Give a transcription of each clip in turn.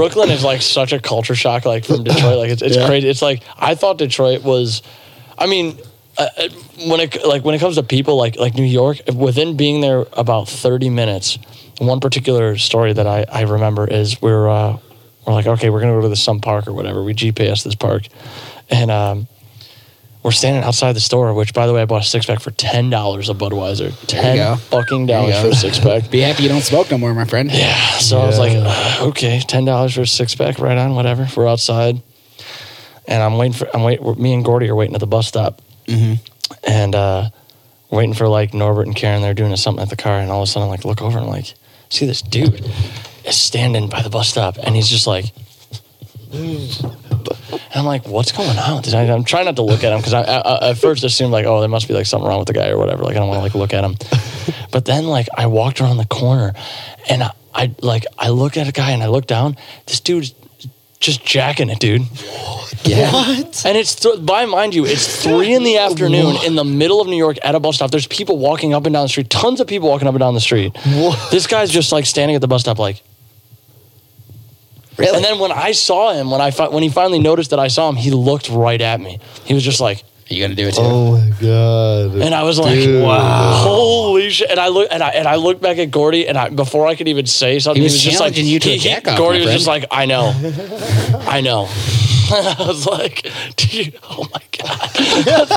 Brooklyn is like such a culture shock, like from Detroit. Like it's, it's Yeah. crazy. It's like I thought Detroit was, I mean, uh, uh, when it like when it comes to people like like New York, within being there about thirty minutes, one particular story that I I remember is we're uh, we're like okay, we're gonna go to this some park or whatever. We GPS this park, and um, we're standing outside the store. Which by the way, I bought a six pack for ten dollars of Budweiser. you Ten go. fucking dollars go. for a six pack. Be happy you don't smoke no more, my friend. Yeah. So I was like, "Ugh, okay, ten dollars for a six pack, right on, whatever. We're outside, and I'm waiting for I'm wait. Me and Gordy are waiting at the bus stop, and uh, we're waiting for like Norbert and Karen. They're doing something at the car, and all of a sudden, I like look over and I'm like see this dude is standing by the bus stop, and he's just like. And I'm like, what's going on? with this?" I, I'm trying not to look at him because I, I, I at first assumed like, oh, there must be like something wrong with the guy or whatever. Like I don't want to like look at him. But then like I walked around the corner, and I, I like I look at a guy and I look down. This dude's just jacking it, dude. What? And it's th- by mind you, it's three in the afternoon in the middle of New York at a bus stop. There's people walking up and down the street. Tons of people walking up and down the street. What? This guy's just like standing at the bus stop, like. Really? And then when I saw him, when I fi- when he finally noticed that I saw him, he looked right at me. He was just like, Are you gonna do it too? Oh my god. and I was like, Dude. "Wow, holy shit!" And I look and I and I looked back at Gordy, and I before I could even say something, He was just like, challenging you to a jack-off, Gordy my was just friend. like, "I know, I know." I was like, Dude, "Oh my god!"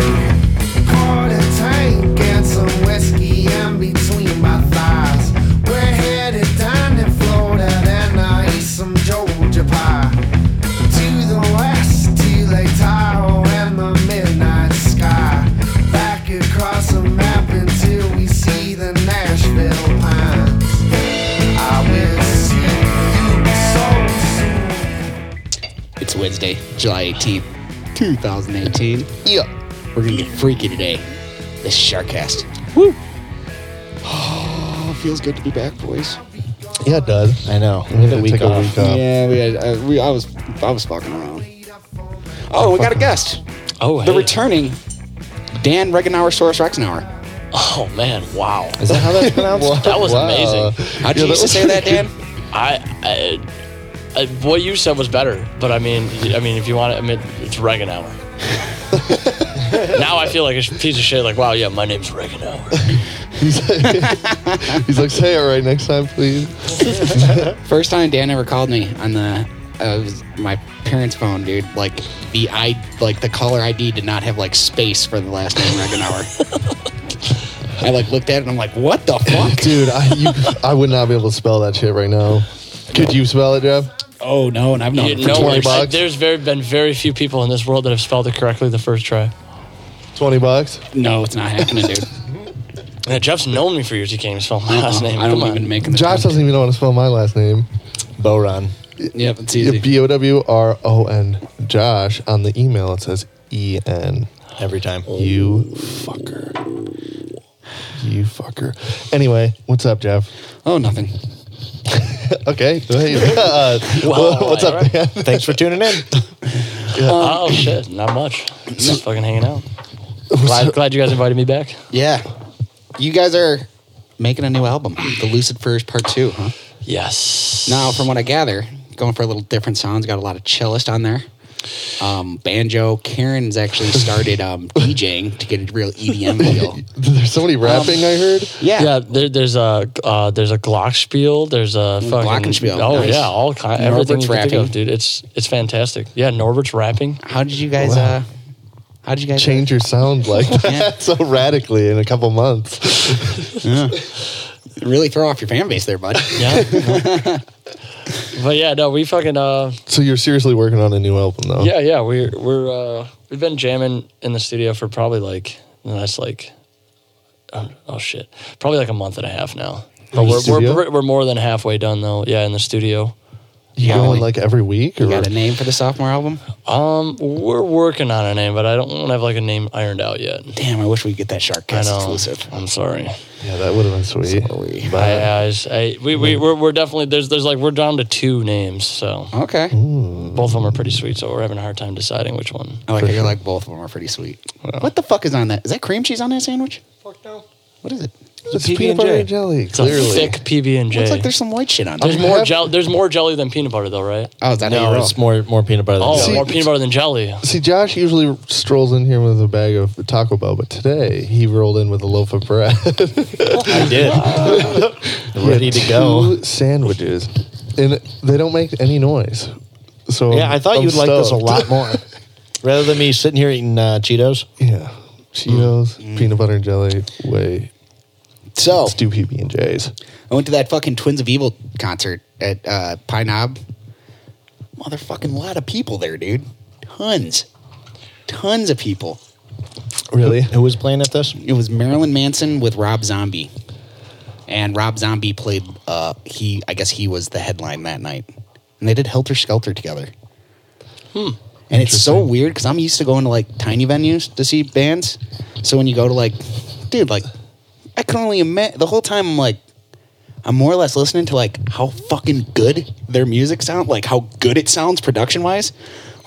Pour the tank and some whiskey in between my thighs. We're headed down in Florida, then I eat some Georgia pie. To the west, to Lake Tahoe and the midnight sky. Back across the map until we see the Nashville pines. I will see you so soon. It's Wednesday, July 18th, 2018. Yeah. We're gonna get freaky today. This is Sharkcast. Woo! Oh, feels good to be back, boys. yeah, it does. I know. We had to take a week off. Yeah, we had, uh, we, I was I was fucking around. Oh, we got a guest. Oh, The hey. returning Dan Regenauer Soros Rexenauer. Oh man, wow! Is that how that's pronounced? That was amazing. How'd you used to say that, Dan? I, I, I, what you said was better, but I mean, I mean, if you want it, I mean, it's Reagan hour. now I feel like a sh- piece of shit. Like, wow, yeah, my name's Reagan hour. He's like, he's like, say it right next time, please. First time Dan ever called me on the uh, it was my parents' phone, dude. Like the I like the caller ID did not have like space for the last name Regenauer. I like looked at it and I'm like, what the fuck? Dude, I you, I would not be able to spell that shit right now. Could you spell it, Jeff? oh no, and I've known You him for know, 20 like, bucks? there's very been very few people in this world that have spelled it correctly the first try. Twenty bucks. No, it's not happening, dude. Yeah, Jeff's known me for years. He can't even spell my last name. Uh-uh. I Come don't on. even make him. Josh doesn't even know how to spell my last name. Boron. Yep, it's Yeah, easy. B O W R O N. Josh on the email it says E N. Every time. Oh, You fucker. You fucker. Anyway, what's up, Jeff? oh, nothing. Okay. Hey, uh, Wow. what's up, Alright. man? Thanks for tuning in. Oh shit, not much. Just fucking hanging out. Glad, glad you guys invited me back. Yeah, you guys are making a new album, The Lucid Furs Part Two, huh? Yes. Now, from what I gather, going for a little different sounds. Got a lot of cellist on there. Um, banjo. Karen's actually started um, DJing to get a real EDM feel. There's so many rapping Um, I heard. Yeah. Yeah, there, there's a uh, there's a Glockspiel, there's a fucking Mm, Glockenspiel, Oh nice. yeah, all kind everything Norbert's you can think rapping. of, dude. It's it's fantastic. Yeah, Norbert's rapping. How did you guys? Wow. Uh, how did you guys uh, Change your sound like that Yeah. so radically in a couple months. Really throw off your fan base there, bud. Yeah. but yeah, no, we fucking uh So you're seriously working on a new album, though? yeah, yeah, we're we're uh we've been jamming in the studio for probably like the last like oh, oh shit. Probably like a month and a half now. But we're, studio? we're we're more than halfway done though. Yeah, in the studio. You Yeah, going like- like every week? Or? You got a name for the sophomore album? Um we're working on a name, but I don't have like a name ironed out yet. Damn, I wish we could get that Shark I Cast know. exclusive. I'm sorry. Yeah, that would have been sweet. Sorry. But I, I, I we, we, we're, we're definitely there's there's like we're down to two names so Okay. Both of them are pretty sweet, so we're having a hard time deciding which one. I like how you're like both of them are pretty sweet. What the fuck is on that? Is that cream cheese on that sandwich? Fuck no. What is it? It's PB&J. peanut butter and jelly. It's a Clearly, thick PB and J. Looks like there's some white shit on There's it. more have- jelly. There's more jelly than peanut butter, though, right? Oh, is that how you No, roll? it's more more peanut butter. Than Oh, jelly. more peanut butter than jelly. See, Josh usually strolls in here with a bag of the Taco Bell, but today he rolled in with a loaf of bread. I did. Ready to Two go. Sandwiches, and they don't make any noise. So Yeah, I thought I'm you'd like this a stoked. lot more. Rather than me sitting here eating uh, Cheetos. Yeah, Cheetos, peanut butter and jelly. Way so let's do PB and J's. I went to that fucking Twins of Evil concert at uh, Pine Knob. Motherfucking lot of people there, dude. Tons, tons of people. Really? Who was playing at this? It was Marilyn Manson with Rob Zombie, and Rob Zombie played. Uh, he, I guess, he was the headline that night, and they did Helter Skelter together. Hmm. And it's so weird because I'm used to going to like tiny venues to see bands. So when you go to like, dude, like, I can only imagine the whole time. I'm like, I'm more or less listening to like how fucking good their music sound, like how good it sounds production wise.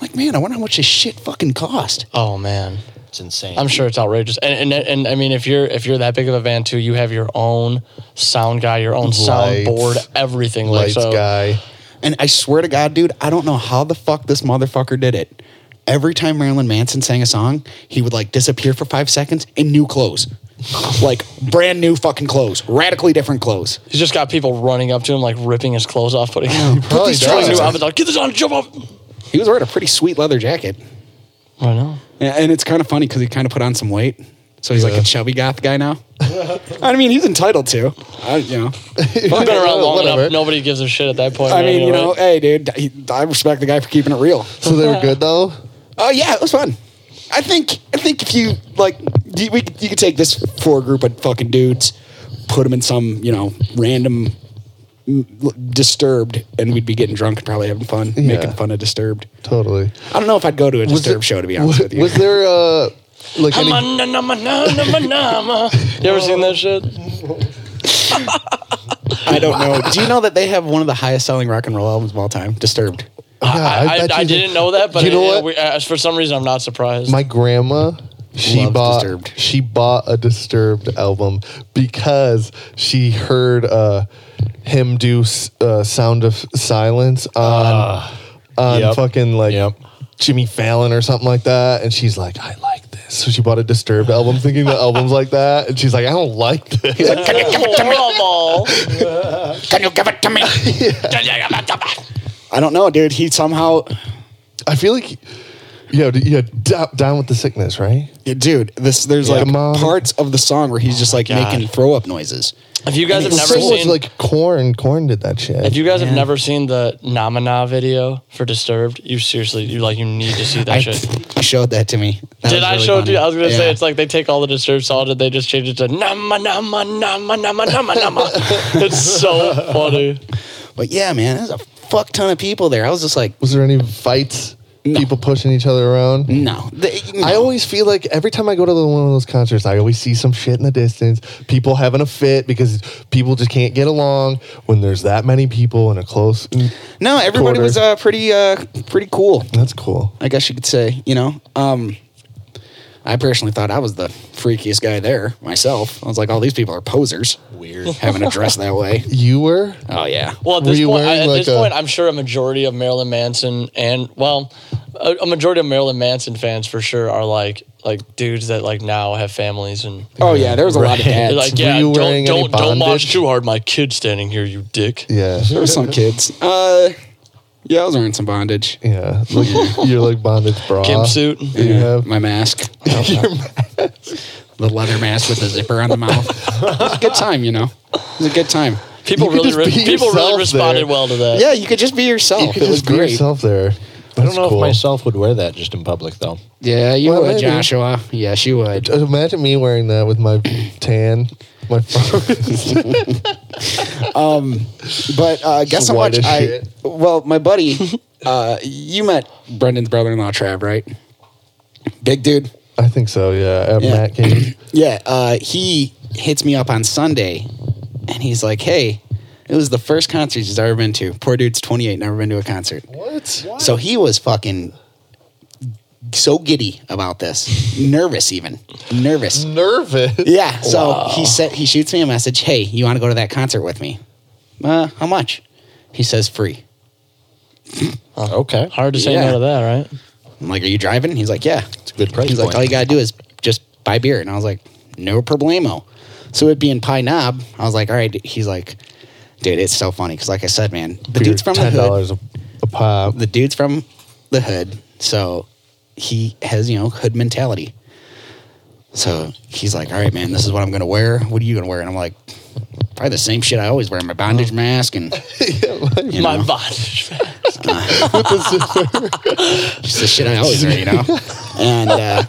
Like, man, I wonder how much this shit fucking cost. Oh man, It's insane. I'm sure it's outrageous. And and, and I mean, if you're if you're that big of a van too, you have your own sound guy, your own soundboard, Lights. everything. Like, Lights so, guy. And I swear to God, dude, I don't know how the fuck this motherfucker did it. Every time Marilyn Manson sang a song, he would like disappear for five seconds in new clothes. like brand new fucking clothes, radically different clothes. He's just got people running up to him, like ripping his clothes off, putting Put these throwing new trousers on. outfits on. Get this on, jump up. He was wearing a pretty sweet leather jacket. I know. And- And it's kind of funny because he kind of put on some weight. So he's like a chubby goth guy now. I mean, he's entitled to. I, you know, We've been around long Whatever. enough. Nobody gives a shit at that point. I mean, you anyway. know, hey, dude, he- I respect the guy for keeping it real. So they were good though. Oh yeah, it was fun. I think I think if you like, you, we, you could take this four group of fucking dudes, put them in some you know random mm, l- disturbed, and we'd be getting drunk and probably having fun, making fun of disturbed. Totally. I don't know if I'd go to a disturbed there- show to be honest with you. Was there uh like any Ha-ma-na-na-ma-na-ma-na-ma. You ever seen that shit? I don't know. Do you know that they have one of the highest selling rock and roll albums of all time, Disturbed? Yeah, I, I, bet I you they- didn't know that, but You know it- it- we- what? uh, for some reason, I'm not surprised. My grandma, she Loves bought Disturbed. she bought a Disturbed album because she heard uh, him do s- uh, Sound of Silence on Ah. on yep. fucking like Yep. Jimmy Fallon or something like that, and she's like, I like this. So she bought a Disturbed album, thinking the album's like that, and she's like, I don't like this. Can you give it to me? Horrible. Can you give it to me? I don't know, dude. He somehow I feel like, yeah, d- yeah, down, down with the sickness, right? Yeah, dude, this there's like Come on. parts of the song where he's just Oh like making throw up noises. If you guys And have it's never So was seen, like corn. Corn did that shit. if you guys have never seen the Namana video for Disturbed, you seriously, you like, you need to see that I shit. you showed that to me. That Did was I really show funny. you? I was gonna Yeah. say it's like they take all the Disturbed songs and they just change it to Nama Nama Nama Nama Nama Nama. It's so funny. But yeah, man, there's a fuck ton of people there. I was just like, Was there any fights? People pushing each other around? no. They- no. I always feel like every time I go to the, one of those concerts, I always see some shit in the distance. People having a fit because people just can't get along when there's that many people in a close. no, everybody Quarter. was uh, pretty uh, pretty cool. That's cool. I guess you could say, you know. Um I personally thought I was the freakiest guy there myself. I was like, all these people are posers. Weird. Having a dress that way. You were Uh, Oh yeah. Well, at Were this you point, I, wearing at like this a- point, I'm sure a majority of Marilyn Manson and well, a, a majority of Marilyn Manson fans for sure are like like dudes that like now have families and Oh yeah, there was a lot of dads. they're like yeah, you don't wearing any don't don't watch bondage? too hard, my kid standing here, you dick. yeah there were some kids. Uh yeah, I was wearing some bondage. yeah. Like, you're like bondage bra. Kim suit. You have my mask. the leather mask with the zipper on the mouth. It was a good time, you know. It was a good time. People You could really just re- be people really yourself responded there. well to that. Yeah, you could just be Oh, yourself. you could it was just be great. yourself there. I That's don't know cool. if myself would wear that just in public though. Yeah, you Well, would, maybe. Joshua. Yes, you would. Imagine me wearing that with my tan, my forest. But uh, guess how White much as I. shit. Well, my buddy, uh, you met Brendan's brother-in-law, Trav, right? Big dude. I think so. Yeah, at Yeah. Matt King. Yeah, uh, he hits me up on Sunday, and he's like, "Hey, It was the first concert he's ever been to. Poor dude's 28, never been to a concert. What? So he was fucking so giddy about this, nervous even, nervous. Nervous. Yeah. So he said he shoots me a message. Hey, you want to go to that concert with me? Uh, how much? He says free. Okay. Hard to say Yeah. no to that, right? I'm like, are you driving? He's like, yeah. It's a good price He's like, point. all you gotta do is just buy beer, and I was like, no problemo. So it'd be in Pine Knob. I was like, all right. He's like, dude, it's so funny because, like I said, man, the dude's from the ten hood. dollars a a pop. the dude's from the hood, so he has you know hood mentality. So he's like, "All right, man, this is what I'm gonna wear. What are you gonna wear?" And I'm like, "Probably the same shit I always wear: my bondage mask and you My know, bondage. just the shit I always wear, you know." And uh,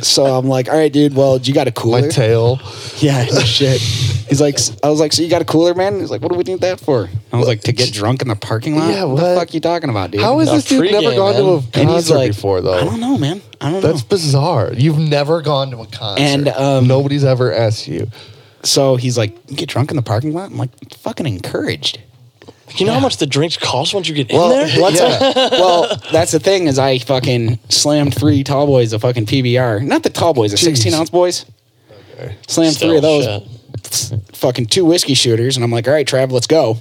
so I'm like, "All right, dude. Well, you got a cooler?" My tail. yeah, no shit. He's like, I was like, "So you got a cooler, man?" He's like, "What do we need that for?" I was like, "To get drunk in the parking lot." Yeah, what the what? fuck you talking about, dude? How is A this dude never pregame, gone to a man. concert before I though? don't know, man. I don't That's know. bizarre. You've never gone to a concert, And, um, nobody's ever asked you. So he's like, get drunk in the parking lot. I'm like, fucking encouraged. You know how much the drinks cost once you get Well, in there? what's well, that's the thing is I fucking slammed three tall boys a fucking PBR. Not the tall boys, the 16 ounce boys. Slammed Still three of those. shit. Fucking two whiskey shooters. And I'm like, all right, Trav, let's go.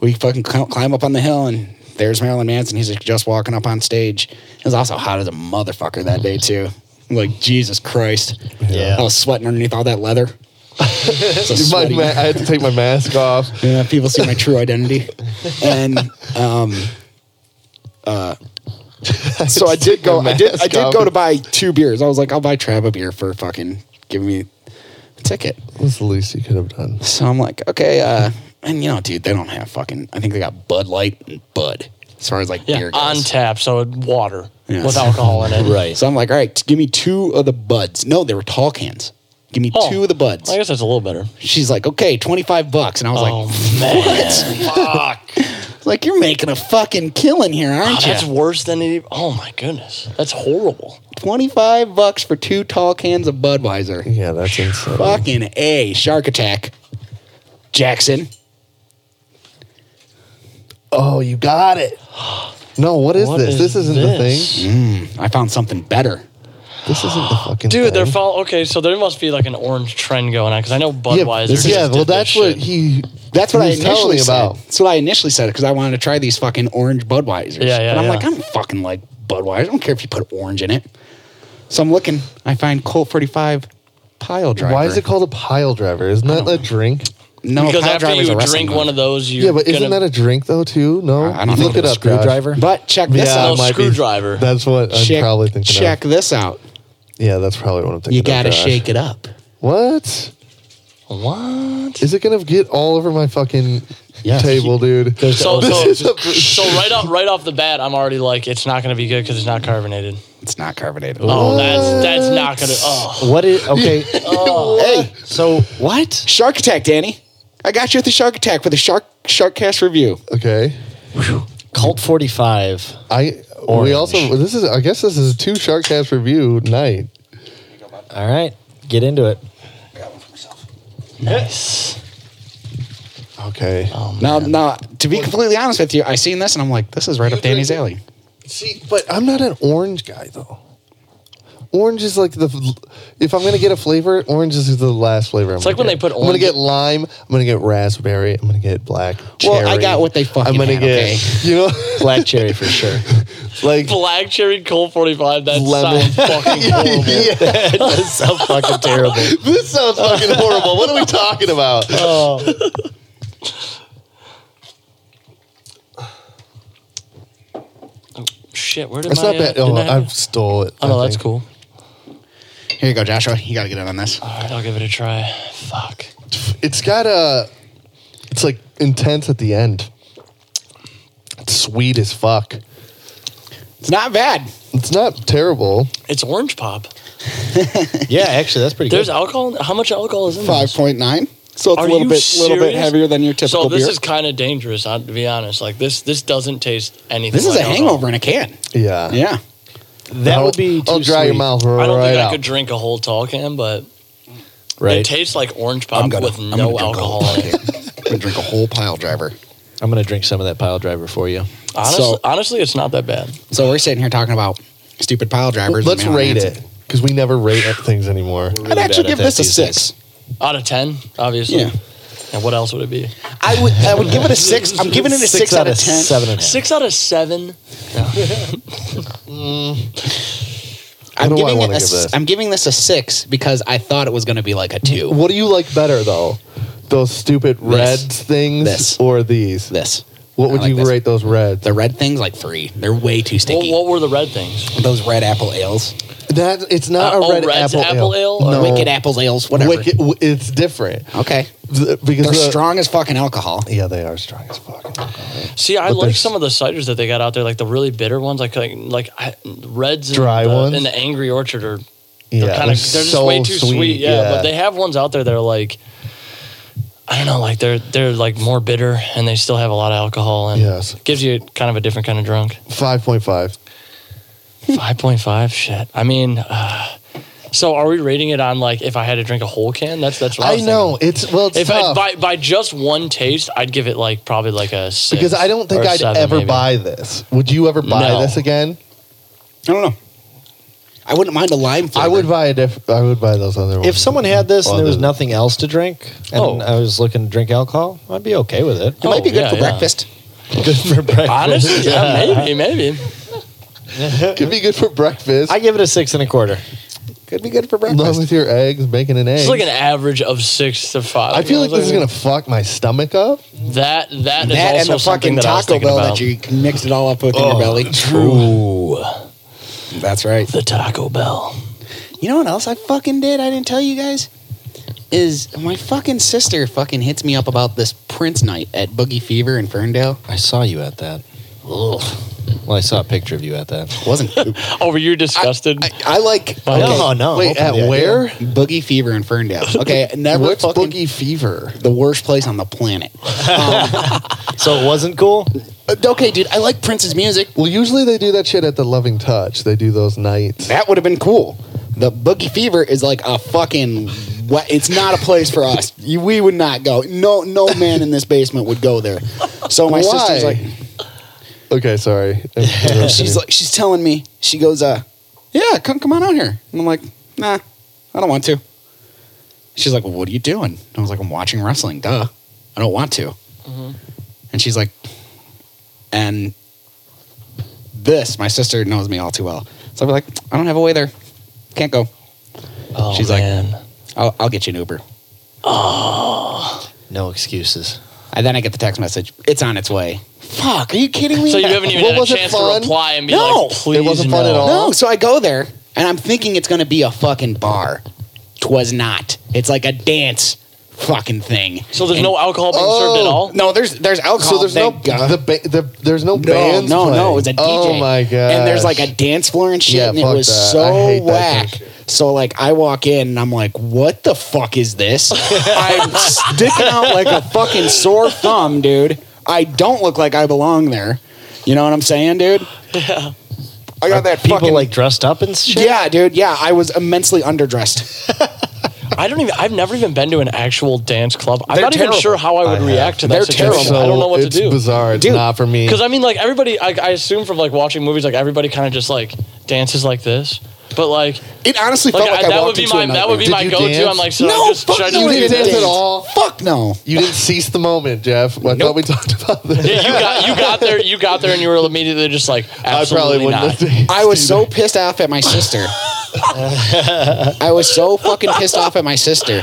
We fucking cl- climb up on the hill and there's Marilyn Manson. He's like just walking up on stage. It was also hot as a motherfucker that day too. Like Jesus Christ. Yeah. I was sweating underneath all that leather. So My sweaty. ma- I had to take my mask off. Yeah, people see my true identity. And um, uh, so I did go. I did. I did go to buy two beers. I was like, I'll buy Trav a beer for fucking give me a ticket. What's the least you could have done? So I'm like, okay. Uh, and you know, dude, they don't have fucking. I think they got Bud Light and Bud as far as like Yeah, beer on goes. tap, so water Yes. with alcohol in it. Right. so I'm like, all right, give me two of the buds. No, they were tall cans. Give me Oh. two of the buds. I guess that's a little better. She's like, okay, twenty five bucks, and I was Oh like, man, like you're making a fucking killing here, aren't you? that's worse than it. Even, oh my goodness, that's horrible. 25 bucks for two tall cans of Budweiser. Yeah, that's insane. Fucking A, Shark Attack. Jackson. Oh, you got it. No, what is What this? is this isn't this? the thing. I found something better. This isn't the fucking Dude, thing. they're fall. Okay, so there must be like an orange trend going on because I know Budweiser. Yeah, just yeah did well, this that's what shit. he. That's what he I was telling initially me about. That's what I initially said because I wanted to try these fucking orange Budweisers. Yeah, yeah, And I'm yeah. like, I don't fucking like Budweiser. I don't care if you put orange in it. So I'm looking. I find Colt 45 pile driver. Why is it called a pile driver? Isn't that a drink? No, because pile after driver's a you wrestling drink move. one of those, you yeah, but isn't that a drink though too? No, I don't look think it it's up. Josh. screwdriver? But check this Yeah, it no out. might be. screwdriver? That's what I'm check, probably thinking. of. check this out. Yeah, that's probably what I'm thinking. You of, got to Josh. shake it up. What? what? Is it gonna get all over my fucking Yes. table, dude? So, this is so, a- so right off right off the bat, I'm already like, it's not going to be good because it's not carbonated. It's not carbonated. Oh, that's that's not going to. Oh, What is okay? Hey, so what? Shark Attack, Danny. I got you at the Shark Attack for the Shark Sharkcast review. okay. Cult forty five. I Orange. we also this is I guess this is a two Shark Cast review night. All right, get into it. nice. Okay. Now, now, to be completely honest with you, I seen this and I'm like, this is right up Danny's alley. See, but I'm not an orange guy though. Orange is like the if I'm gonna get a flavor, orange is the last flavor. I'm It's like gonna when get. they put I'm gonna orange- get lime. I'm gonna get raspberry. I'm gonna get black. Well, I cherry. got what they fucking I'm gonna had, get okay? you know Black cherry for sure. like Black cherry Colt 45. That Lemon. sounds fucking horrible. yeah, That's so fucking terrible. this sounds fucking horrible. What are we talking about? Oh, Shit, where did It's my? not bad. Uh, Oh, didn't I- I stole it. oh no, I that's think. cool. Here you go, Joshua. You got to get in on this. All right, I'll give it a try. Fuck. It's got a. It's like intense at the end. It's sweet as fuck. It's not bad. It's not terrible. It's orange pop. Yeah, actually, that's pretty There's good. alcohol. in- How much alcohol is in Five this? point nine. So it's Are a little you bit, little bit serious? heavier than your typical So this beer. is kind of dangerous. I, to be honest, like this, this doesn't taste anything. this is like a alcohol. hangover in a can. Yeah. Yeah. that I'll- would be. Too I'll dry sweet. your mouth I right don't think I out. could drink a whole tall can, but It Right. tastes like orange pop gonna- with I'm no gonna drink a whole alcohol in it. I'm gonna drink a whole pile driver. I'm going to drink some of that pile driver for you. Honestly, So- honestly, it's not that bad. So we're sitting here talking about stupid pile drivers. Let's and rate Manhattan. it because we never rate things anymore. I'd Really actually bad at give that this a these six. Out of ten, obviously. Yeah. And what else would it be? I would I would give it a six. I'm giving it a six, out, of ten. seven and a half. Six out of seven. I'm What do I giving it wanna a give s- this? I'm giving this a six because I thought it was gonna be like a two. What do you like better though? Those stupid red things This. or these? This. What would I like you this. rate those reds? The red things like three. They're way too What, sticky. what were the red things? Those red apple ales, That it's not Uh, a oh, red Red's apple, apple ale? ale. Or No, wicked apples ales, whatever. Wicked- w- it's different Okay, The- because they're the- strong as fucking alcohol. Yeah, they are strong as fuck. See, I But like there's- some of the ciders that they got out there, like the really bitter ones, like like, like I, reds, and Dry the, ones? and the Angry Orchard are Yeah, They're kind of they're just way too sweet. Yeah, but they have ones out there that are like I don't know, like they're they're like more bitter and they still have a lot of alcohol and Yes. gives you kind of a different kind of drunk. five point five. Five point five, shit. I mean, uh, so are we rating it on like if I had to drink a whole can? That's that's what I, I was know thinking. it's well, it's If I, tough by by just one taste, I'd give it like probably like a six because I don't think or a I'd seven, ever maybe. buy this. Would you ever buy No. this again? I don't know. I wouldn't mind a lime flavor. I would buy a diff- I would buy those other ones. If someone had this and there was Other- nothing else to drink, and Oh. I was looking to drink alcohol, I'd be okay with it. It might be Oh, good yeah, for yeah. breakfast. Good for breakfast. Honestly, yeah, maybe, maybe. could be good for breakfast. I give it a six and a quarter. Could be good for Along breakfast. with your eggs, bacon and eggs. It's like an average of six to five. I You feel like know, this is gonna fuck my stomach up. That that is That and also the something fucking that I was Taco thinking Bell about. Oh, that you mixed it all up with in your belly. True. That's right. The Taco Bell. You know what else I fucking did? I didn't tell you guys. Is my fucking sister fucking hits me up about this Prince night at Boogie Fever in Ferndale? I saw you at that. Ugh, Well, I saw a picture of you at that. wasn't. Oh, were you disgusted? I, I like Oh, No, no. Wait, open at the idea. where? Boogie Fever in Ferndale. Okay, never What's fucking Boogie Fever? the worst place on the planet. So it wasn't cool. Uh, okay, dude, I like Prince's music. Well, usually they do that shit at the Loving Touch. They do those nights. That would have been cool. The Boogie Fever is like a fucking. What? It's not a place for us. You, we would not go. No, no man in this basement would go there. So my Why? sister's like, Okay, sorry. she's like, she's telling me, she goes, uh, yeah, come, come on out here. And I'm like, nah, I don't want to. She's like, well, what are you doing? And I was like, I'm watching wrestling. Duh, I don't want to. Mm-hmm. And she's like, and this, my sister knows me all too well. So we're like, I don't have a way there. Can't go. oh, she's like- I'll, I'll get you an Uber. Oh. No excuses. And then I get the text message. It's on its way. Fuck, are you kidding me? so you haven't even What had a was it chance to fun? reply and be No, like, please. it wasn't fun at no. all. No, so I go there and I'm thinking it's gonna be a fucking bar. Twas not. It's like a dance fucking thing. So there's no alcohol being served at all. No, there's there's alcohol. so there's no thank God. the, ba- the there's no, no, bands. no, no, playing. it was a DJ. Oh my god! And there's like a dance floor and shit, Yeah, and it fuck was that. I so hate that kind of whack. So like, I walk in and I'm like, "What the fuck is this?" I'm sticking out like a fucking sore thumb, dude. I don't look like I belong there. You know what I'm saying, dude? Yeah. I got that People fucking like dressed up and shit. Yeah, dude. Yeah, I was immensely underdressed. I don't even. I've never even been to an actual dance club. I'm They're not even terrible. sure how I would I react to that They're situation. terrible. I don't know what to it's do. Bizarre. It's Dude. not for me. Because I mean, like everybody, I, I assume from like watching movies, like everybody kind of just like dances like this. But like, It honestly like, felt like I, I that would walked be into my a that would be Did nightmare. my go-to. you dance? I'm like, so no, I just, fuck should I no, just we do didn't this? dance at dance. all? Fuck no. you didn't seize the moment, Jeff. I thought we talked about this. Yeah, you got you got there you got there and you were immediately just like I probably absolutely wouldn't. not. have danced. I was so pissed off at my sister. I was so fucking pissed off at my sister.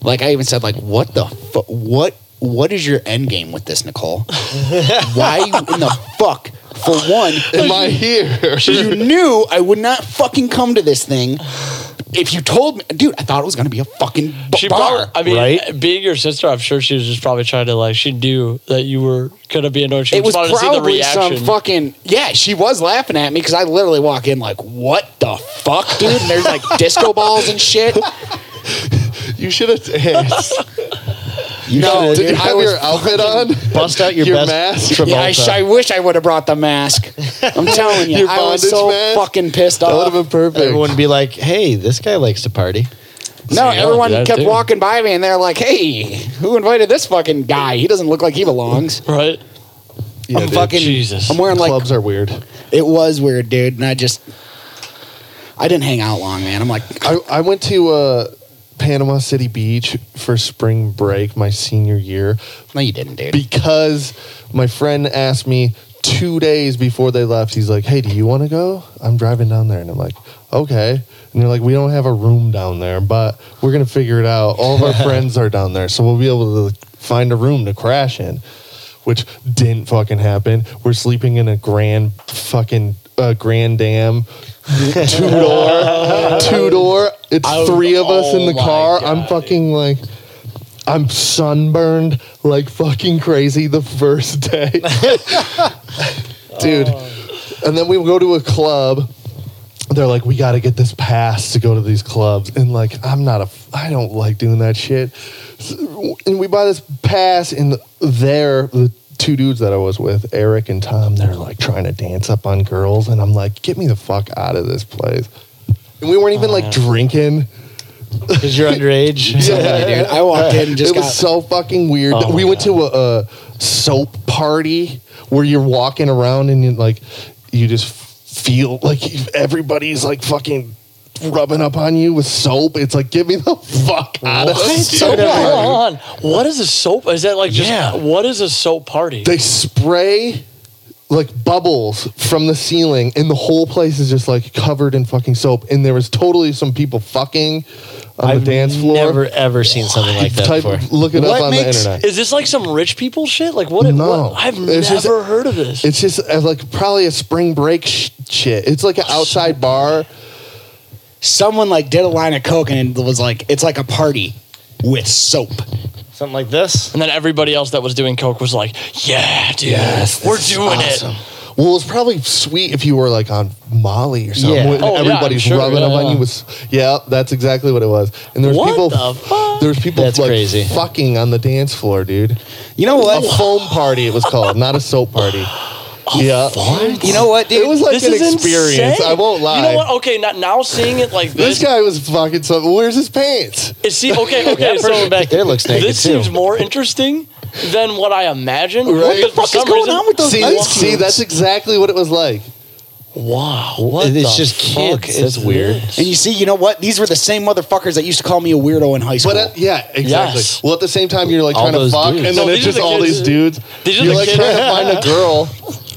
Like I even said, like, what the fu- what what is your end game with this, Nicole? Why in the fuck? For one, Am I here? you knew I would not fucking come to this thing. If you told me, dude, I thought it was gonna be a fucking b- She bar. probably, I mean, right? being your sister, I'm sure she was just probably trying to like she knew that you were gonna be annoyed. She it was just wanted to see the probably some reaction. fucking yeah. She was laughing at me because I literally walk in like, "What the fuck, dude?" And there's like disco balls and shit. You should have danced. You No, should- Did you dude, I have was your outfit on? bust out your, Your best mask? Travolta. Yeah, I, sh- I wish I would have brought the mask. I'm telling you, Your I was bondage so mask? fucking pissed That would off. have been perfect. Everyone would be like, "Hey, this guy likes to party." No, Yeah, everyone that kept too. walking by me and they're like, hey, who invited this fucking guy? He doesn't look like he belongs. Right? Yeah, I'm dude. fucking Jesus. I'm wearing like Clubs are weird. it was weird, dude, and I just I didn't hang out long, man. I'm like I, I went to uh, Panama City Beach for spring break my senior year No you didn't, dude. because my friend asked me two days before they left. He's like, "Hey, do you want to go? I'm driving down there," and I'm like, "Okay." And they're like, "We don't have a room down there, but we're gonna figure it out. All of our friends are down there, so we'll be able to find a room to crash in." Which didn't fucking happen. We're sleeping in a grand fucking uh, grand dam, two door, two door. It's I was- three of us in oh the my car. God, I'm dude. fucking like. I'm sunburned like fucking crazy the first day. Dude. And then we go to a club. They're like, we got to get this pass to go to these clubs. And like, I'm not a, I don't like doing that shit. So- And we buy this pass, and there, the two dudes that I was with, Eric and Tom, they're like trying to dance up on girls. And I'm like, get me the fuck out of this place. And we weren't even like drinking. Because you're underage. Totally, dude. I walked in and just it was got so fucking weird. Oh my we went to a, a soap party where you're walking around and you like you just feel like everybody's like fucking rubbing up on you with soap. It's like get me the fuck out of What? this. So soap hold party. on. What is a soap? Is that like just Yeah. what is a soap party? They spray like bubbles from the ceiling and the whole place is just like covered in fucking soap and there was totally some people fucking on I've the dance floor. Never ever seen Oh, something like that Type, before. look it What up on the makes- internet. is this like some rich people shit? Like what? what- No. I've It's never just- heard of this. It's just uh, like probably a spring break sh- shit. It's like an outside bar. someone like did a line of coke and it was like it's like a party with soap. Something like this. and then everybody else that was doing coke was like, "Yeah, dude, Yes, we're this is doing awesome. it." Well, it's probably sweet if you were like on Molly or something. Yeah. when Oh, yeah, everybody's I'm sure, rubbing up yeah, on yeah. you with. s- Yeah, that's exactly what it was. And there's What people. the fuck? There's people That's like crazy. fucking on the dance floor, dude. You know A what? foam party it was called, not a soap party. yeah, You know what, dude? it was like This an is experience. insane. I won't lie. You know what? Okay, not, now seeing it like This this, guy was fucking something. Where's his pants? it see, okay, okay, That person so back there looks naked this too. seems more interesting than what I imagined. Right? But for What the fuck is some going reason- on with those See, ice see, that's exactly what it was like. Wow, what It's the just fuck kids. is That's weird. this? And you see, you know what? These were the same motherfuckers that used to call me a weirdo in high school. But uh, yeah, exactly. Yes. Well, at the same time, you're like All trying to those fuck, dudes. and No, then it's these are just the all kids- these dudes. these are you're the like kids- trying to find a girl.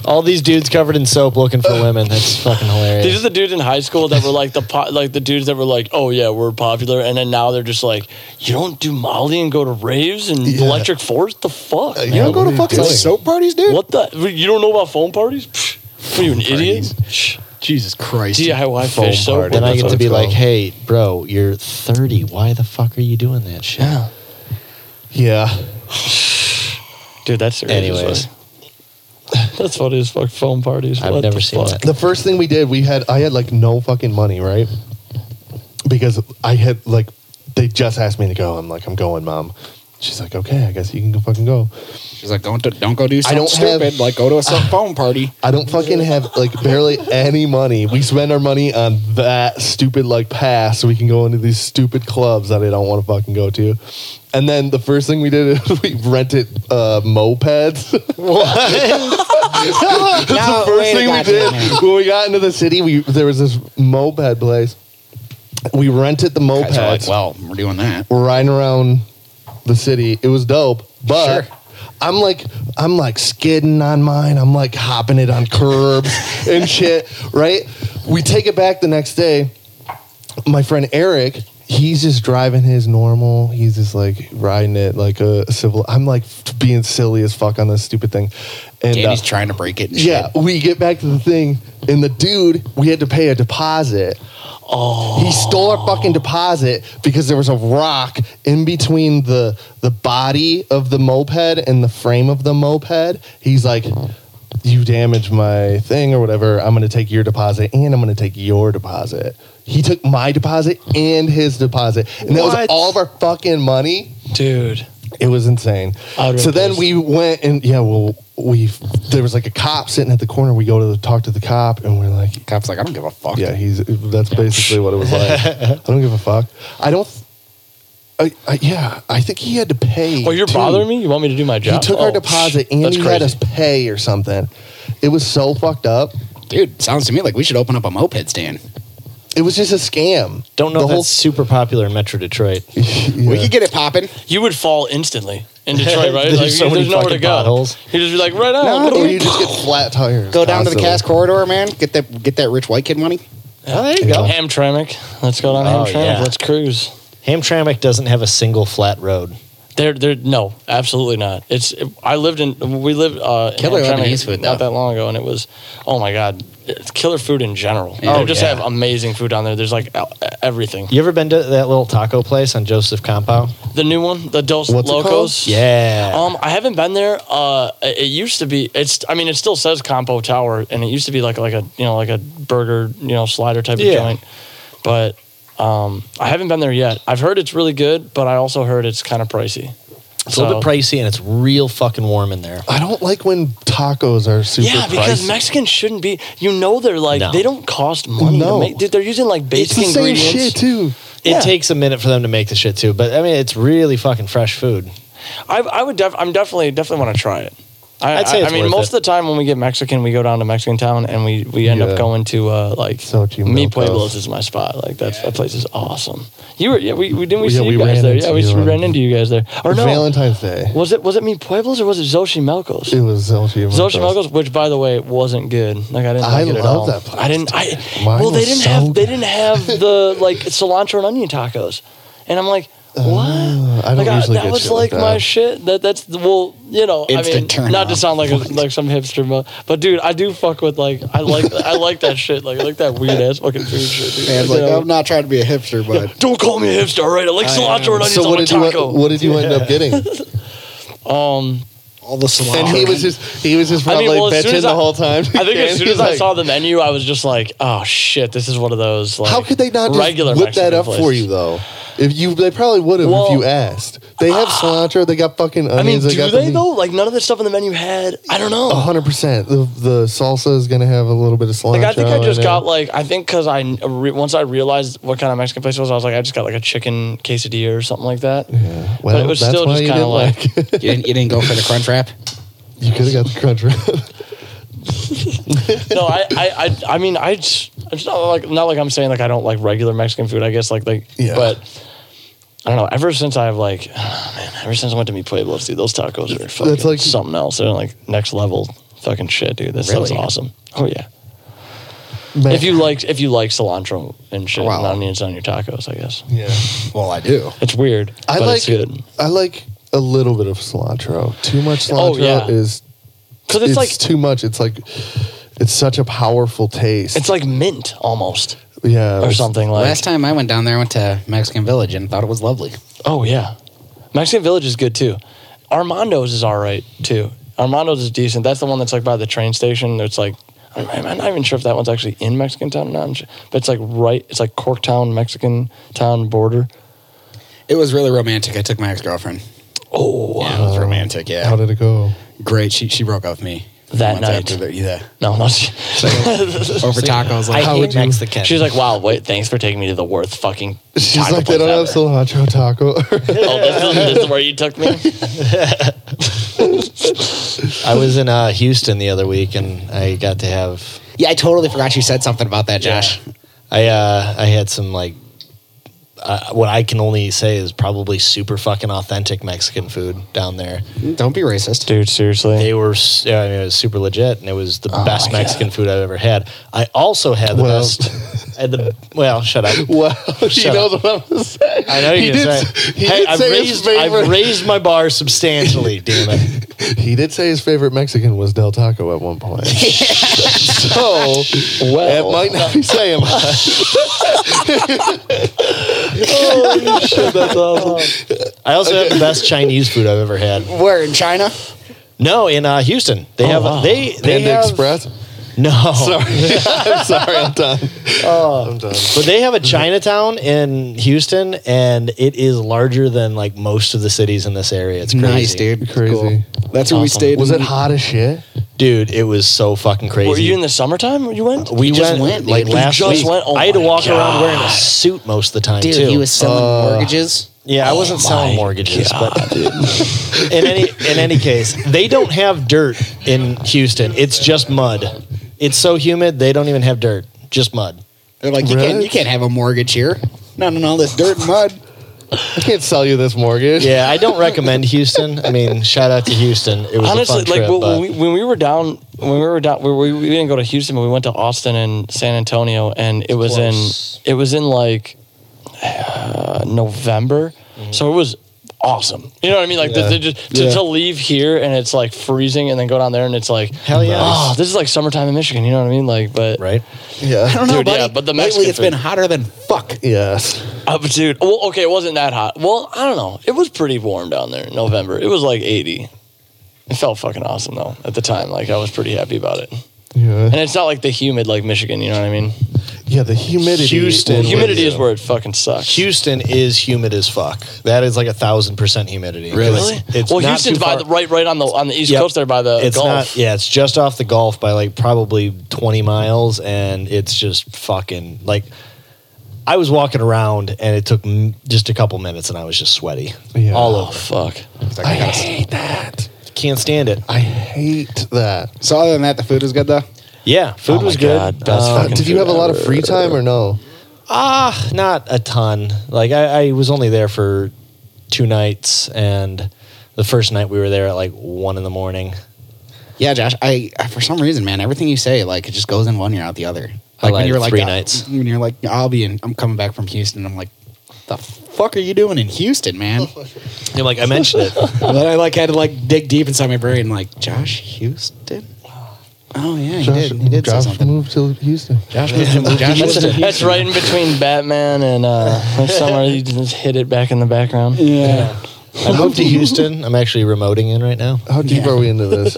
All these dudes covered in soap looking for women. That's fucking hilarious. These are the dudes in high school that were like the po- like the dudes that were like, oh yeah, we're popular, and then now they're just like, you don't do Molly and go to raves and Yeah. Uh, Electric Forest. The fuck, you man? don't go to Fuck fucking those soap parties, dude. What the? You don't know about phone parties? Psh, what are you an idiot? Psh, Jesus Christ. DIY Phone fish soap. party. then I That's get what to be it's like, called. hey, bro, you're 30. Why the fuck are you doing that shit? Yeah, Dude, that's serious. Anyways. That's funny as fuck. Phone parties. I've What never the seen fuck? that. the first thing we did, we had I had like no fucking money, right? Because I had like they just asked me to go. I'm like, I'm going, mom. She's like, okay, I guess you can go fucking go. She's like, don't don't go do I something don't have- stupid. like, go to a cell phone party. I don't fucking have like barely any money. We spend our money on that stupid like pass so we can go into these stupid clubs that I don't want to fucking go to. And then the first thing we did is we rented uh, mopeds. That's No, the first wait a thing we goddamn did minute. when we got into the city. We there was this moped place. We rented the mopeds. Guys are like, well, we're doing that. We're riding around the city. It was dope, but Sure. I'm like I'm like skidding on mine. I'm like hopping it on curbs and shit, right? We take it back the next day. My friend Eric, he's just driving his normal. He's just like riding it like a civil. I'm like being silly as fuck on this stupid thing. And uh, Danny's trying to break it. And yeah, shit. we get back to the thing, and the dude, we had to pay a deposit. Oh. He stole our fucking deposit because there was a rock in between the the body of the moped and the frame of the moped. He's like, "You damaged my thing or whatever. I'm going to take your deposit and I'm going to take your deposit." He took my deposit and his deposit, and that was What? all of our fucking money. Dude. It was insane. Out of So then place. we went and yeah, well, we there was like a cop sitting at the corner. We go to the, talk to the cop and we're like, Cop's like, I don't give a fuck. yeah, he's that's basically what it was like. I don't give a fuck. I don't. I, I, yeah, I think he had to pay. Oh, you're too. bothering me? You want me to do my job? He took Oh, our deposit and that's he had us crazy. pay or something. It was so fucked up. Dude, sounds to me like we should open up a moped stand. It was just a scam. Don't know the if that's super popular in Metro Detroit. We could get it popping. You would fall instantly in Detroit, right? There's like, so there's many nowhere to fucking go. potholes. You just be like, right on. No, Or you just get flat tires. Go down to the constantly. cast corridor, man. Get that get that rich white kid money. Oh, there you go. Hamtramck. Let's go down Oh, Hamtramck. yeah. Let's cruise. Hamtramck doesn't have a single flat road. There, there. No, absolutely not. It's. I lived in. We lived. Uh, in Killer Hamtramck Lebanese food, not though. that long ago, and it was. Oh my god, it's killer food in general. Yeah. They Oh, just yeah. have amazing food down there. There's like el- everything. You ever been to that little taco place on Joseph Campo? The new one, the Dos What's it Locos. Yeah. Um, I haven't been there. Uh, it it used to be. It's. I mean, it still says Compo Tower, and it used to be like like a you know like a burger you know slider type Yeah. of joint. But um, I haven't been there yet. I've heard it's really good, but I also heard it's kind of pricey. it's a little bit pricey and it's real fucking warm in there. I don't like when tacos are super Yeah, because pricey. Mexicans shouldn't be. You know, they're like No. they don't cost money. No. to make, dude, they're using like it's basic the same ingredients. shit too. It Yeah. takes a minute for them to make the shit too, but I mean it's really fucking fresh food. I, I would. Def- I'm definitely definitely want to try it. I, I'd say I- it's I mean, worth most it. of the time when we get Mexican, we go down to Mexican town and we, we end Yeah. up going to uh, like Xochimilco. Mi Pueblos is my spot. Like that's, that place is awesome. You were yeah we, we didn't we Yeah, see we you ran guys there into yeah we, you s- we on- ran into you guys there or no Valentine's Day. was it was it Mi Pueblos or was it Xochimelcos? It was Xochimilco. Xochimelcos, which by the way wasn't good. Like I didn't. I Like it at love all. that place, I didn't. I Mine well, they was didn't so have they good. didn't have the like cilantro and onion tacos, and I'm like, what? Uh, I don't like, usually that get was shit like like my that. shit. That that's well, you know. I mean, Instant turn not to off. sound like a, like some hipster, but, but dude, I do fuck with like I like I like that shit. Like I like that weird ass fucking food shit. Dude. Man's Like, like, you know, I'm not trying to be a hipster, but don't call me a hipster, all right? I like I cilantro and am. onions So on what my did you taco. what did you end up getting? um, all the cilantro. And he was just he was just I mean, probably well, as soon bitching as I- the whole I time. think as And soon he's as I like, saw the menu, I was just like, "Oh shit, this is one of those." Like, how could they not just regular whip Mexican that up for places. you though? If you, they probably would have Well, if you asked. They have cilantro. They got fucking I mean, onions. do got they the- Oh, though? Like none of the stuff on the menu had. I don't know. A hundred percent. The the salsa is gonna have a little bit of cilantro. like I think I in just it. got like I think because I re- once I realized what kind of Mexican place it was, I was like I just got like a chicken quesadilla or something like that. Yeah. Well, was that's still why just you kinda didn't like- like. you, didn't, you didn't go for the crunch wrap. you could have got the crunch wrap. no, I, I, I, I mean, I just, it's not like not like I'm saying like I don't like regular Mexican food. I guess like like, Yeah. but I don't know. Ever since I've like, man, ever since I went to Mi Pueblos, dude, those tacos are fucking like- something else. They're like next level fucking shit, dude. This sounds Really? awesome. Oh yeah. Man. If you like, if you like cilantro and shit, Wow. and onions on your tacos, I guess yeah. Well, I do. it's weird, I but like it's good I like a little bit of cilantro. Too much Oh, cilantro yeah. is because it's, it's, like too much. It's like it's such a powerful taste. it's like mint almost yeah, or something like. Last time I went down there, I went to Mexican Village and thought it was lovely. Oh yeah, Mexican Village is good too. Armando's is all right too. Armando's is decent. That's the one that's like by the train station. It's like I'm I'm not even sure if that one's actually in Mexican town. or Not I'm sure. but it's like right. It's like Corktown Mexican town border. It was really romantic. I took my ex girlfriend. Oh Yeah, it was romantic. How Yeah, did it go? great. She she broke up with me That Once night. after the- yeah, no, no. over tacos. Like, I how hate would you? Mexican. She's like, wow, wait, thanks for taking me to the worst fucking. She's taco like they place don't have ever." cilantro taco. Oh, this is, this is where you took me. I was in uh, Houston the other week and I got to have Yeah, I totally forgot you said something about that, Josh. I uh, I had some like uh, what I can only say is probably super fucking authentic Mexican food down there. Don't be racist. Dude, seriously. They were, s- yeah, I mean, it was super legit, and it was the Oh best my God. Mexican food I've ever had. I also had the Well- best. I had the well, shut up. wow, she Shut knows what I'm gonna say. I know He you did, can s- say. He Hey, did I've say his raised, favorite. I've raised my bar substantially. damn it! he did say his favorite Mexican was Del Taco at one point. so well, it might not be saying much. Oh, that's awesome. I also had the best Chinese food I've ever had. Where in China? No, in uh, Houston, they have wow. they they Oh, Panda have, Oh. Express. No, I'm sorry, I'm done. I'm done. But they have a Chinatown in Houston, and it is larger than like most of the cities in this area. It's crazy. Nice, dude. Crazy. That's where we Awesome. stayed. Was in- it hot as shit? Dude, it was so fucking crazy. Were you in the summertime? when You went? we You just went, went, like dude. You last just week. went? Oh I had to my walk God. around wearing a suit most of the time Dude, uh, too. he was selling mortgages. Yeah, I wasn't selling mortgages, but in any in any case, they don't have dirt in Houston. It's just mud. It's so humid they don't even have dirt, just mud. They're like, you can't, Really? you can't have a mortgage here. Not in all this dirt and mud. I can't sell you this mortgage. Yeah, I don't recommend Houston. I mean, shout out to Houston. It was Honestly, a fun trip, like when, but when, we, when we were down, when we were down, we, we, we didn't go to Houston, but we went to Austin and San Antonio, and it was Close. in it was in like uh, November, so it was awesome. You know what I mean? Like the, Mm-hmm. Yeah. the, just, to, Yeah. to leave here and it's like freezing, and then go down there and it's like Hell yeah. oh, this is like summertime in Michigan. You know what I mean? Like, but right? I Yeah. don't know, Dude, buddy. yeah, but the lately Mexican it's been food. hotter than fuck. Yes. Uh, but dude, well, okay, it wasn't that hot. Well, I don't know. It was pretty warm down there in November. It was like 80. It felt fucking awesome though at the time. Like I was pretty happy about it. And Yeah. it's not like the humid like Michigan, you know what I mean? Yeah. The humidity. Houston. will- humidity you. is where it fucking sucks. Houston is humid as fuck. That is like a thousand percent humidity. Really? It's, it's well, not Houston's too by far- the right, right on the on the east Yep. coast there by the it's Gulf. not yeah it's just off the gulf by like probably 20 miles and it's just fucking like i was walking around and it took m- just a couple minutes and i was just sweaty Yeah. all Oh over fuck! I hate that. can't stand it I hate that. So other than that, the food was good though. yeah food Oh my was good God. Best Uh, fucking- Fucking Did you have a lot of forever. free time or no? Ah, not a ton. Like I, I was only there for two nights, and the first night we were there at like one in the morning. Yeah, Josh. I, I for some reason, man, everything you say, like it just goes in one ear out the other. I lied three uh, nights. When you're like, I'll be in. I'm coming back from Houston. I'm like, the fuck are you doing in Houston, man? And I'm like, I mentioned it. And then I like had to like dig deep inside my brain, like Josh Houston. Oh yeah, he did. He did say Josh something. moved to Houston. Josh moved to- Josh moved That's, to Houston. that's right in between Batman and uh, somewhere you just hit it back in the background. Yeah. I moved to Houston. I'm actually remoting in right now. How deep Yeah. are we into this?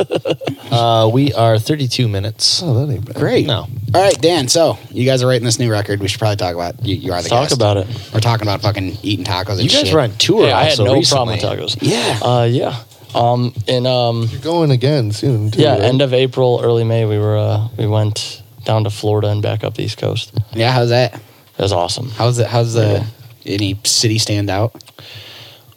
Uh, we are 32 minutes. Oh, that ain't bad. Great. No. All right, Dan. So you guys are writing this new record. We should probably talk about. You, you are the Talk guest. about it. We're talking about fucking eating tacos and You guys shit. were on tour. Hey, I had also no recently. problem with tacos. Yeah. Uh, yeah. Um, and um, You're going again soon. Too, yeah, right? end of April, early May, we were uh, we went down to Florida and back up the East Coast. yeah. How's that? It was awesome. How's the how's the any city stand out?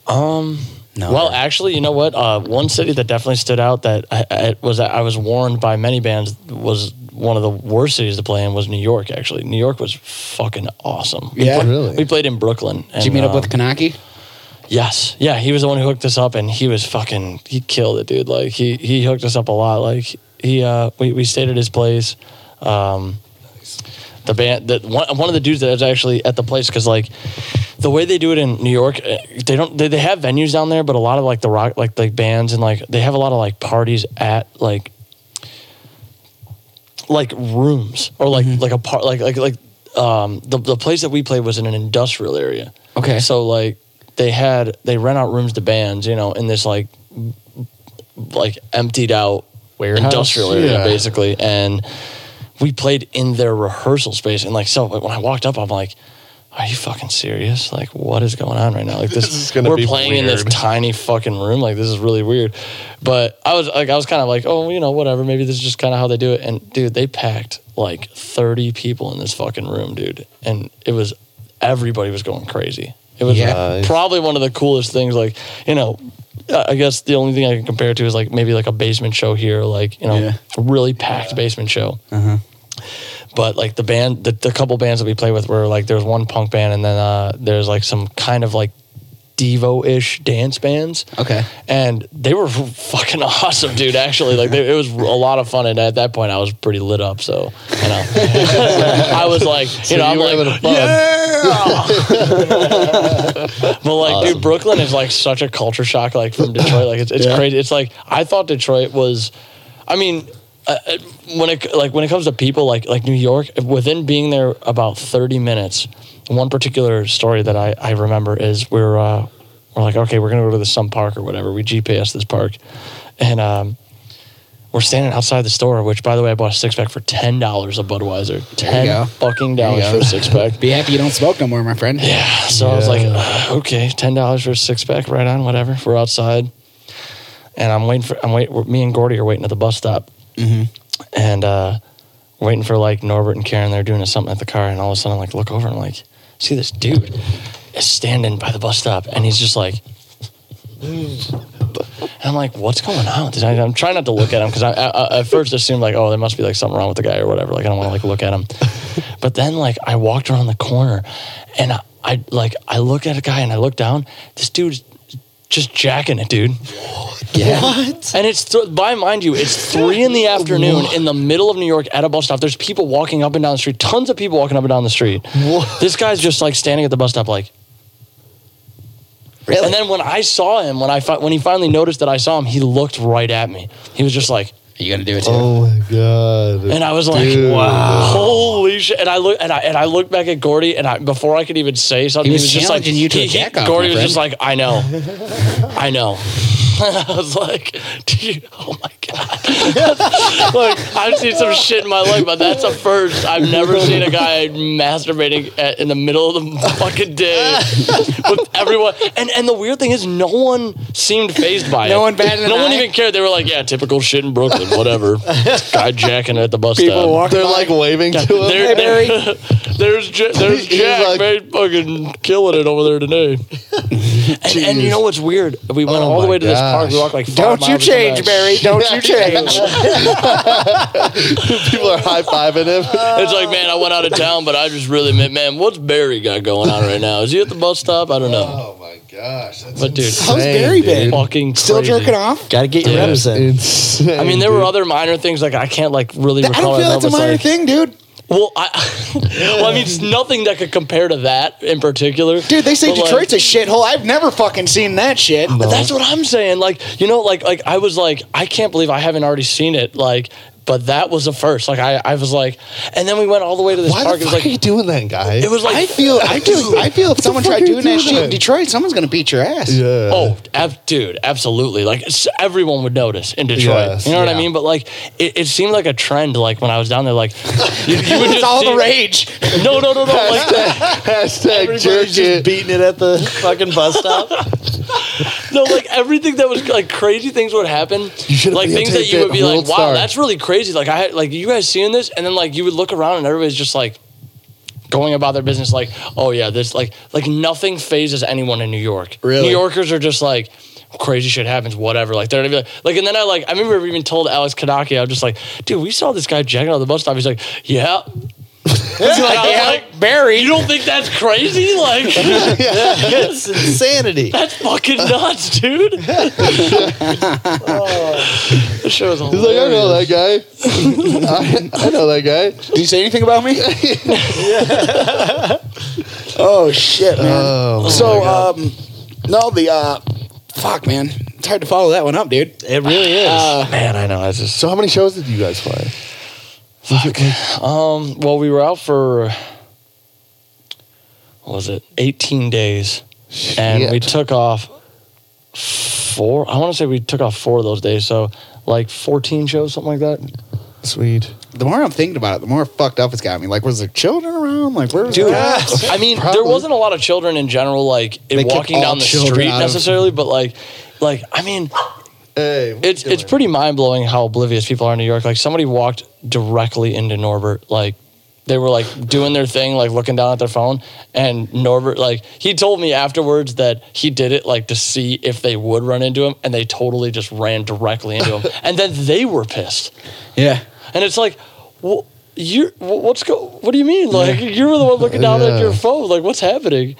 Um. No. Well, actually, you know what? Uh, one city that definitely stood out that I, I was I was warned by many bands was one of the worst cities to play in was New York. Actually, New York was fucking awesome. We Yeah? played- Really? We played in Brooklyn. did and, you meet up um, with Kanaki? Yes. Yeah, he was the one who hooked us up, and he was fucking. He killed it, dude. Like he he hooked us up a lot. Like he uh we we stayed at his place. Um, the band that one one of the dudes that was actually at the place because like the way they do it in New York, eh, they don't they, they have venues down there, but a lot of like the rock like like bands and like they have a lot of like parties at like like rooms or like like a part like like like um the the place that we played was in an industrial area. Okay. So like they had they rent out rooms to bands, you know, in this like b- like emptied out Warehouse? industrial area Yeah. basically, and we played in their rehearsal space. And like so, like, when I walked up, I'm like. Are you fucking serious? Like, what is going on right now? Like, this, This is gonna we're be playing in this weird. tiny fucking room. Like, this is really weird. But I was like, I was kind of like, oh, you know, whatever. Maybe this is just kind of how they do it. And dude, they packed like 30 people in this fucking room, dude. And it was, everybody was going crazy. It was Yeah. uh, probably one of the coolest things. Like, you know, I I guess the only thing I can compare it to is like maybe like a basement show here, like, you know, Yeah. really packed basement show Uh-huh. but like the band the, the couple bands that we play with were like there's one punk band and then uh there's like some kind of like devo-ish dance bands Okay. and they were fucking awesome dude actually like they, it was a lot of fun and at that point i was pretty lit up so you know i was like you know i'm you were like having a fun. but like, dude, Brooklyn is like such a culture shock. Like from Detroit, like it's, it's crazy. It's like I thought Detroit was. I mean, uh, uh, when it like when it comes to people, like like New York, within being there about thirty minutes, one particular story that I I remember is we're uh, we're like okay, we're gonna go to the some park or whatever. We GPS this park, and um. We're standing outside the store, which, by the way, I bought a six pack for ten dollars of Budweiser. There you Ten go. fucking There you dollars go. for a six pack. Be happy you don't smoke no more, my friend. Yeah. So I was Yeah. like, "Ugh, okay, ten dollars for a six pack, right on, whatever. We're outside, and I'm waiting for I'm wait. Me and Gordy are waiting at the bus stop, and uh, waiting for like Norbert and Karen. They're doing something at the car, and all of a sudden, I like look over and I'm like, see this dude. standing by the bus stop, and he's just like, and I'm like, what's going on? Did I, I'm trying not to look at him because I, I, I at first assumed like, oh, there must be like something wrong with the guy or whatever. Like I don't want to like look at him, but then like I walked around the corner, and I, I like I look at a guy and I look down. This dude's just jacking it, dude. Yeah. And it's th- by mind you, it's three in the afternoon in the middle of New York at a bus stop. There's people walking up and down the street, tons of people walking up and down the street. This guy's just like standing at the bus stop, like. Really? And then when I saw him, when I fi- when he finally noticed that I saw him, he looked right at me. He was just like, Are you gonna do it too? Oh my god! and I was like, Dude. holy shit!" And I look and I and I looked back at Gordy, and I before I could even say something, He was just like, challenging you to a jack-off, Gordy my was just friend. like, "I know, I know." I was like, dude, oh my god! like I've seen some shit in my life, but that's a first. I've never seen a guy masturbating at, in the middle of the fucking day with everyone. And and the weird thing is, no one seemed phased by it. No one batted an No one eye? even cared. They were like, yeah, typical shit in Brooklyn, whatever. guy jacking at the bus People stop. walking They're like waving to him. There- there- there's Ja- there's He's Jack, like- man, fucking killing it over there today. and, and you know what's weird? We went Oh all the my way to this park. We gosh. walked like. Five Don't you miles to come change, back. Barry. Don't you change. People are high fiving him. It's like, man, I went out of town, but I just really meant, man, what's Barry got going on right now? Is he at the bus stop? I don't know. oh my gosh! That's But dude, How's Insane, Barry been? fucking Still crazy. jerking off? Got to get your Yeah. reps in. insane. I mean, there were dude. other minor things like I can't like really I recall. don't it feel now, that's a but it's minor like- thing, dude. Well, I, well, I mean, it's nothing that could compare to that in particular. Dude, they say But, like, Detroit's a shithole. I've never fucking seen that shit. but that's what I'm saying. Like, you know, like, like I was like, I can't believe I haven't already seen it. Like, but that was a first. Like, I, I was like, and then we went all the way to this Why park. the It fuck was are like, you doing that, guy? it was like, I feel, I do, I feel if someone fuck tried are you doing that doing shit in that? Detroit, someone's gonna beat your ass. yeah. Oh, ab- dude, absolutely. Like s- everyone would notice in Detroit. Yes, you know what I yeah. mean? But like, it, it seemed like a trend. Like when I was down there, like you, you would It's just all see- the rage. No, no, no, no. Like hashtag jerk Everybody's just it. beating it at the fucking bus stop. no, like everything that was like crazy things would happen. You should've like things that videotaped you would it, be like, World wow, Star." that's really crazy. Like I had like you guys seeing this, and then like you would look around and everybody's just like going about their business. Like oh yeah, this like like nothing phases anyone in New York. Really? New Yorkers are just like. Crazy shit happens, whatever. Like they're gonna be like, like, and then I like, I remember even told Alex Kadaki, I was just like, dude, we saw this guy jacking out the bus stop. He's like, yeah. He's like, Yeah, Barry, you don't think that's crazy? Like, It's insanity. that's fucking nuts, dude. oh, this show is He's like, I know hilarious. that guy. I, I know that guy. Did you say anything about me? oh shit, man. Oh, so, um, no, the uh, fuck, man. It's hard to follow that one up, dude. It really is. Man, I know. I just so how many shows did you guys play? um. Well, we were out for what was it, eighteen days, and we Shit. took off four. I want to say we took off four of those days, so like fourteen shows, something like that. Sweet. The more I'm thinking about it, the more fucked up it's got me. Like, was there children around? Like, where was Dude, that? I mean, Probably. there wasn't a lot of children in general, like They in kept walking all down the children street out of- necessarily, but like, like I mean, Hey, what it's you it's doing? pretty mind blowing how oblivious people are in New York. Like somebody walked directly into Norbert, like they were like doing their thing, like looking down at their phone, and Norbert, like he told me afterwards that he did it like to see if they would run into him, and they totally just ran directly into him, and then they were pissed, Yeah. and it's like, wha- you wha- what's go? What do you mean? Like you were the one looking down at Yeah. your phone, like what's happening?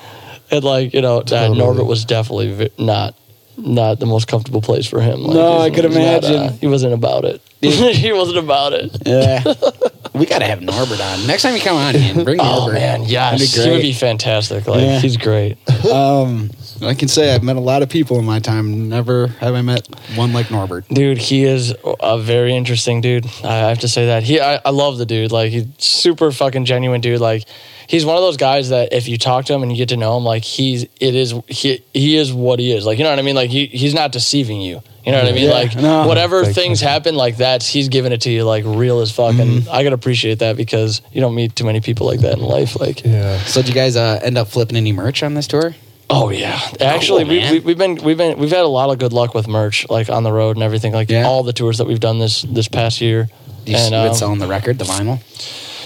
And like you know, uh, Totally. Norbert was definitely vi- not not the most comfortable place for him. Like, No, he's- I could he's not, uh, imagine. he wasn't about it. he wasn't about it. Yeah. we gotta have Norbert on next time you come on, man. Bring Oh Norbert. man, That'd yes, be he would great. be fantastic. Like Yeah. he's great. Um, I can say I've met a lot of people in my time. Never have I met one like Norbert. Dude, he is a very interesting dude. I I have to say that. He, I, I love the dude. Like, he's super fucking genuine dude. Like, he's one of those guys that if you talk to him and you get to know him, like he's it is he he is what he is. Like, you know what I mean? Like, he he's not deceiving you. You know what I mean? Yeah, like, no. whatever things happen, like that's he's giving it to you like real as fuck. Mm-hmm. And I can appreciate that because you don't meet too many people like that in life. Like, Yeah. So did you guys uh, end up flipping any merch on this tour? Oh yeah, actually, we, man. we, we've been we've been we've had a lot of good luck with merch, like on the road and everything, like Yeah. all the tours that we've done this this past year. You and and, um, selling the record, the vinyl.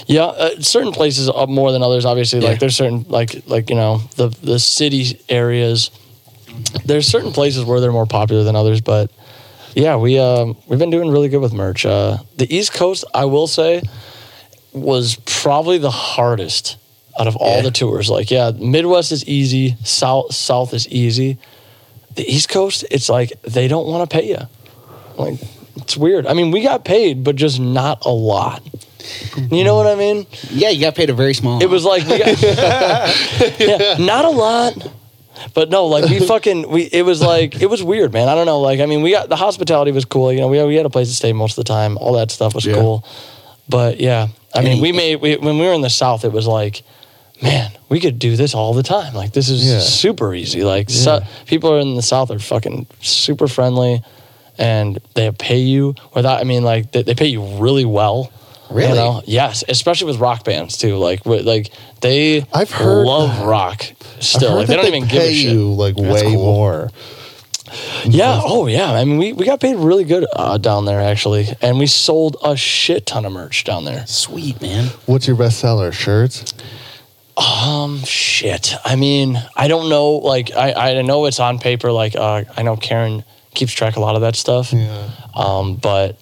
Yeah, uh, certain places up more than others. Obviously, Yeah. like there's certain like like you know the the city areas. There's certain places where they're more popular than others, but yeah, we um, we've been doing really good with merch. Uh, the East Coast, I will say, was probably the hardest out of all Yeah. the tours. Like, yeah, Midwest is easy, South South is easy. The East Coast, it's like they don't want to pay you. Like, it's weird. I mean, we got paid, but just not a lot. You Mm-hmm. know what I mean? Yeah, you got paid a very small. It was like, we got- yeah, not a lot, but no, like we fucking we. It was like it was weird, man. I don't know. Like I mean, we got the hospitality was cool. You know, we we had a place to stay most of the time. All that stuff was Yeah. cool. But yeah, I mean, Any- we made we, when we were in the South, it was like, man, we could do this all the time. Like this is Yeah. super easy. Like so- people are in the South are fucking super friendly, and they pay you without. I mean, like they, they pay you really well. Really? Yes, especially with rock bands too. Like, wi- like they I've heard- love rock I've still. heard Like, they that don't even give a pay shit. you like way more. Yeah. Oh, yeah. I mean, we, we got paid really good uh, down there actually, and we sold a shit ton of merch down there. sweet, man. What's your best seller? Shirts? Um, shit. I mean, I don't know. Like, I I know it's on paper. Like, uh, I know Karen keeps track of a lot of that stuff. Yeah. Um, but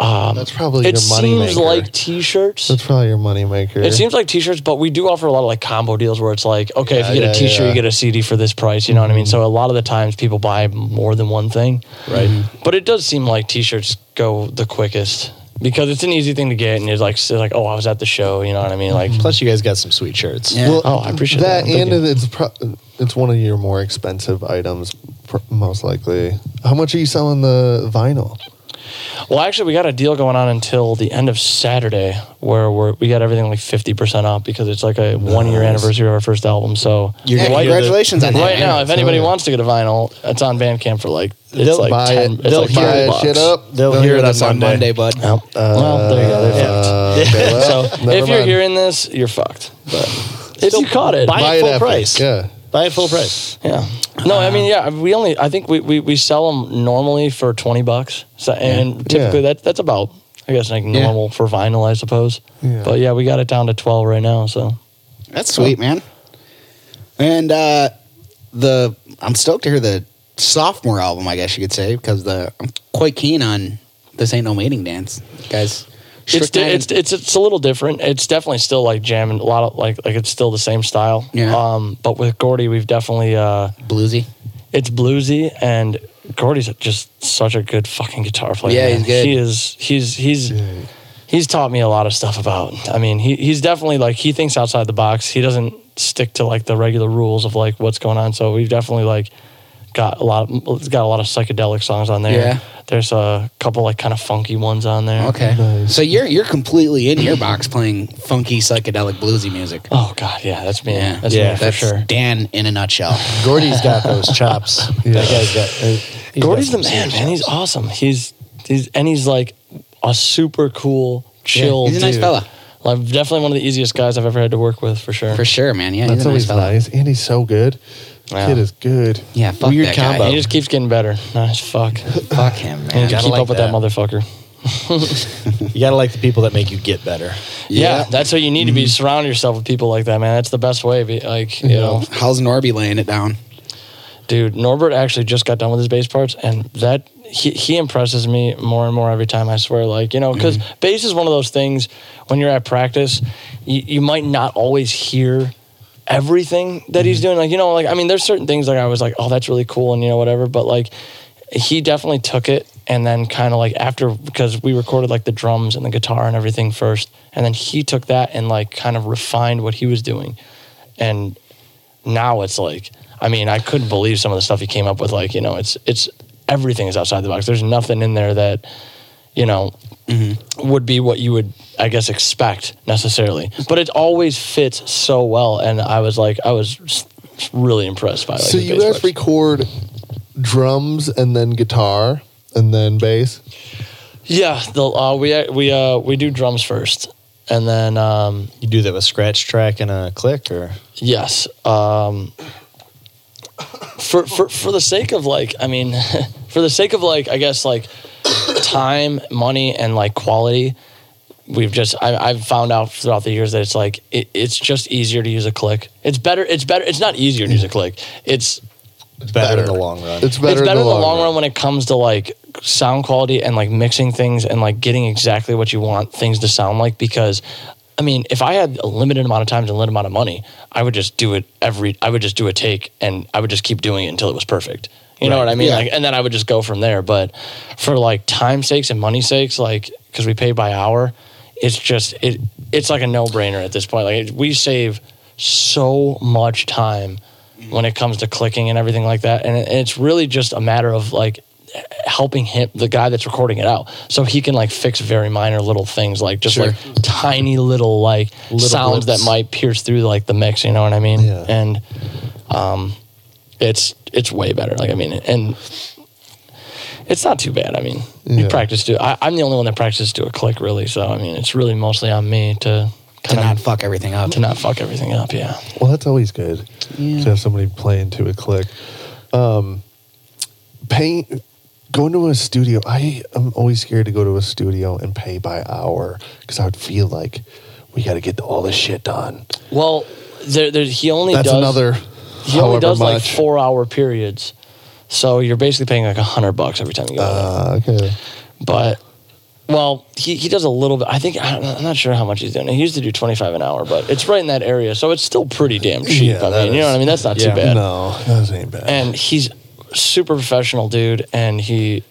That's probably Um, it your money seems like t-shirts. That's probably your moneymaker. It seems like t-shirts, but we do offer a lot of like combo deals where it's like, okay, if you Yeah, get a yeah, t-shirt, yeah. Mm-hmm. you get a CD for this price. You know what I mean? So a lot of the times people buy more than one thing. Right. But it does seem like t-shirts go the quickest because it's an easy thing to get, and it's like, it's like, oh, I was at the show. You know what I mean? Like, Plus, you guys got some sweet shirts. Yeah. Well, Oh, I appreciate that. Thank Mm-hmm. and you. it's pro- it's one of your more expensive items, pr- most likely. How much are you selling the vinyl? well, actually, we got a deal going on until the end of Saturday where we're, we got everything like fifty percent off because it's like a one year anniversary of our first album. So You're Hey, gonna hear the- congratulations on that. right man. now, if anybody yeah. wants to get a vinyl, it's on Bandcamp for like it's They'll like buy ten. it. It's They'll like hear 10 it. bucks. Shit up. They'll hear it That's on on Monday, bud. Yep. well, there you go. They're fucked. Uh, okay, well, so never if you're mind. hearing this, you're fucked. But if you caught it, buy- buy at it full after. price. Yeah. Buy it full price. yeah. No, I mean, yeah. We only, I think we, we, we sell them normally for twenty bucks, so, and typically Yeah. that that's about, I guess, like normal for vinyl, I suppose. Yeah. But yeah, we got it down to twelve right now. So That's sweet, man. And uh, the I'm stoked to hear the sophomore album, I guess you could say, because the I'm quite keen on this ain't no mating dance, guys. it's, Strict di- Nine- it's it's it's a little different. It's definitely still like jamming a lot of like like it's still the same style. Yeah. Um, but with Gordy, we've definitely uh, bluesy. it's bluesy and Gordy's just such a good fucking guitar player. Yeah, man. he's good. He is. He's he's he's taught me a lot of stuff about. I mean, he he's definitely like he thinks outside the box. He doesn't stick to like the regular rules of like what's going on. So we've definitely like got a lot. Of, got a lot of psychedelic songs on there. Yeah. There's a couple like kind of funky ones on there. Okay, Nice. so you're you're completely in your box playing funky psychedelic bluesy music. Oh God, yeah, that's me. Yeah. That's Yeah. me for That's sure. Dan in a nutshell. Gordy's got those chops. That guy's got. uh, he's Gordy's got the some man, serious man. He's chops. awesome. He's he's and he's like a super cool, chill. he's a nice dude. fella. Like definitely one of the easiest guys I've ever had to work with for sure. for sure, man. Yeah, That's he's a nice always fella. nice. And he's so good. Yeah. Kid is good. Yeah, fuck Weird that guy. combo. He just keeps getting better. Nice fuck. Keep Fuck him, man. Gotta up like with that that. motherfucker. You gotta like the people that make you get better. Yeah. that's what you need to be. Mm-hmm. Surround yourself with people like that, man. That's the best way. Be, like you know, How's Norby laying it down? dude. Norbert actually just got done with his bass parts, and that he, he impresses me more and more every time. I swear, like you know, because bass is one of those things when you're at practice, you, you might not always hear everything that he's doing. Like you know, like I mean, there's certain things like I was like, oh, that's really cool, and you know, whatever. But like, he definitely took it. And then, kind of like after, because we recorded like the drums and the guitar and everything first, and then he took that and like kind of refined what he was doing, and now it's like I mean I couldn't believe some of the stuff he came up with like you know it's it's everything is outside the box there's nothing in there that you know Mm-hmm. would be what you would I guess expect necessarily but it always fits so well and I was like I was s- really impressed by like so the you bass guys parts. record drums and then guitar and then bass? yeah the, uh, we we uh, we do drums first and then um, You do that with scratch track and a click, or Yes. Um, for, for for the sake of like, I mean, for the sake of like, I guess like time, money, and like quality, we've just I, I've found out throughout the years that it's like it, it's just easier to use a click. It's better. It's better. It's not easier to use a click. It's Better, better. in the long run. It's better, it's better in the long run. run. when it comes to like sound quality and like mixing things and like getting exactly what you want things to sound like because I mean, if I had a limited amount of time and a limited amount of money, I would just do it every I would just do a take and I would just keep doing it until it was perfect. You know Right. what I mean? Yeah. Like and then I would just go from there, but for like time sakes and money sakes like cuz we pay by hour, it's just it it's like a no-brainer at this point. Like we save so much time when it comes to clicking and everything like that. And it- it's really just a matter of like helping him, the guy that's recording it out, so he can like fix very minor little things, like just Sure. like tiny little like sounds blips. that might pierce through like the mix. You know what I mean? Yeah. And um, it's it's way better. Like I mean, and it's not too bad. I mean, you Yeah. practice to. I, I'm the only one that practices to a click, really. So I mean, it's really mostly on me to to kind not of fuck everything up. to not fuck everything up. Yeah. Well, that's always good Yeah. to have somebody play into a click. Um, paying, going to a studio. I am always scared to go to a studio and pay by hour because I would feel like we got to get all this shit done. Well, there, there, he only That's does another. He only however does like much. four hour periods. So you're basically paying like a hundred bucks every time you go. Uh, okay. but well, he, he does a little bit. I think I don't, know- I'm not sure how much he's doing. He used to do 25 an hour, but it's right in that area, so it's still pretty damn cheap. Yeah, I that mean, you know is- what I mean? That's not Yeah. too bad. No, that ain't bad. And he's super professional, dude. And he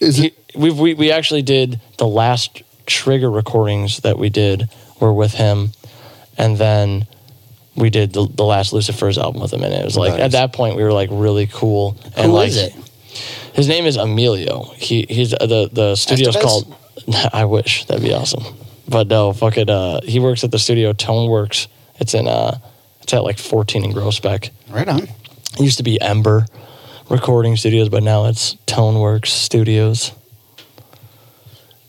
Is he, it? we we we actually did the last trigger recordings that we did were with him, and then we did the, the last Lucifer's album with him, and it was like Nice. at that point we were like really cool. And Who like, is it? His name is Emilio. He he's uh, the the studio's Estevez? called. I wish that'd be awesome, but no, fuck it. Uh, he works at the studio Toneworks. It's in uh, it's at like 14 in Grosbeck. Right on. It used to be Ember Recording Studios, but now it's Toneworks Studios.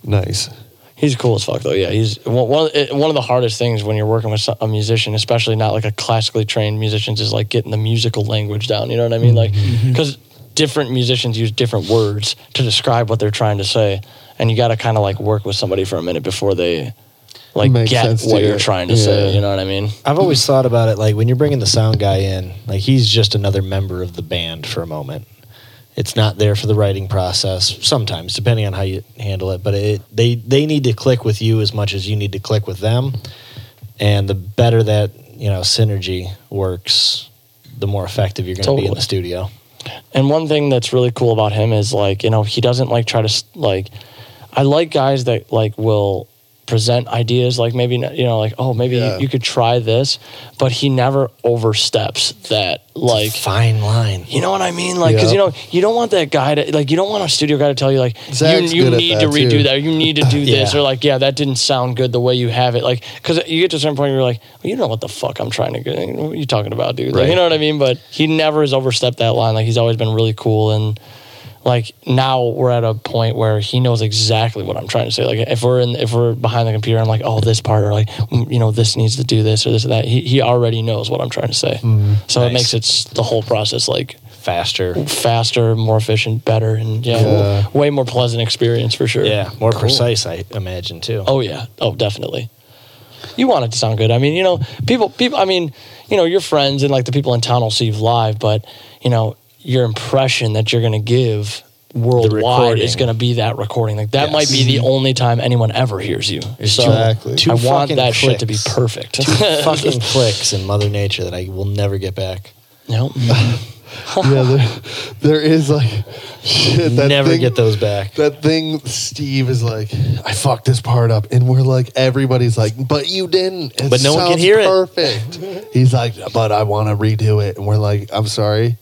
Nice. He's cool as fuck though. Yeah, he's one one of, it- one of the hardest things when you're working with so- a musician, especially not like a classically trained musicians, is like getting the musical language down. You know what I Mm-hmm. mean? Like because different musicians use different words to describe what they're trying to say, and you got to kind of like work with somebody for a minute before they like Makes get sense to what you. you're trying to Yeah. say. You know what I mean? I've always thought about it like when you're bringing the sound guy in, like he's just another member of the band for a moment. It's not there for the writing process sometimes, depending on how you handle it. But it, they they need to click with you as much as you need to click with them, and the better that you know synergy works, the more effective you're going to be in Totally. the studio. And one thing that's really cool about him is like, you know, he doesn't like try to s- like. I like guys that like will present ideas like maybe you know like oh maybe Yeah. you, you could try this, but he never oversteps that like. Fine line. You know what I mean? Like, because Yeah. you know, you don't want that guy to like. You don't want a studio guy to tell you like, Zach's you, you good at need that, to redo too. that. You need to do this, Yeah. or like, yeah, that didn't sound good the way you have it. Like, because you get to a certain point, where you're like, well, you know what the fuck I'm trying to get. What are you talking about, dude? Like, Right. You know what I mean? But he never has overstepped that line. Like, he's always been really cool and. Like now we're at a point where he knows exactly what I'm trying to say. Like if we're in, if we're behind the computer, I'm like, oh, this part, or like, mm, you know, this needs to do this or this or that. He, he already knows what I'm trying to say, Mm-hmm. so it Nice. makes it s- the whole process like Faster. faster, more efficient, better, and yeah, Yeah. way more pleasant experience for sure. Yeah, more precise, I imagine too. Oh yeah. Oh, definitely. You want it to sound good. I mean, you know, people, people. I mean, you know, your friends and like the people in town will see you live, but you know, your impression that you're going to give worldwide recording. is going to be that recording. Like that Yes. might be the only time anyone ever hears you. So Exactly. Two I want fucking that shit to be clicks. perfect. fucking clicks in Mother Nature that I will never get back. no. yeah, there, there is like shit. That never thing- get those back. That thing, Steve is like, I fucked this part up, and we're like, everybody's like, but you didn't. It But no one can sounds hear it." perfect. He's like, but I want to redo it, and we're like, I'm sorry,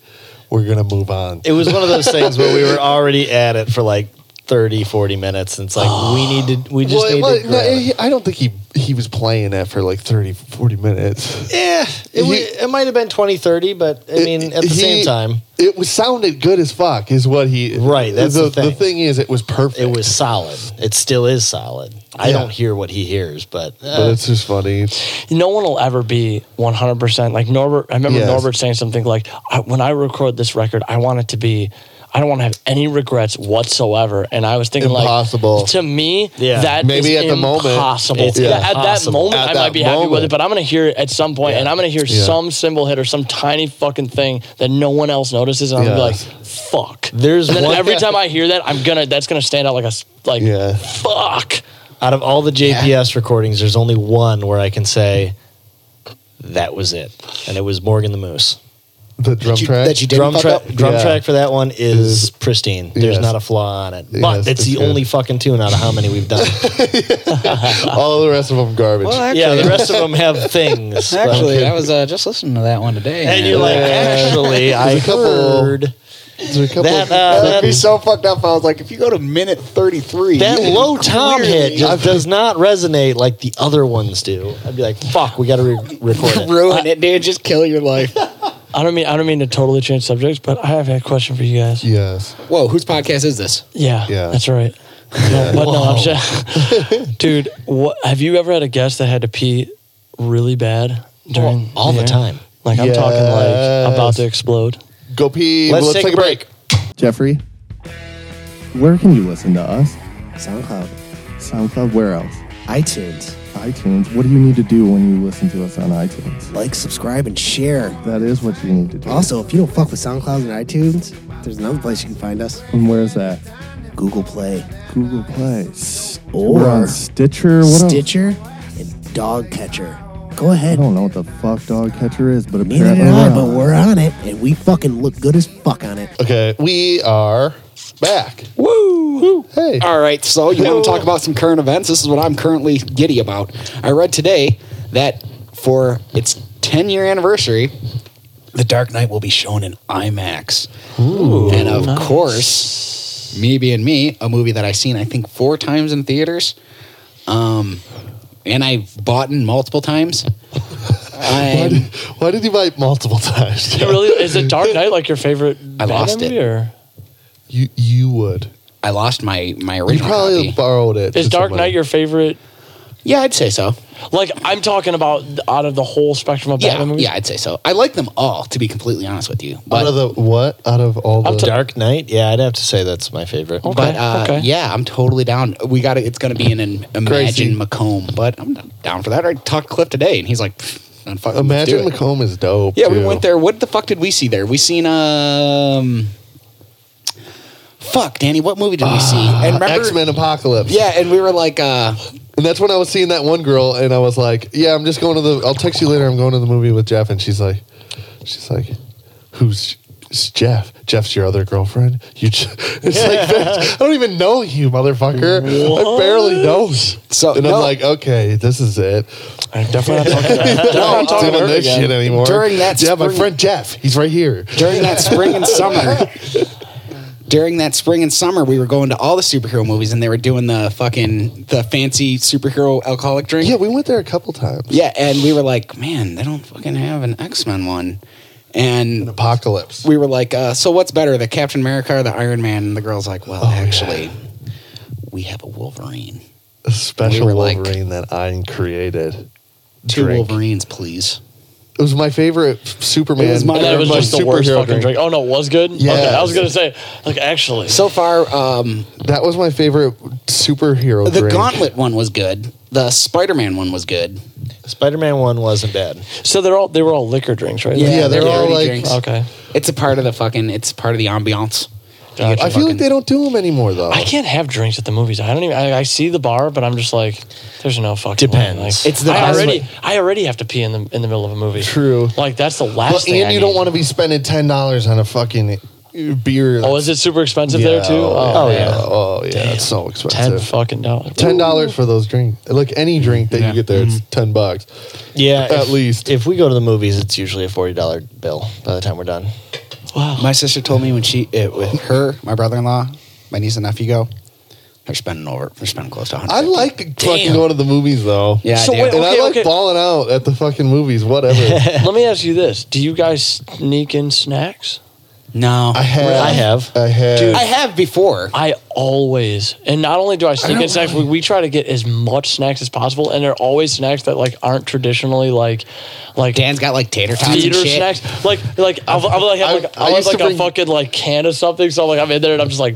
we're gonna move on. it was one of those things where we were already at it for like 30 40 minutes and it's like we need to we just Well, need well, to no, grab it. he- I don't think he he was playing that for like 30, 40 minutes. yeah it, wa- he- Uh, it might have been 20 30 but i mean at He- the same time it was sounded good as fuck, is what he. Right, that's the the thing. thing is, it was perfect. it was solid it still is solid i Yeah. don't hear what he hears but, uh, But it's just funny. no one will ever be 100% like norbert i remember Yes. norbert saying something like I, when i record this record i want it to be I don't want to have any regrets whatsoever. And I was thinking, Impossible. like, to me, Yeah. that Maybe is at the moment, impossible. it's Yeah, At that impossible. moment, At I that might be happy with moment. it, but I'm going to hear it at some point, Yeah. and I'm going to hear Yeah. some symbol hit or some tiny fucking thing that no one else notices, and I'm going Yes. to be like, fuck. There's And then one- every time I hear that, I'm gonna that's gonna stand out like a s- like Yeah. fuck. Out of all the JPS recordings, there's only one where I can say that was it, and it was Morgan the Moose. The drum that you, track. that you didn't Drum fuck track, up? drum Yeah. track for that one is pristine. There's Yes. not a flaw on it, but Yes, it's the it's good. only fucking tune out of how many we've done. All the rest of them garbage. Well, actually, yeah, the rest of them have things. but- Actually, I was uh, just listening to that one today. and man. you're like, actually, I couple- heard There's a couple that of- uh, that'd be that, so fucked up. I was like, if you go to minute 33, that low tom hit Clearly. just does not resonate like the other ones do. I'd be like, fuck, we got to re- record it. ruin it, dude. Just kill your life. I don't mean I don't mean to totally change subjects, but I have a question for you guys. yes. Whoa, whose podcast is this? Yeah, Yeah. that's right. No, but no, I'm just, dude. What have you ever had a guest that had to pee really bad during all the air? time. Like I'm talking like about Yes. to explode. Go pee. Let's Let's, take take, a a break. Jeffrey, where can you listen to us? SoundCloud. SoundCloud, where else? iTunes. iTunes. What do you need to do when you listen to us on iTunes? Like, subscribe, and share. That is what you need to do. Also, if you don't fuck with SoundCloud and iTunes, there's another place you can find us And where's that? Google Play, Google Play. S- Or- We're on Stitcher. What else? Stitcher, and Dogcatcher. Go I ahead. don't know what the fuck dog catcher is, but Neither apparently did I, but on. we're on it, and we fucking look good as fuck on it. Okay, we are back. Woo! Hey. All right, so you want to talk about some current events? This is what I'm currently giddy about. I read today that for its 10 year anniversary, The Dark Knight will be shown in IMAX. and of course, me being me, a movie that I've seen, I think, four times in theaters, um, and I've bought in multiple times. I'm, Why did you bite multiple times? It really is it Dark Knight like your favorite? I lost Batman it. movie, or- You you would. I lost my, my You original probably copy. borrowed it. Is to Dark somebody. Knight your favorite? Yeah, I'd say so. Like I'm talking about out of the whole spectrum of Yeah, Batman movies. yeah, I'd say so. I like them all, to be completely honest with you. But out of the what? Out of all the I'm t- Dark Knight. Yeah, I'd have to say that's my favorite. But Okay, uh, okay. yeah, I'm totally down. We got it. It's going to be in an Imagine Crazy. Macomb, but I'm not down for that. I talked to Cliff today, and he's like, "Pfft, I'm fucking let's do Imagine it." Macomb is dope. Yeah, we too. went there. What the fuck did we see there? We seen um, fuck, Danny. What movie did we see? Ah, And remember, X Men Uh, Apocalypse. yeah, and we were like, uh, and that's when I was seeing that one girl, and I was like, "Yeah, I'm just going to the. I'll text you later. I'm going to the movie with Jeff." And she's like, "She's like, who's it's Jeff? Jeff's your other girlfriend? You? J-. It's like bitch, I don't even know you, motherfucker. I barely know." So, and no. I'm like, "Okay, this is it. I'm definitely not talking. I'm not talking to doing her this again. shit anymore." During that yeah, my spring- friend Jeff, he's right here. during that spring and summer. During that spring and summer, we were going to all the superhero movies, and they were doing the fucking the fancy superhero alcoholic drink. Yeah, we went there a couple times. Yeah, and we were like, man, they don't fucking have an X Men one. And Apocalypse. we were like, uh, so what's better, the Captain America or the Iron Man? And the girl's like, well, actually, we have a Wolverine. A special we were like- Wolverine that I created. Two Drink. Wolverines, please. It was my favorite Superman. It was my- And that Or was my just the worst superhero fucking drink. Oh no, it was good. okay, I was Yes. gonna say like actually. So far, um, That was my favorite superhero. the drink. Gauntlet one was good. The Spider Man one was good. Spider Man One wasn't bad. So they're all they were all liquor drinks, right? Yeah, Yeah, they're they're all dirty like. drinks. Okay. It's a part of the fucking. It's part of the ambiance. Gotcha. I feel like they don't do them anymore though. I can't have drinks at the movies. I don't even. I, I see the bar, but I'm just like, there's no fucking. way. Depends. Like, It's the I best already. way- I already have to pee in the in the middle of a movie. True. Like that's the last But, thing. and I you need. don't want to be spending ten dollars on a fucking beer. Oh, is it super expensive there too? Oh, Oh, yeah. man. Oh yeah. It's Ten so expensive. fucking dollars. Ten dollars for those drinks. Like any drink that Yeah. you get there, it's ten bucks. Yeah, At if- least. if we go to the movies, it's usually a forty dollar bill by the time we're done. My sister told me when she it, with her, my brother in law, my niece and nephew go, they're spending over. They're spending close to. 100 I like fucking going to the movies though. Yeah, So dude. wait, And okay, I like okay. balling out at the fucking movies. Whatever. Let me ask you this: Do you guys sneak in snacks? No, I have. I have. I have. Dude. I have before. I always, and not only do I sneak in snacks, we, we try to get as much snacks as possible, and they're always snacks that like aren't traditionally like, like Dan's got like tater tots and theater shit. snacks. Like, like I'll, I'll like have I- like I I'll have used like to a bring- fucking like can of something. So like I'm in there and I'm just like.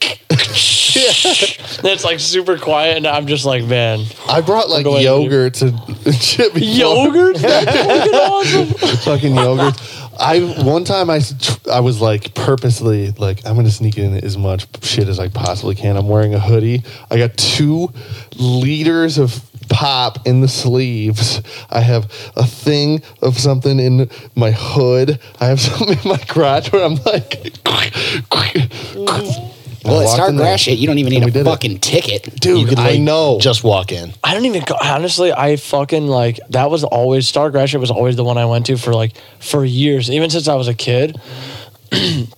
and it's like super quiet, and I'm just like, man, I brought like Go ahead, yogurt to shit before. yogurt, fucking awesome. fucking yogurt. I one time I s- I was like purposely like I'm gonna sneak in as much shit as I possibly can. I'm wearing a hoodie. I got two liters of pop in the sleeves. I have a thing of something in my hood. I have something in my crotch where I'm like. Well, I it's walked in there. Stargrass shit. You don't even And we need a did it. fucking ticket. dude. You could, I like, know. Just walk in. I don't even go, honestly. I fucking like that was always Star Gratiot was always the one I went to for like for years, even since I was a kid. and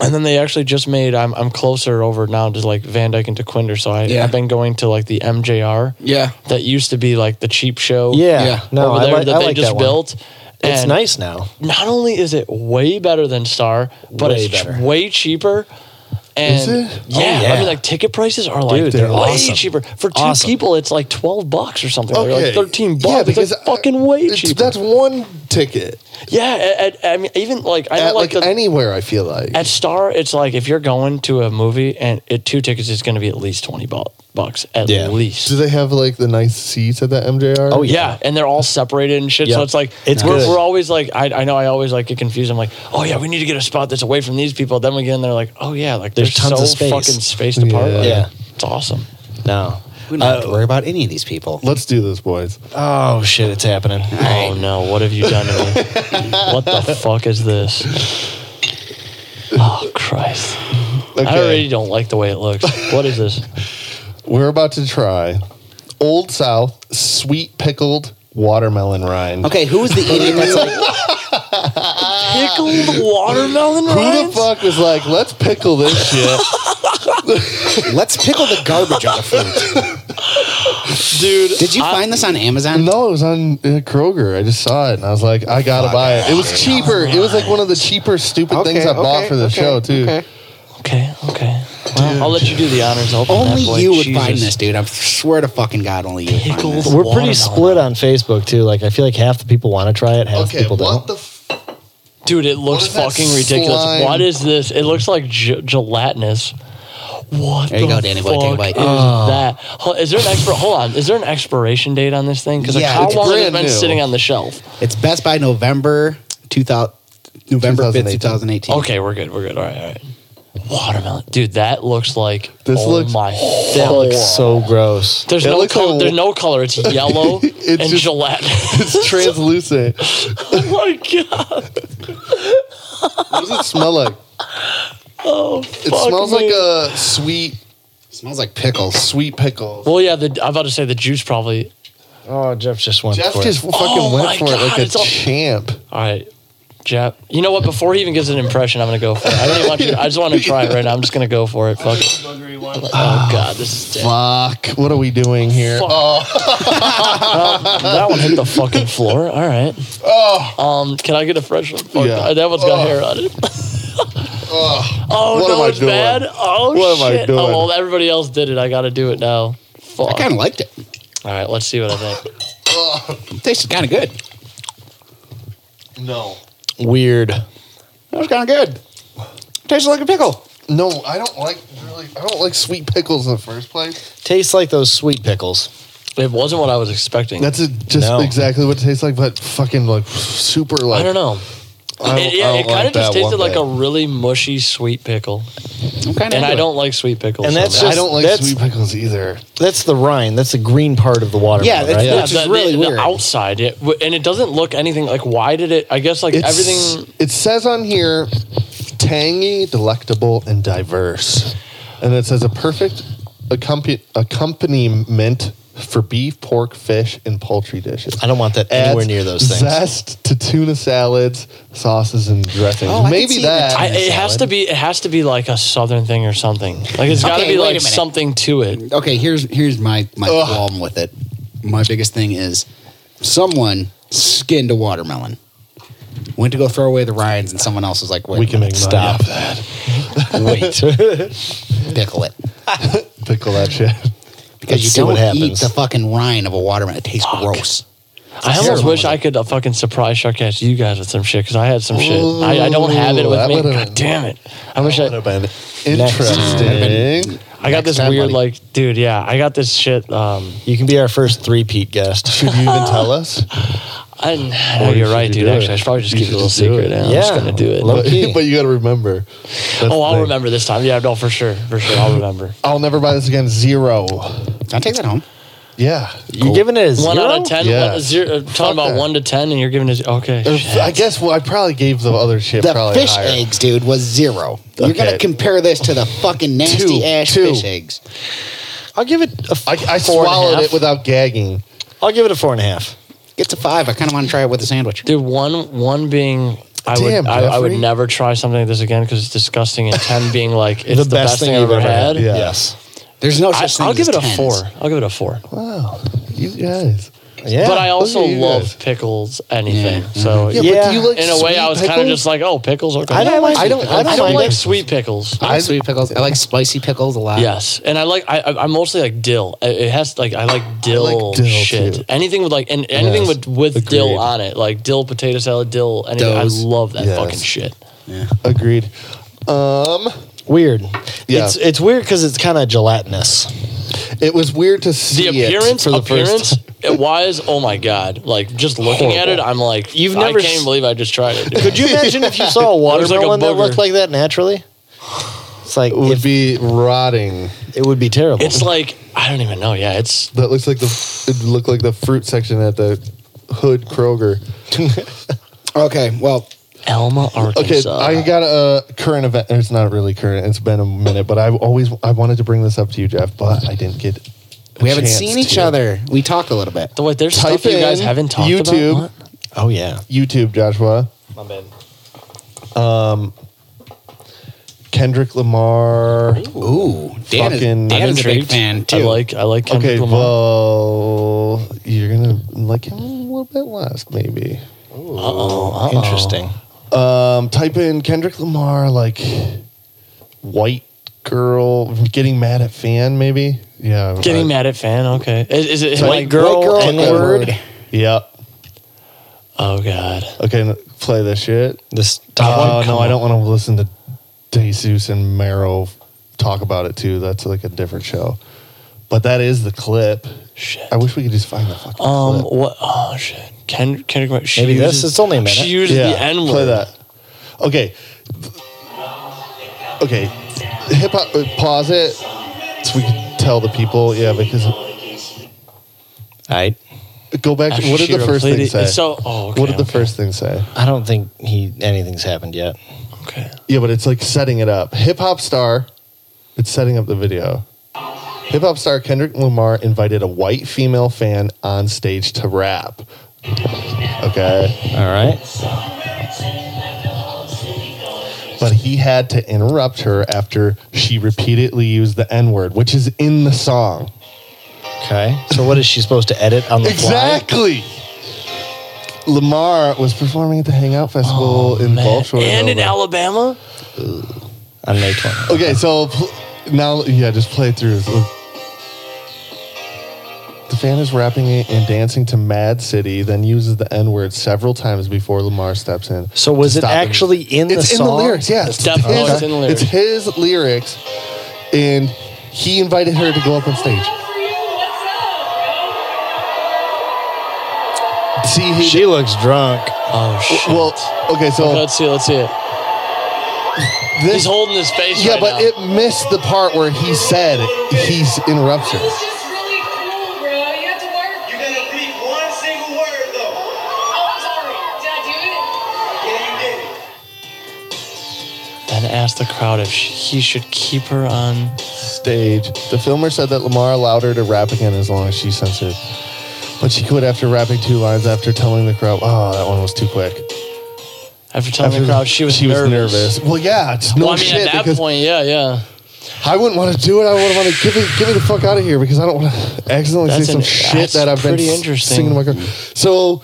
then they actually just made I'm I'm closer over now to like Van Dyke and to Quinder, so I, Yeah. I've been going to like the MJR Yeah. that used to be like the cheap show. Yeah. Yeah. No, over I, there like, that I they like just that one. built. It's And nice now. Not only is it way better than Star, but Way it's ch- better. way cheaper. And Is it? Yeah, Oh, yeah. I mean, like ticket prices are like Dude, they're way awesome. cheaper for two Awesome. people. It's like twelve bucks or something. They're Okay. like thirteen bucks. Yeah, It's, because like, fucking way It's- cheaper. That's one ticket yeah, at, at- I mean, even like I know, at like, like, the, anywhere. I feel like at Star, it's like if you're going to a movie and it two tickets, it's going to be at least twenty bu- bucks at Yeah. least. Do they have like the nice seats at that MJR? Oh, Yeah. and they're all separated and shit. So Yep. it's like It's we're, good. we're always like I, I know I always like get confused. I'm like, oh yeah, we need to get a spot that's away from these people. Then we get in there like, oh yeah, like There's there's, tons so of space. fucking space to park. Yeah. Like, Yeah. it's awesome. No. We don't have to worry about any of these people. Let's do this, boys. Oh shit! It's happening. Oh no, what have you done to me? what the fuck is this? Oh Christ! Okay. I already don't like the way it looks. What is this? We're about to try Old South sweet pickled watermelon rind. Okay, who was the idiot that's like, Pickled watermelon Who the rinds? fuck was like, let's pickle this shit? let's pickle the garbage out of food? Dude. Did you find this on Amazon? No, it was on uh, Kroger. I just saw it and I was like, I gotta buy it. It was cheaper. It was like one of the cheaper, stupid things Okay, I bought okay, for the okay, show, too. okay. Okay, okay. Well, I'll let you do the honors. I'll open Only that boy. you would Jesus. find this, dude. I swear to fucking God, only you would find Pickled this. We're watermelon. pretty split on Facebook too. Like I feel like half the people want to try it, half the Okay, people what don't. the f- Dude, it looks is that fucking ridiculous. slime? What is this? It looks like ge- gelatinous. What There you the go, Danny boy, Oh. fuck take a is bite. that? Ho- Is there an expir- Hold on. Is there an expiration date on this thing? Because like, Yeah, how it's long has it brand been new. sitting on the shelf? It's best by November 2000, November 5th, 2018. Okay, we're good. We're good. All right, all right. Watermelon, dude, that looks like This oh looks my. that looks so gross. There's it no looks color. like- there's no color. It's yellow It's and just- gelatinous. It's translucent. what oh my god! does it smell like? Oh, It fuck smells me. like a sweet, smells like pickles. sweet pickle. Well, yeah. The, I'm about to say the juice probably. Oh, Jeff just went Jeff for just it. fucking Oh my went for it God, like a it's all- champ. All right, Jap. You know what? Before he even gives an impression, I'm gonna go for it. I don't even want you. I just want to try it right now. I'm just gonna go for it. Fuck. it. Oh god, this is dead. Fuck! What are we doing here? Fuck. Oh, that one hit the fucking floor. All right. Oh. Um. Can I get a fresh one? Fuck, Yeah. That one's got hair on it. oh What no, am I it's doing? bad. Oh What am I shit. Oh doing? well, everybody else did it. I gotta do it now. Fuck. I kind of liked it. All right, let's see what I think. it tasted kind of good. It no. Weird. was kind of good. It tasted like a pickle. No, I don't like really. I don't like sweet pickles in the first place. Tastes like those sweet pickles. It wasn't what I was expecting. That's a, just No. exactly what it tastes like, but fucking like super like. I don't know. I don't- It- yeah, I it don't kind of just like that one tasted like bit. a really mushy sweet pickle, I'm kind of and I don't like sweet pickles. And so that's bad. just- I don't like that's- sweet pickles either. That's the rind. That's the green part of the watermelon, Yeah, right? it's- yeah, which the, is really the, weird. the outside, it, w- and it doesn't look anything like. Why did it? I guess like It's, everything. It says on here, tangy, delectable, and diverse, and it says a perfect accompan- accompaniment for beef, pork, fish, and poultry dishes. I don't want that Adds anywhere near those things. Zest to tuna salads, sauces, and dressings. Oh, I can Maybe see the that. I, it has to be. It has to be like a southern thing or something. Like it's got to Okay, be wait a like minute. something to it. okay, here's here's my my Ugh. problem with it. My biggest thing is someone skinned a watermelon. Went to go throw away the rinds, and someone else was like, "Wait, we can make money Stop. off that. Wait. pickle it Pickle that shit. because Let's you see what don't eat happens. the fucking rind of a watermelon. It tastes gross." I almost terrible. wish I could uh, fucking surprise Sharkass you guys with some shit because I had some shit. I, I don't have it Ooh, that with me. would've- God damn it! I wish That would I. have been interesting. I got this next time, weird buddy. like, dude. Yeah, I got this shit. Um, You can be our first three-peat guest. Should you even tell us? I, oh, you you're should right, do dude. it. Actually, I should probably just You keep it should a little just do secret. it. now. I'm just Yeah. gonna do it. Look- But- But, Okay. but you got to remember. That's the oh, I'll thing. remember this time. Yeah, no, for sure, for sure, I'll remember. I'll never buy this again. Zero. Can I take that home? Yeah. You're giving it a zero? One out of ten. Yeah. One, zero, uh, talking Fuck about that. one to ten, and you're giving it. Okay. Or, shit. I guess well, I probably gave the other shit The probably fish higher. eggs, dude, was zero. You're gonna Okay. compare this to the fucking nasty Two, ash two. fish eggs. I'll give it a f- I, I four and a swallowed half. it without gagging. I'll give it a four and a half. It's a five. I kind of want to try it with a sandwich. Dude, one one being I Damn, would I, I would Jeffrey. never try something like this again because it's disgusting, and ten being like it's the, best, thing, I've you've ever had. Yeah. Yes. There's no I, such thing. I'll as give it a tens. four. I'll give it a four. Wow. You guys. Yeah. but I also at you love guys. pickles. Anything. Yeah. So Yeah, Yeah. but do you like in a way, I sweet was kind of pickles? just like, oh, pickles. Okay. I don't like I don't, sweet pickles. I I don't don't like mind it. sweet pickles. I like sweet pickles. I like spicy pickles a lot. Yes, and I like I, I- I'm mostly like dill. I- It has like I like dill, dill, shit. too. Anything with like and anything with with dill on it, like dill potato salad, dill. Anything. Those. I love that Yes. fucking shit. Agreed. Um, Weird. Yeah. It's it's weird because it's kind of gelatinous. it was weird to see the it appearance for the appearance first. it was oh my god like just looking at it i'm like You've i never can't s- believe i just tried it dude. Could you imagine if you saw a Looks like a watermelon that booger. looked like that naturally? It's like It would if- be rotting. it would be terrible. it's like i don't even know yeah it's That looks like the it looked like the fruit section at the Hood Kroger. Okay. Well, elma Okay, arkansas I got a current event. It's not really current. It's been a minute, but I always I wanted to bring this up to you, Jeff, but I didn't get. a we haven't chance seen each to. other. We talked a little bit. the way there's stuff Type you guys in haven't talked YouTube. about What? oh yeah. YouTube, Joshua. Um, My bad. Kendrick Lamar. Ooh, Dan Fucking- is, Dan is I'm a big intrigued. fan too. i like i like Kendrick Okay, Lamar. well, you're gonna like him a little bit less, maybe. Oh, interesting. Um, type in Kendrick Lamar, like white girl getting mad at fan, maybe. Yeah, getting uh, mad at fan okay is, is it White like girl, White girl, N-word. N-word. Yep. oh god Okay, n- play this shit. This Oh top no, one. I don't want to listen to Jesus and Marrow talk about it too. That's like a different show. But that is the clip. Shit. I wish we could just find the fucking um clip. what oh shit Ken, Kendrick Lamar, she Maybe this. uses- It's only a minute. she uses the n word Play that. Okay. Okay. Hip hop. uh, Pause it so we can tell the people. Yeah, because I go back. After what did she the first replayed thing it- say? So, oh, okay, what did the okay, first thing say? I don't think he anything's happened yet. Okay. Yeah, but it's like setting it up. Hip hop star, it's setting up the video. Hip hop star Kendrick Lamar invited a white female fan on stage to rap. Okay. All right. But he had to interrupt her after she repeatedly used the N word, which is in the song. Okay. So what is she supposed to edit on the fly? Exactly. Lamar was performing at the Hangout Festival in Baltimore. Oh, and in Nova. Alabama. On May 20th. Okay, so pl- now, yeah, just play through. So- The fan is rapping it and dancing to Mad City, then uses the N word several times before Lamar steps in. So was to it stop him. actually in the it's in song? the lyrics? Yeah, It's definitely- his, oh, it's in the lyrics. It's his lyrics, and he invited her to go up on stage. See, he She looks drunk. Oh shit. well, okay, so let's see. Let's see it. He's this holding his face. yeah, right but now. it missed the part where he said he's interrupts her. just really cool, bro. You have to work. You're gonna repeat one single word though. Oh, I'm sorry. Did I do it? Yeah, you did it. Then asked the crowd if sh he should keep her on. stage. The filmer said that Lamar allowed her to rap again as long as she censored. But she quit after rapping two lines after telling the crowd, oh, that one was too quick. After telling the After crowd, she was she nervous. was nervous. Well, yeah, it's no Well, I mean, shit at that because point, yeah, yeah. I wouldn't want to do it. I would want to give me, give me the fuck out of here because I don't want to accidentally That's say an- some shit that's that I've been pretty s- interesting. singing to my car. So,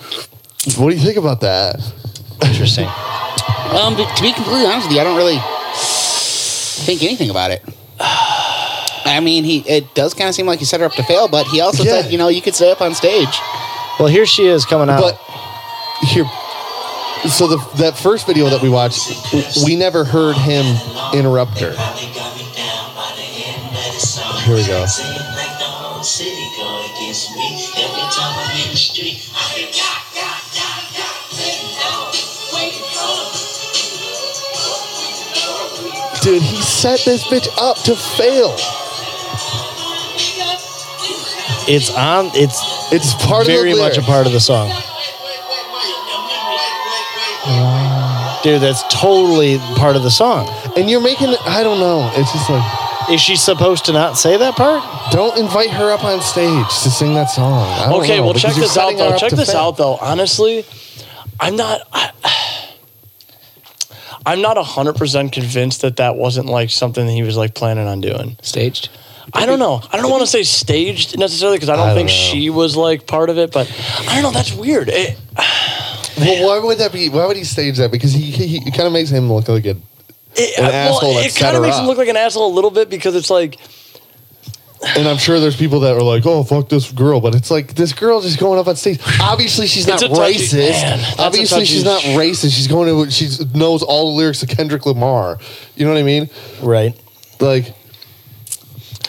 what do you think about that? interesting. Um, to to be completely honest with you, I don't really think anything about it. I mean, he it does kind of seem like he set her up to fail, but he also Yeah. said, you know, you could stay up on stage. Well, here she is coming out. But Oh. here, so the that first video that we watched, we never heard him interrupt her. Here we go. Dude, he set this bitch up to fail. it's on. It's It's part very of the much a lyrics. part of the song, dude. That's totally part of the song. And you're making it, I don't know. It's just like, Is she supposed to not say that part? don't invite her up on stage to sing that song. I don't Okay, know, well, because check you're this out setting her though. up Check to this fail. out though. Honestly, I'm not. I, I'm not hundred percent convinced that that wasn't like something that he was like planning on doing. Staged. I don't know. I don't want to say staged necessarily because I don't I don't think know. she was like part of it. But I don't know. That's weird. It, Well, why would that be? Why would he stage that? Because he he, he kind of makes him look like a. it, An well, asshole that it set kind of her makes him up. look like an asshole a little bit because it's like And I'm sure there's people that are like, "Oh, fuck this girl," but it's like this girl just going up on stage. Obviously, she's not It's a touchy- racist. man, that's a Obviously, she's not touchy- racist. She's going to. She knows all the lyrics of Kendrick Lamar. You know what I mean? Right. Like,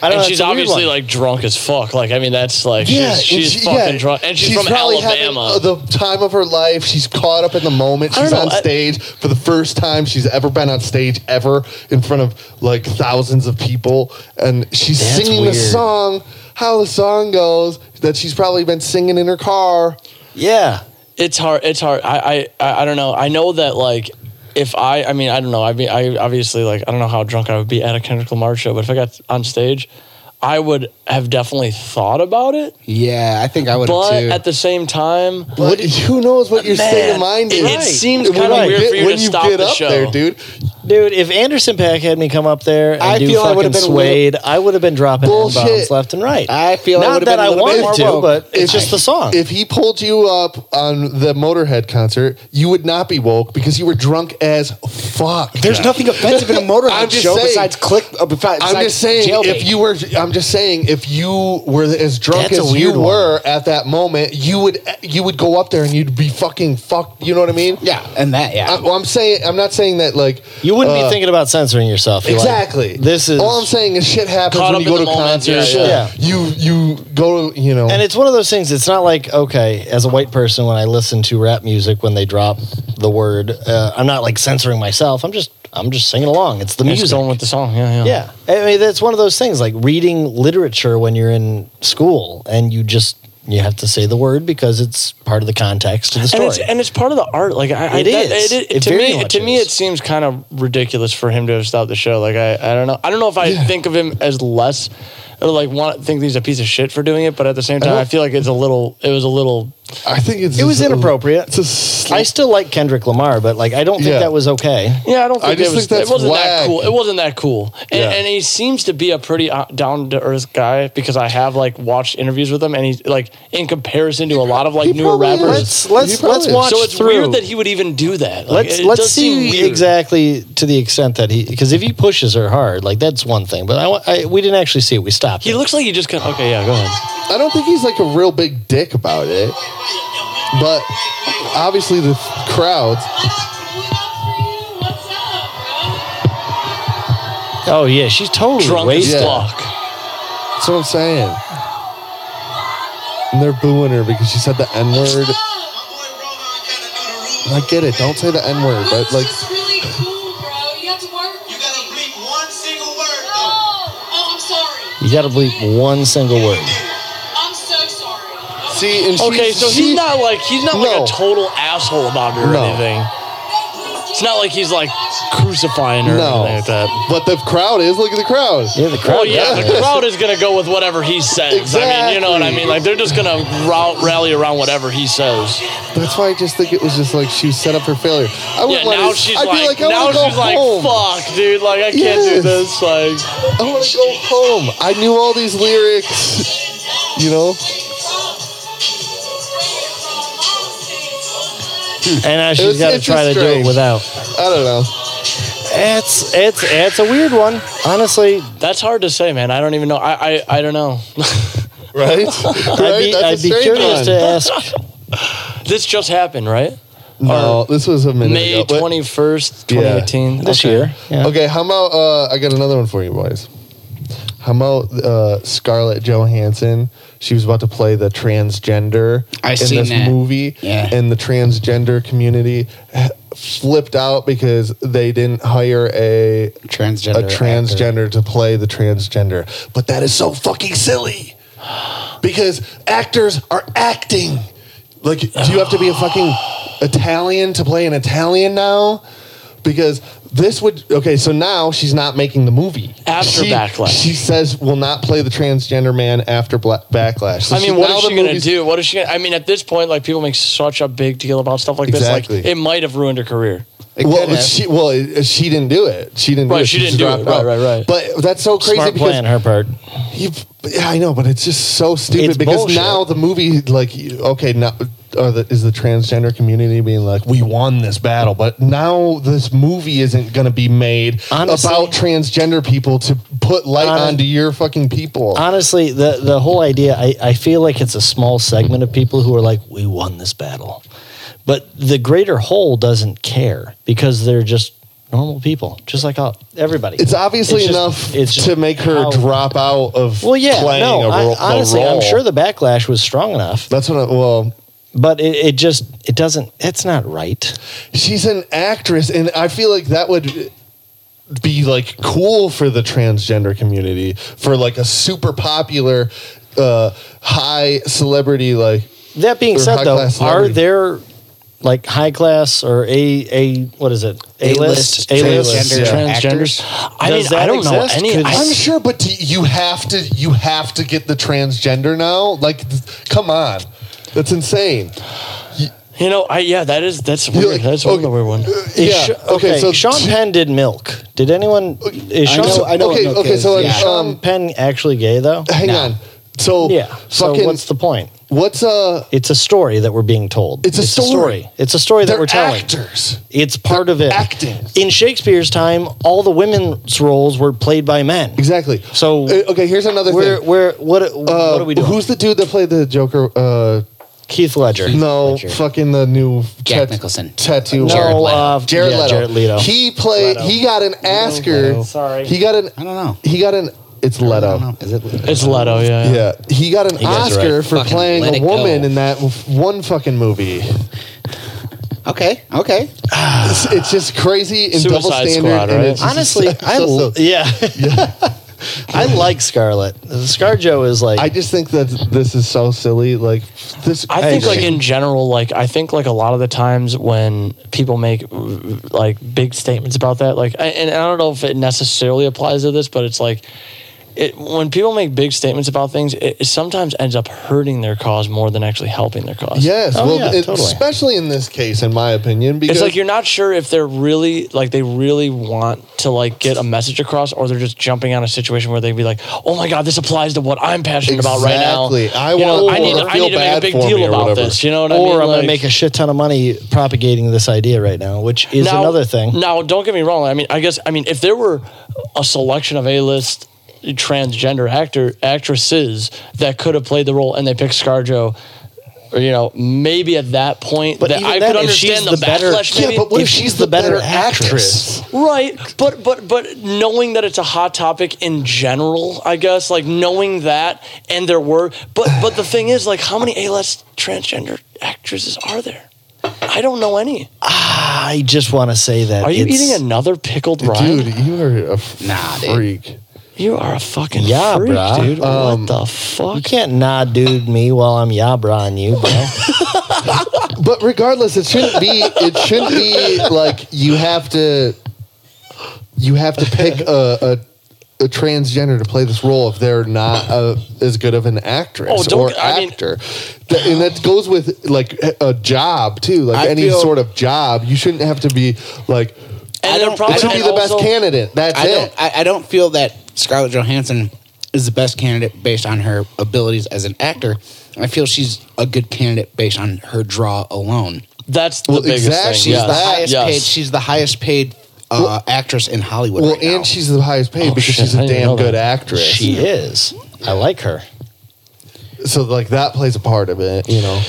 I and know, she's it's a weird obviously one. like drunk as fuck. Like I mean, that's like yeah, she's, and she's she- fucking yeah, drunk, and she's, from probably having, Alabama. uh, the time of her life, she's caught up in the moment. I don't She's know, on I- stage for the first time she's ever been on stage ever in front of like thousands of people, and she's That's singing the weird. song. How the song goes that she's probably been singing in her car. yeah. it's hard it's hard I, I i I don't know i know that like if i i mean i don't know i mean i obviously like i don't know how drunk i would be at a kendrick lamar show but if i got on stage i would have definitely thought about it Yeah, I think I would but have too. at the same time What, who knows what your state of Man, mind is? it seems When kinda you weird get- for you when to stop the up show. there, dude. Dude, if Anderson Pack had me come up there and I do feel I fucking would've been a swayed, I would have been dropping Bullshit. bombs left and right. I feel I not would've that been a I little bit wanted more to, woke. but it's just the song. If he pulled you up on the Motorhead concert, you would not be woke because you were drunk as fuck. There's nothing offensive in a I'm motorhead just show saying- besides click. Uh, besi- besides I'm just saying, jailbait. if you were, I'm just saying, if you were as drunk That's a as you weird one. were at that moment, you would you would go up there and you'd be fucking fucked. You know what I mean? yeah, and that yeah. I, well, I'm saying, I'm not saying that like you wouldn't uh, be thinking about censoring yourself. You're like, Exactly. this is all I'm saying is shit happens Caught when up you in go the to moment, concerts. yeah, yeah. You you go to you know. And it's one of those things. It's not like okay, as a white person, when I listen to rap music, when they drop the word, uh, I'm not like censoring myself. I'm just, I'm just singing along. It's the he's music. going with the song yeah yeah Yeah, I mean that's one of those things like reading literature when you're in school and you just you have to say the word because it's part of the context of the and story. it's, and it's part of the art. Like I, I, It that- is. It, It to very me, much to me, is. it seems kind of ridiculous for him to have stopped the show. Like I, I don't know. I don't know if I think of him as less, or like want think he's a piece of shit for doing it. But at the same time, I, don't- feel like it's a little. It was a little. I think it's it was just a- inappropriate. It's a sl- I still like Kendrick Lamar, but like I don't think Yeah. that was okay. Yeah, I don't I think just it was. think that's it wasn't that whack. cool. It wasn't that cool. And, Yeah. and he seems to be a pretty uh, down to earth guy because I have like watched interviews with him, and he's like in comparison to a lot of like newer probably is. rappers. Let's let's You probably- let's watch So it's through. weird that he would even do that. Like, let's it let's does seem see weird. exactly to the extent that he because if he pushes her hard, like that's one thing. But I, wa- I we didn't actually see it. We stopped. He it. looks like he just kind of, okay, yeah, go ahead. I don't think he's like a real big dick about it, but obviously the crowds. oh yeah, she's totally drunk as wasted. Yeah. fuck. That's what I'm saying. And they're booing her because she said the N word. I get it. Don't say the N word, but like, It's really cool, bro. You have to work. You gotta bleep one single word No. though. Oh, I'm sorry. You got to bleep one single word. I'm so sorry. see, and she, Okay, so she, he's not like he's not No. like a total asshole about her or No. anything. It's not like he's like crucifying her No. or anything like that. But the crowd is. Look at the crowd. Yeah, the crowd. Well, yeah, got the it. crowd is gonna go with whatever he says. I mean, you know what I Exactly. mean? Like they're just gonna row- rally around whatever he says. That's why I just think it was just like she was set up for failure. I would Yeah, not let now it, she's I'd be like, like, I now want to go she's home. like, fuck, dude, like I can't do Yes. this. Like, I want to go home. I knew all these lyrics. You know? and now she's was- got to it's try to just do it strange. without. I don't know. It's it's it's a weird one, honestly. That's hard to say, man. I don't even know. I I, I don't know. Right? right? I'd That's be, a I'd be strange curious one. to ask. this just happened, right? No, this was a minute May ago. But- twenty first, Yeah. twenty eighteen. This year, yeah. Okay, how about uh, I got another one for you boys. How about uh, Scarlett Johansson? She was about to play the transgender I in seen this that. movie, Yeah. and the transgender community eh, flipped out because they didn't hire a transgender. a transgender to play the transgender. But that is so fucking silly because actors are acting. Like, do you have to be a fucking Italian to play an Italian now? Because this would okay. So now she's not making the movie After She- Backlash. She says will not play the transgender man after Bla- backlash. So I mean, what now is the she gonna movie's- do? What is she? Gonna, I mean, at this point, like people make such a big deal about stuff like this. Exactly. Like it might have ruined her career. Well, Yeah. but she well it- she didn't do it. She didn't. Right, do it. she didn't do dropped it. Right, out. right, right. But that's so crazy Smart because plan, her part. You, yeah, I know, but it's just so stupid It's because bullshit. now the movie, like, you- okay, now are the, is the transgender community being like, we won this battle, but now this movie isn't going to be made Honestly- about transgender people to put light Hon- onto your fucking people. Honestly, the the whole idea, I, I feel like it's a small segment of people who are like, we won this battle. But the greater whole doesn't care because they're just normal people, just like all, everybody. it's obviously just- enough it's just to make her how- drop out of Well, yeah, playing no, a, I- ro- a honestly, role. I'm sure the backlash was strong enough, That's what I, well, but it, it just it doesn't. It's not right. she's an actress and i feel like that would be like cool for the transgender community for like a super popular uh high celebrity like That being They're said, though, high-class are celebrity. there like high class or a a what is it a list a list transgender Transgenders. actors. I mean, Does that I don't know exist? any. Could- I, i'm sure but do you have to you have to get the transgender now like th- come on that's insane you know, I yeah, that is that's You're weird. like, that's okay. one weird one. yeah okay, so Sean t- Penn did milk. Did anyone? Is I Sean, know- I know okay no okay kids, so yeah. Sean um Penn actually gay though? hang on so Yeah. So fucking what's the point? what's uh It's a story that we're being told. It's a story. It's a story that they're we're telling. actors It's part of it. acting. In Shakespeare's time, all the women's roles were played by men. exactly So Uh, okay here's another Where, thing where, what, Uh, what are we doing? Who's the dude that played the Joker? Uh, Keith Ledger? no, Ledger. fucking the new Jack Nicholson. tattoo. Jared No, Jared Leto. Leto. Uh, Jared, yeah, Leto. Jared Leto. He played. Leto. He got an Oscar. Sorry. He got an. I don't know. He got an. It's I don't Leto. know. Is it? It's Leto. Yeah. Yeah, he got an guys are Oscar right. for Fucking playing let it a woman go. in that w- one fucking movie. Okay. Okay. It's, it's just crazy and double Suicide standard. Squad, and right? it's just- Honestly, I so- so- l- yeah. I like Scarlet. ScarJo is like I just think that this is so silly. Like this. I think agree. like in general, like I think like a lot of the times when people make like big statements about that, like I- and I don't know if it necessarily applies to this, but it's like it when people make big statements about things, it, it sometimes ends up hurting their cause more than actually helping their cause. Yes, Oh, well, yeah, it- totally. especially in this case, in my opinion, because It's like you're not sure if they're really like they really want to like get a message across, or they're just jumping on a situation where they'd be like, "Oh my god, this applies to what I'm passionate about right now." Exactly. I You know, want- I need, or I feel need to make bad a big for me deal or about whatever. this. You know what I mean? or "Oh, I'm Like- going to make a shit ton of money propagating this idea right now, which is another thing. Now, don't get me wrong. I mean, I guess I mean if there were a selection of A-list transgender actor actresses that could have played the role, and they picked ScarJo. Or, you know, maybe at that point But that even I then, could if she's understand the, the better- backlash. Yeah, maybe. but what if she's the better actress? Right, but but but knowing that it's a hot topic in general, I guess, like knowing that, and there were, but but the thing is, like, how many A-list transgender actresses are there? I don't know any. I just want to say that. Are you it's- eating another pickled rind? Dude, you are a f- Nah, dude. freak. You are a fucking Yeah, freak, bruh. dude. Um, what the You fuck? can't nah dude me while I'm yabra on you, bro. But regardless, it shouldn't be. It shouldn't be like you have to. You have to pick a. a a transgender to play this role if they're not uh, as good of an actress Oh, don't- or I mean- actor, Th- and that goes with like a- a job too. Like I any feel- sort of job, you shouldn't have to be like And I they're don't- probably- to be and the best also- candidate. That's I it. don't. I, I don't feel that Scarlett Johansson is the best candidate based on her abilities as an actor. I feel she's a good candidate based on her draw alone. That's the Well, biggest exact- thing. she's She's yes. the highest yes. paid. She's the highest paid uh, actress in Hollywood. Well, right now. and she's the highest paid Oh, because shit, she's I a didn't know damn good that. actress. She is. I like her. so like that plays a part of it, you know.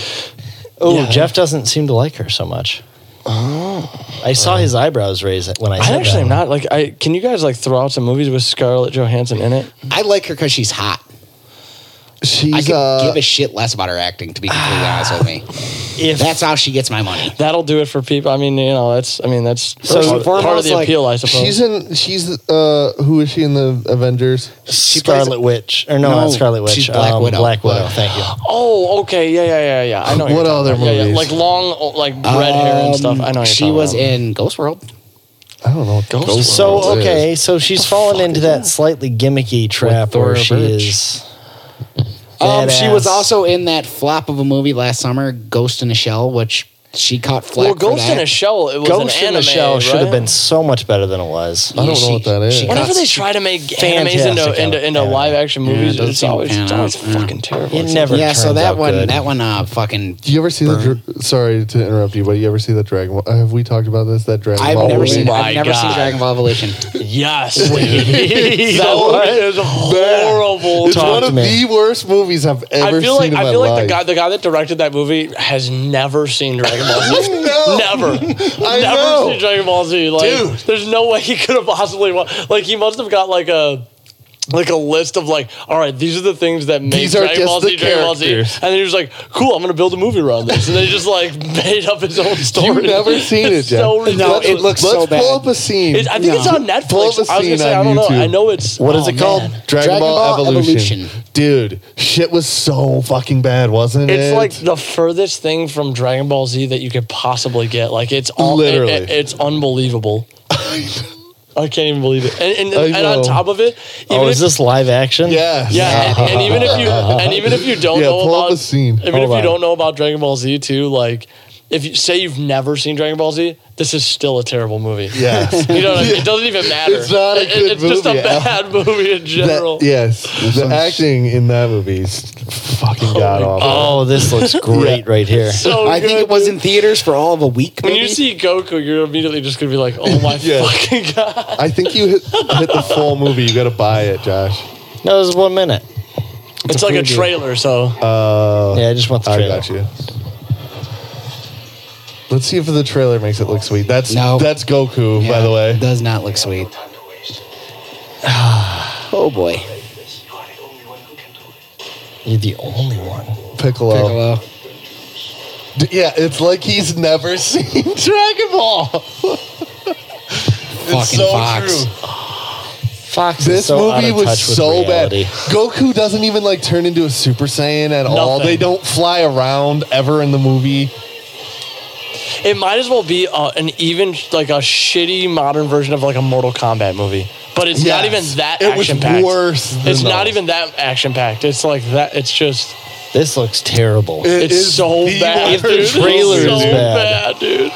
Oh, Yeah. Jeff doesn't seem to like her so much. Oh. I saw his eyebrows raise when I. I said actually that. am not like I. Can you guys like throw out some movies with Scarlett Johansson in it? I like her because she's hot. She's I could uh, give a shit less about her acting, to be completely Ah. honest with me. If That's how she gets my money. That'll do it for people. I mean, you know, that's. I mean, that's so part, part of the like, appeal, I suppose. She's in. She's uh, who is she in the Avengers? She plays- Scarlet Witch, or no, No, not Scarlet Witch, um, she's Black Widow. Black Widow. Black- Thank you. oh, okay, yeah, yeah, yeah, yeah. I know What you're talking other about. Yeah, yeah, movies? Like long, oh, like red hair and stuff. I know you're Um, She talking was about. in Ghost World. I don't know. Ghost Ghost World So is. okay, so she's fallen into that slightly gimmicky trap Thora where she Birch. is. Um, she was badass. also in that flop of a movie last summer, Ghost in a Shell, which she caught flack Well, Ghost for that. in a Shell. It was Ghost an in anime. the Shell should have right? been so much better than it was. I don't know what that is. she Whenever got- they try to make animes Fantastic into into, into anime. live action Yeah, it movies, doesn't it's seem always to pan it's always out, yeah. fucking terrible. It It's- never. yeah, so turns that out one, good. that one, uh, fucking. Oh Do you ever see the? Burn. dra- Sorry to interrupt you, but you ever see the Dragon? Ball- Have we talked about this? That Dragon I've Ball. never movie? seen. my I've never God. seen Dragon Ball Evolution. Yes, dude. that one is horrible. It's Talk one to of me. the worst movies I've ever I feel seen like in my I feel like life. the guy the guy that directed that movie has never seen Dragon Ball Z. No. never, Oh. I never know. seen Dragon Ball Z. Like, Dude. there's no way he could have possibly wa- like he must have got like a. Like a list of like, all right, these are the things that make These are Dragon just Ball the Z, Dragon Ball Z, and characters. then he was like, "Cool, I'm gonna build a movie around this," and then he just like made up his own story. You've never seen it, It's Jeff. so ridiculous. it looks Let's so bad. pull up a scene. It's- I think it's on Pull up Netflix. a I was gonna scene say, I on don't know. YouTube. I know it's What is oh, it called? man. Dragon, Dragon Ball, Ball Evolution. Evolution. Dude, shit was so fucking bad, wasn't it? It's like the furthest thing from Dragon Ball Z that you could possibly get. Like it's all Literally. it- it- it's unbelievable. I can't even believe it. And and, I and on know. top of it, even Oh, if, is this live action? yeah, yeah, and, and even if you and even if you don't Yeah, know pull up about a scene. even Hold if you on. don't know about Dragon Ball Z too, like if you say you've never seen Dragon Ball Z, this is still a terrible movie. yes. You know, what I mean? it doesn't even matter. It's not a It- good it's just a movie, Al. bad movie in general. That, yes, the acting in that movie is fucking god awful. Oh, this looks great right here. So I think good, it was in theaters for all of a week. When maybe? you see Goku, you're immediately just gonna be like, "Oh my Yeah. fucking god!" I think you hit, hit the full movie. You got to buy it, Josh. No, it was one minute. It's, like a trailer, so Oh. Uh, Yeah, I just want the I trailer. got you. Let's see if the trailer makes it look sweet. That's No. that's Goku, by Yeah, the way. does not look sweet. oh boy, You're the only one. Piccolo. Oh. Piccolo. D- yeah, it's like he's never seen Dragon Ball. Fucking Fox. Fox. This is so out movie of was touch with so bad. reality. Goku doesn't even like turn into a Super Saiyan at all. Nothing. They don't fly around ever in the movie. it might as well be uh, an even like a shitty modern version of like a Mortal Kombat movie. But it's not Yes. even that It was action packed. worse than It's not those. even that action packed. It's like that. It's just This looks terrible. it's is so the bad. If the dude. It's trailer is so bad. bad, dude.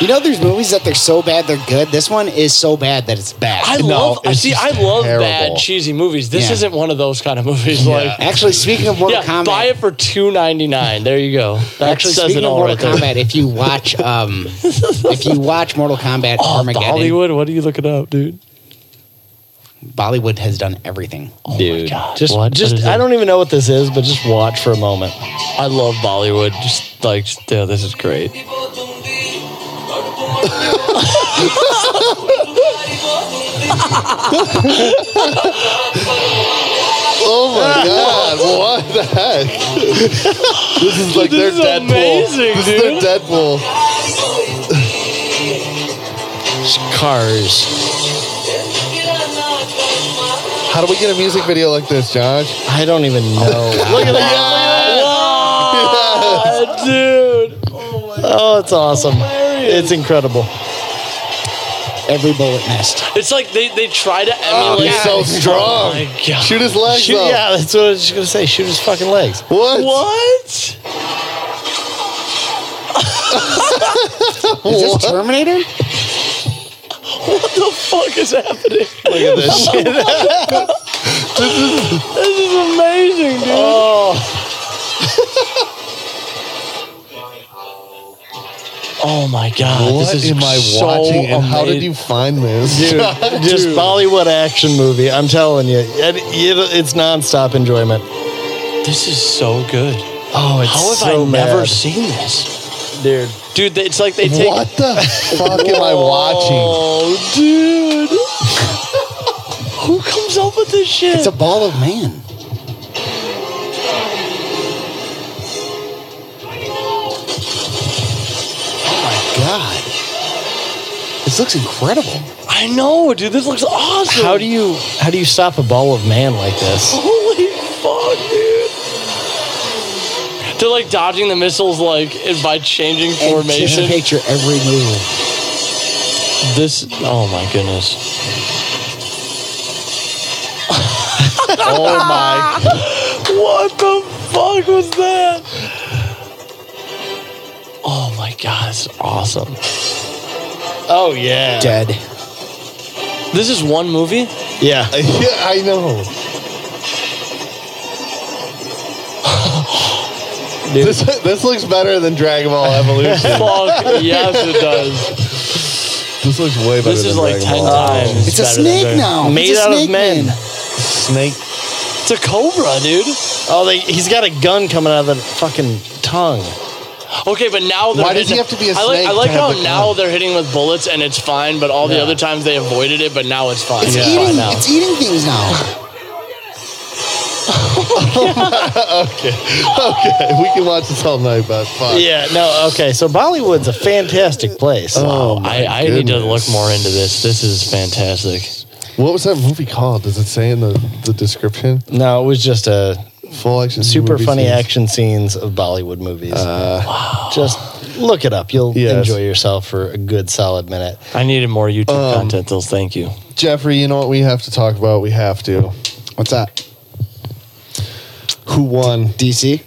You know, there's movies that they're so bad they're good. This one is so bad that it's bad. I No, love. I it's see. just I love terrible. bad cheesy movies. This Yeah. isn't one of those kind of movies. Like. Actually, speaking of Mortal Yeah, Kombat, buy it for two ninety nine. There you go. That actually says speaking it of all Mortal right there. Kombat, if you watch, um, if you watch Mortal Kombat Oh, Armageddon, Bollywood. Bollywood, what are you looking up, dude? has done everything. Oh Dude, just What? just What is I it? don't even know what this is, but just watch for a moment. I love Bollywood. Just like, yeah, this is great. Oh my god, what the heck? this is like This is their Deadpool. amazing, this dude. is their Deadpool. Cars. How do we get a music video like this, Josh? I don't even know. Look at that. Ah, dude. oh, it's awesome. It's incredible. Every bullet missed. It's like they, they try to Oh, emulate. he's so strong. my God. Shoot his legs Shoot, up. yeah, that's what I was just gonna say. Shoot his fucking legs. What? What? Is this Terminator? What the fuck is happening? Look at this shit. This is amazing, dude. Oh, Oh my god! What this is am I so watching? And how amazing. did you find this? Dude, just Bollywood action movie. I'm telling you, it, it- it's nonstop enjoyment. This is so good. Oh, it's How have so I bad. never seen this, dude? dude? they- It's like they take. what the fuck am I watching? Oh, dude! Who comes up with this shit? It's a ball of man. Oh my god. This looks incredible. I know, dude. This looks awesome. How do you how do you stop a ball of man like this? Holy fuck, dude! They're like dodging the missiles, like and by changing formation. Anticipate your every move. This. Oh my goodness. Oh my! What the fuck was that? Oh my god, it's awesome. Oh yeah, Dead. This is one movie? Yeah, yeah. I know. This, this looks better than Dragon Ball Evolution. Fuck, yes, it does. this looks way better. This than is like Dragon 10 Ball. times. It's a better than snake Dragon- now. Made it's a out of snake men. man. Snake. It's a cobra, dude. Oh, they, he's got a gun coming out of the fucking tongue. Okay, but now they're Why does hitting- he have to be a I like, snake I to like have how the now gun? they're hitting with bullets and it's fine, but all the other times they avoided it, but now it's fine. It's It's fine eating. now. It's eating things now. Okay, we can watch this all night, but fuck. Yeah, no, okay. So Bollywood's a fantastic place. Oh, my I, I need to look goodness. more into this. This is fantastic. What was that movie called? Does it say in the, the description? No, it was just a Full action. super movie funny scenes. action scenes of Bollywood movies. Just look it up. You'll Yes. enjoy yourself for a good solid minute. I needed more YouTube content, Dills. Thank you. Jeffrey, you know what we have to talk about? We have to. What's that? Who won? DC?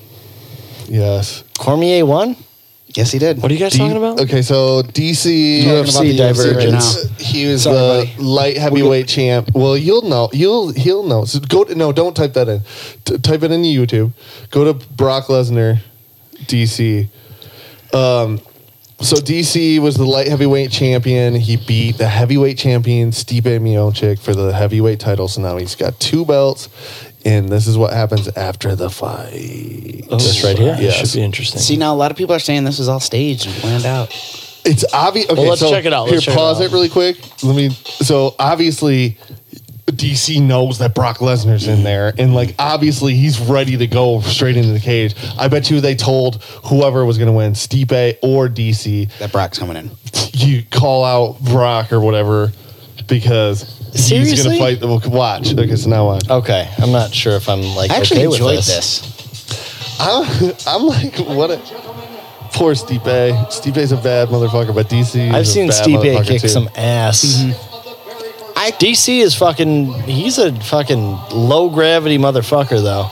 Yes. Cormier won? Yes, he did. What are you guys D- talking about? Okay, so DC Talking about the UFC right Divergence. now. He was Sorry, the buddy. light heavyweight champ. Well, you'll know. You'll he'll know. So go to, no, don't type that in. T- type it into YouTube. Go to Brock Lesnar, DC. Um, so DC was the light heavyweight champion. He beat the heavyweight champion Stipe Miocic for the heavyweight title. So now he's got two belts, and this is what happens after the fight. this right here? Yes. should be interesting. See now, a lot of people are saying this was all staged and planned out. It's obvious. Okay, let's so check it out. Here, Let's check it pause out. it, really quick. Let me. So obviously, DC knows that Brock Lesnar's in there, and like obviously he's ready to go straight into the cage. I bet you they told whoever was going to win, Stipe or DC, That Brock's coming in. you call out Brock or whatever because he's going Seriously? to fight. The, well, watch. Okay, so now watch. Okay. I'm not sure if I'm like I actually okay with enjoyed this. this. I'm, I'm like, what? A, poor Stipe. Stipe's a bad motherfucker, but DC. is I've a seen bad Stipe motherfucker, kick too. some ass. I, DC Mm-hmm. is fucking. He's a fucking low gravity motherfucker, though.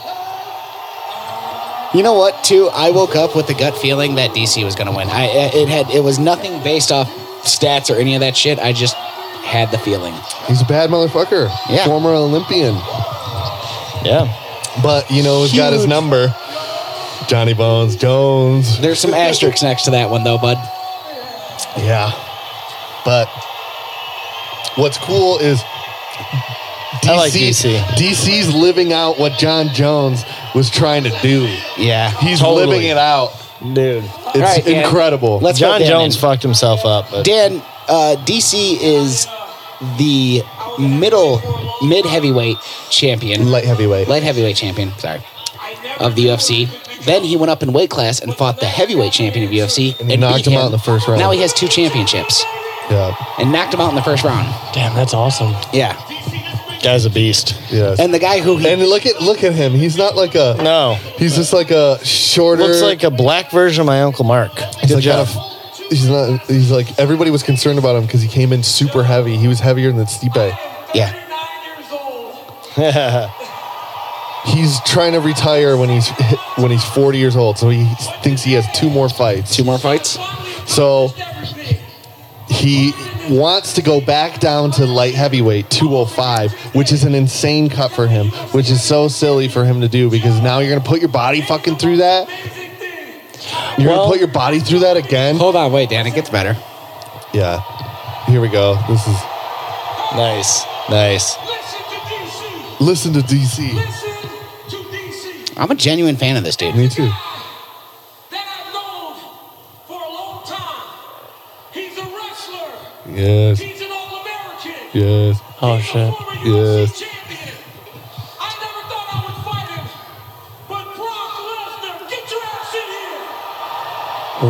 You know what? Too, I woke up with the gut feeling that DC was going to win. I I- it had it was nothing based off stats or any of that shit. I just had the feeling. He's a bad motherfucker. Yeah. Former Olympian. Yeah. But you know, he's got his Huge. number. Johnny Bones Jones. There's some asterisks next to that one though, bud. Yeah. But what's cool is DC, I like DC. DC's living out what John Jones was trying to do. Yeah, He's Totally. living it out. Dude. It's right, Dan. incredible. Let's go John Dan Jones in. fucked himself up. But Dan, uh, DC is the middle mid heavyweight champion, light heavyweight. light heavyweight champion. Sorry, of the UFC. Then he went up in weight class and fought the heavyweight champion of UFC And he knocked beat him out in the first round. Now he has two championships yeah. and knocked him out in the first round. Damn, that's awesome. Yeah, guy's a beast. Yes. And, and the guy who he, look at look at him. He's not like a No. He's just like a shorter Looks like a black version of my Uncle Mark. He's Good like, job. got a- he's not. He's like everybody was concerned about him because he came in super heavy. He was heavier than Stipe. yeah, He's trying to retire when he's when he's 40 years old, so he thinks he has two more fights. two more fights. So he wants to go back down to light heavyweight 205, which is an insane cut for him, which is so silly for him to do because now you're gonna put your body fucking through that. You're Well- gonna put your body through that again? Hold on, wait, Dan. It gets better. Yeah. Here we go. This is Nice, nice. Listen to listen to DC. DC. Listen to DC. I'm a genuine fan of this dude. Me too. That I've known for a long time. He's a wrestler. Yes. He's an All-American. Yes. Oh He's a shit. former UFC Yes. champion. I never thought I would fight him, but Brock Lesnar, get your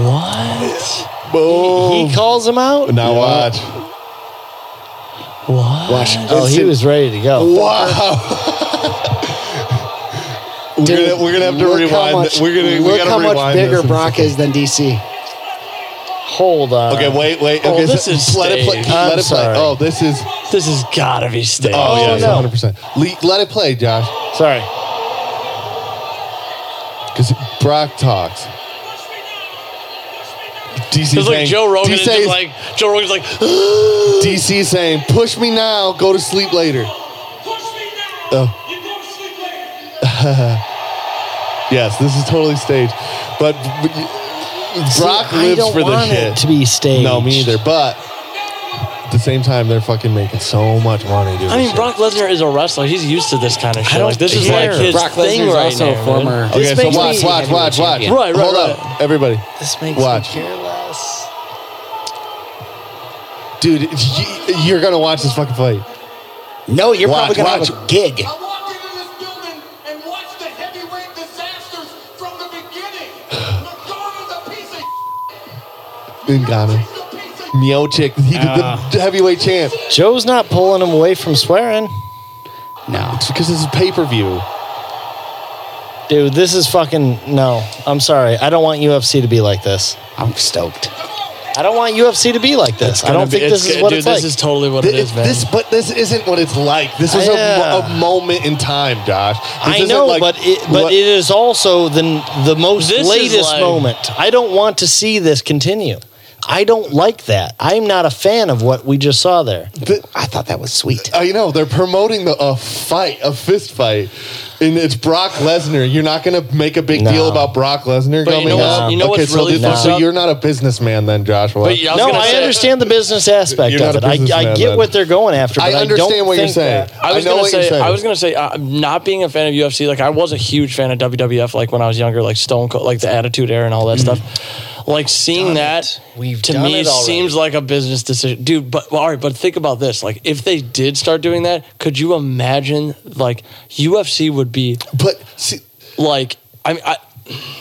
ass in here. What? Boom. He calls him out. now watch. What? Oh, he was ready to go. Wow. we're, gonna, we're gonna have to Look how rewind. much- we're gonna we look gotta how rewind much this bigger and- Brock is than DC. Hold on. Okay, wait, wait. Oh, Okay, this is let it play. staged. Let I'm it play. sorry. Oh, this is. This has gotta be staged. Oh, Oh, yeah, no. 100. percent Let it play, Josh, Sorry. because Brock talks. DC It's like saying- Joe Rogan is DC just is- like Joe Rogan's like DC saying, "Push me now, go to sleep later." Push me now. Oh. You go to sleep later. Yes, this is totally staged, but but you- Brock See, I lives don't for the want shit. it to be staged. No, me either. But at the same time, they're fucking making so much money doing. I mean shit. Brock Lesnar is a wrestler. He's used to this kind of shit. don't like this is care. like his Brock thing Lesnar's right also a now. former. man. Okay, This so makes watch, me- watch, watch, watch. Champion. Right, right, Hold right. up, everybody. This makes Watch. me care less. Dude, y- you're gonna watch this fucking fight. No, you're Watch, probably gonna have a watch. gig. I walked into this building and watched the heavyweight disasters from the beginning. McDonald's a piece of In Ghana, He's a piece of Miocic, he did the heavyweight champ. Joe's not pulling him away from swearing. No, It's because it's a pay per view. Dude, this is fucking no. I'm sorry. I don't want UFC to be like this. I'm stoked. I don't want UFC to be like this. I don't think this is what dude, it's this like. is totally what it is, man. This, but this isn't what it's like. This was a- Yeah. a, moment in time, Josh. This I isn't know, like but it, but what- it is also the the most This is latest like- moment. I don't want to see this continue. I don't like that. I'm not a fan of what we just saw there. the- I thought that was sweet. I know they're promoting the, a fight, a fist fight, and it's Brock Lesnar. You're not going to make a big No. deal about Brock Lesnar But you coming know what's- up. you know okay, what's so, really this- fucked so up? you're not a businessman then, Joshua. But yeah, I was no, gonna I say- understand the business aspect You're of not it. a I, I businessman, get then. what they're going after. I but I understand don't what you're think saying. that- I was I know gonna what you're say saying. I was gonna say uh, not being a fan of UFC. Like I was a huge fan of WWF. Like when I was younger, like Stone Cold, like the Attitude Era and all that stuff. Like seeing that We've to done me it already. seems like a business decision, dude. But well, all right, but think about this. Like if they did start doing that, could you imagine? Like UFC would be but see, like I mean I,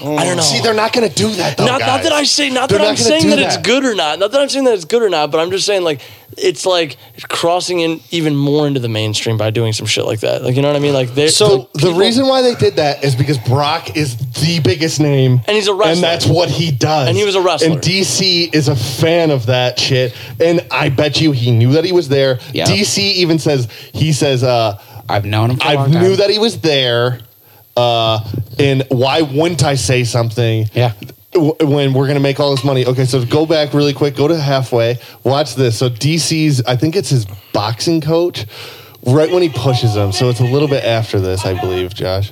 I don't know. see, they're not going to do Oh, that though. not, not guys. that I say, not They're that I'm not gonna saying do that, it's that. good or not. Not that I'm saying that it's good or not, but I'm just saying like it's like crossing in even more into the mainstream by doing some shit like that. Like you know what I mean? Like they So, The reason why they did that is because Brock is the biggest name, And he's a wrestler. and that's what he does. And he was a wrestler. And DC is a fan of that shit, and I bet you he knew that he was there. Yeah. DC even says he says, uh, I've known him. For a "I long time. knew that he was there," uh, and why wouldn't I say something? Yeah. w- When we're gonna make all this money, okay. So go back really quick. Go to halfway. Watch this. So DC's, I think it's his boxing coach, right when he pushes him. So it's a little bit after this, I believe, Josh.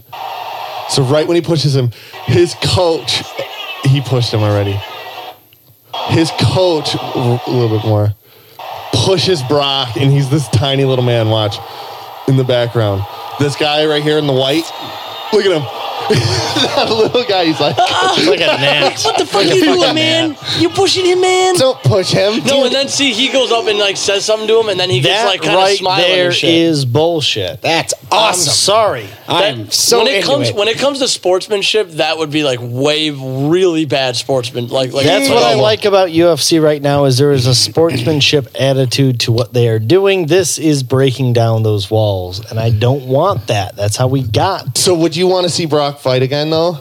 So right when he pushes him, his coach, he pushed him already. His coach, a little bit more, pushes Brock, and he's this tiny little man. Watch in the background. This guy right here in the white, look at him. that little guy, he's like, Like a gnat. what the fuck you doing, man? You pushing him, man? don't push him. no, and then see he goes up and like says something to him, and then he gets that like kind of right smiling there and shit. is bullshit. That's I'm awesome. sorry. I'm, That- so when it into comes it. when it comes to sportsmanship, that would be like way really bad sportsman. Like like That's what I like about UFC right now is there is a sportsmanship attitude to what they are doing. This is breaking down those walls, and I don't want that. That's how we got. So, would you want to see Brock fight again, though?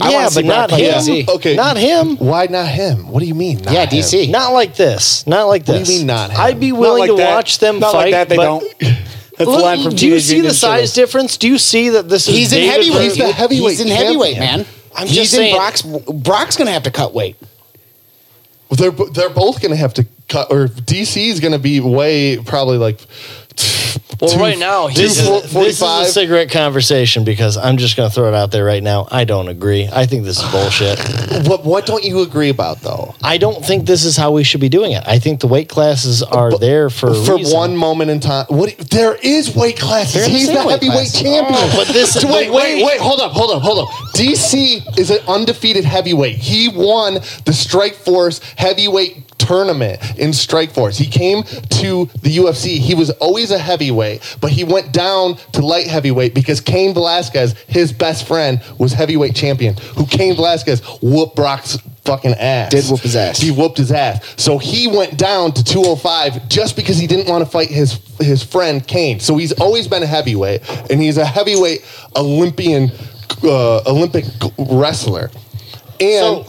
I wanna yeah, see but Brock not fight him. DC. Okay. not him. Why not him? What do you mean? Not yeah, him? DC. Not like this. Not like What do this. you mean not him? I'd be Not willing like to that. watch them Not like fight. that. They but- don't. That's the Look, line from do you Teenage see the Mutant Ninja size Turtles. difference? Do you see that this is He's in David heavyweight. versus- He's the heavyweight He's in champion. heavyweight, man. I'm He's just in saying- Brock's. Brock's gonna have to cut weight. They're bo- they're both gonna have to cut, or DC's gonna be way probably like Well, right now he's This is, just, this is a 45. cigarette conversation because I'm just going to throw it out there right now. I don't agree. I think this is bullshit. What, what don't you agree about though? I don't think this is how we should be doing it. I think the weight classes are But- there for a for reason. one moment in time. What there is weight classes. They're the He's same the weight heavyweight class. champion. but this- wait, but wait, wait, wait. Hold up, hold up, hold up. DC is an undefeated heavyweight. He won the Strike Force heavyweight tournament in Strike Force. He came to the UFC. He was always a heavyweight, but he went down to light heavyweight because Kane Velasquez, his best friend, was heavyweight champion. Who Kane Velasquez whooped Brock's fucking ass. Did whoop his ass. He whooped his ass. So he went down to 205 just because he didn't want to fight his his friend Kane. So he's always been a heavyweight, and he's a heavyweight Olympian, uh, Olympic wrestler. And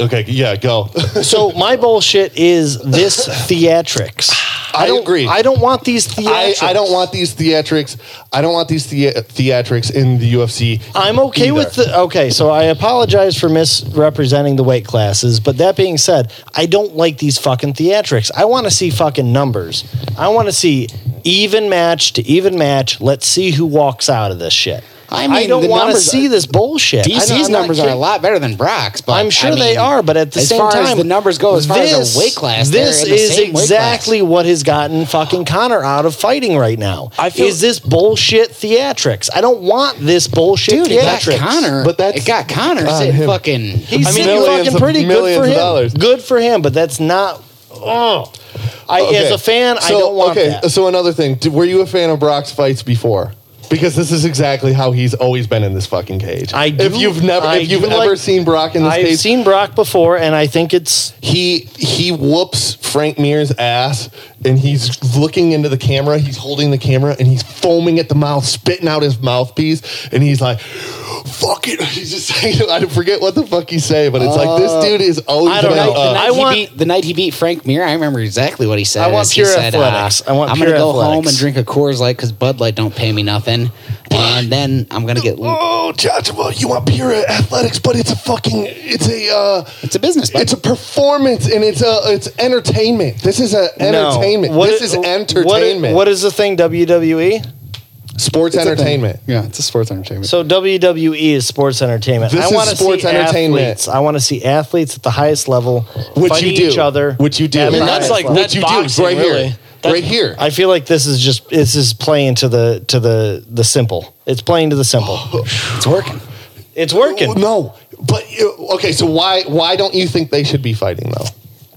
okay, yeah, go. so my bullshit is this theatrics. I don't agree. I don't want these theatrics. I, I don't want these theatrics. I don't want these thea- theatrics in the UFC. I'm okay either. with the okay. So I apologize for misrepresenting the weight classes, but that being said, I don't like these fucking theatrics. I want to see fucking numbers. I want to see even match to even match. Let's see who walks out of this shit. I I, mean, don't the want to numbers see are- this bullshit. I know- DC's I'm not numbers are a kidding. lot better than Brock's, but I'm sure I they mean, are, but at the as same far time, as the numbers go, as far as this- the weight class, they're this in the is same weight class. exactly what has gotten fucking Connor out of fighting right now. I feel- is this bullshit theatrics? I don't want this bullshit Dude, it got theatrics. Connor. But that's it got Connor on sitting him. fucking. He's I mean, sitting millions fucking of- pretty good for millions of him. dollars. Good for him, but that's not. Oh, I as Okay. a fan, I So, don't want okay, that. So another thing, d- were you a fan of Brock's fights before? Because this is exactly how he's always been in this fucking cage. I do- if you've never I if you've do ever like- seen Brock in this I've cage, seen Brock before, and I think it's he he whoops Frank Mir's ass and he's looking into the camera, he's holding the camera and he's foaming at the mouth, spitting out his mouthpiece, and he's like, fuck it. He's just saying I forget what the fuck he's saying, but it's like this dude is always Uh, I don't The been, night, know. uh, the night I he want- beat, the night he beat Frank Mir, I remember exactly what he said. I want is he pure said, uh, athletics. I want I'm gonna pure go athletics. home and drink a Coors Light because Bud Light don't pay me nothing, and then I'm gonna get. Oh, Joshua, you want pure athletics, but it's a fucking, it's a, uh, It's a business. bud. It's a performance and it's a it's entertainment. This is a entertainment. No. What this i- is what i- entertainment. what is the thing? E? WWE. sports It's a thing. entertainment? Yeah, it's a sports entertainment. So WWE is sports entertainment. This I is want to sports see entertainment. athletes. I want to see athletes at the highest level Which fighting you do. each other. Which you do. at I mean, the that's highest like level. that's you do, boxing, right here. really. That's- right here. I feel like this is just this is playing to the to the the simple. It's playing to the simple. it's working. It's working. No, but uh, okay. So why why don't you think they should be fighting though?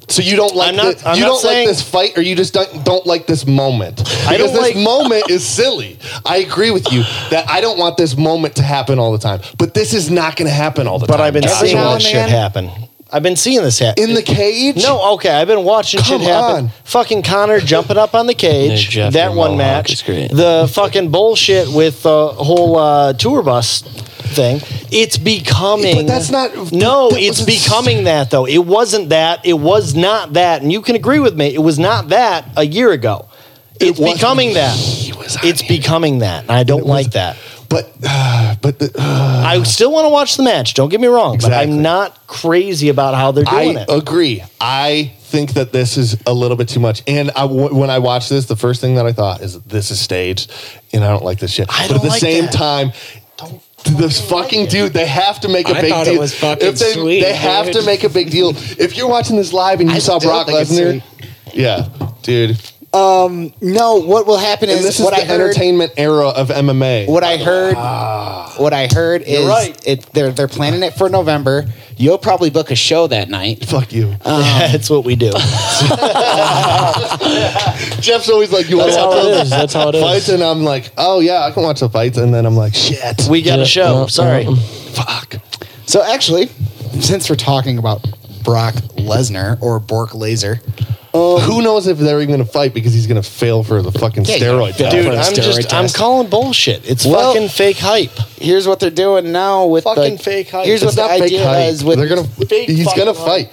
So you don't like I'm not- the- I'm you not don't saying- like this fight, or you just don't, don't like this moment because I don't this like- moment is silly. I agree with you that I don't want this moment to happen all the time, but this is not going to happen all the But time. I've been Joshua. seeing now that and shit then- happen. I've been seeing this happen. in the cage. No, okay. I've been watching Come shit happen. on. Fucking Connor jumping up on the No, cage. Jeff, that your one mohawk is match. great. The fucking bullshit with the whole uh, tour bus thing. It's becoming. But that's not- No, that it's wasn't- becoming that though. It wasn't that. It was not that. And you can agree with me. It was not that a year ago. It's wasn't. becoming that. was on It's it. becoming that. And I don't was- like that. but uh, but the, uh, I still want to watch the match. Don't get me wrong. But Exactly. I'm not crazy about how they're doing I it. agree. I think that this is a little bit too much. And I, w- when I watched this, the first thing that I thought is this is staged, and I don't like this shit. but I at don't the like same that. time. This fucking dude, they have to make a I big thought it deal. was fucking if they, sweet, they have to dude. make a big deal. If you're watching this live and you I saw still Brock think it's Lesnar, yeah, dude. No, what will happen And is this is what the I heard. entertainment era of MMA. What I heard, what I heard is Ah. right. it, they're they're planning it for November. You'll probably book a show that night. Um, Fuck you. That's what we do. Jeff's always like, "You want to That's watch how it is. those That's how it fights?" is. And I'm like, "Oh yeah, I can watch the fights." And then I'm like, "Shit, We got Yeah, a show. yeah, Sorry. yeah. Fuck. So actually, since we're talking about Brock Lesnar or Bork Laser, Who knows if they're even gonna fight because he's gonna fail for the fucking Yeah, steroid yeah. test. Dude, for the I'm steroid just I'm test. calling bullshit. It's Well- fucking fake hype. here's what they're doing now with Fucking the, fake hype. Here's It's what the not fake idea hype. is with they're gonna fake he's fucking gonna hype. fight.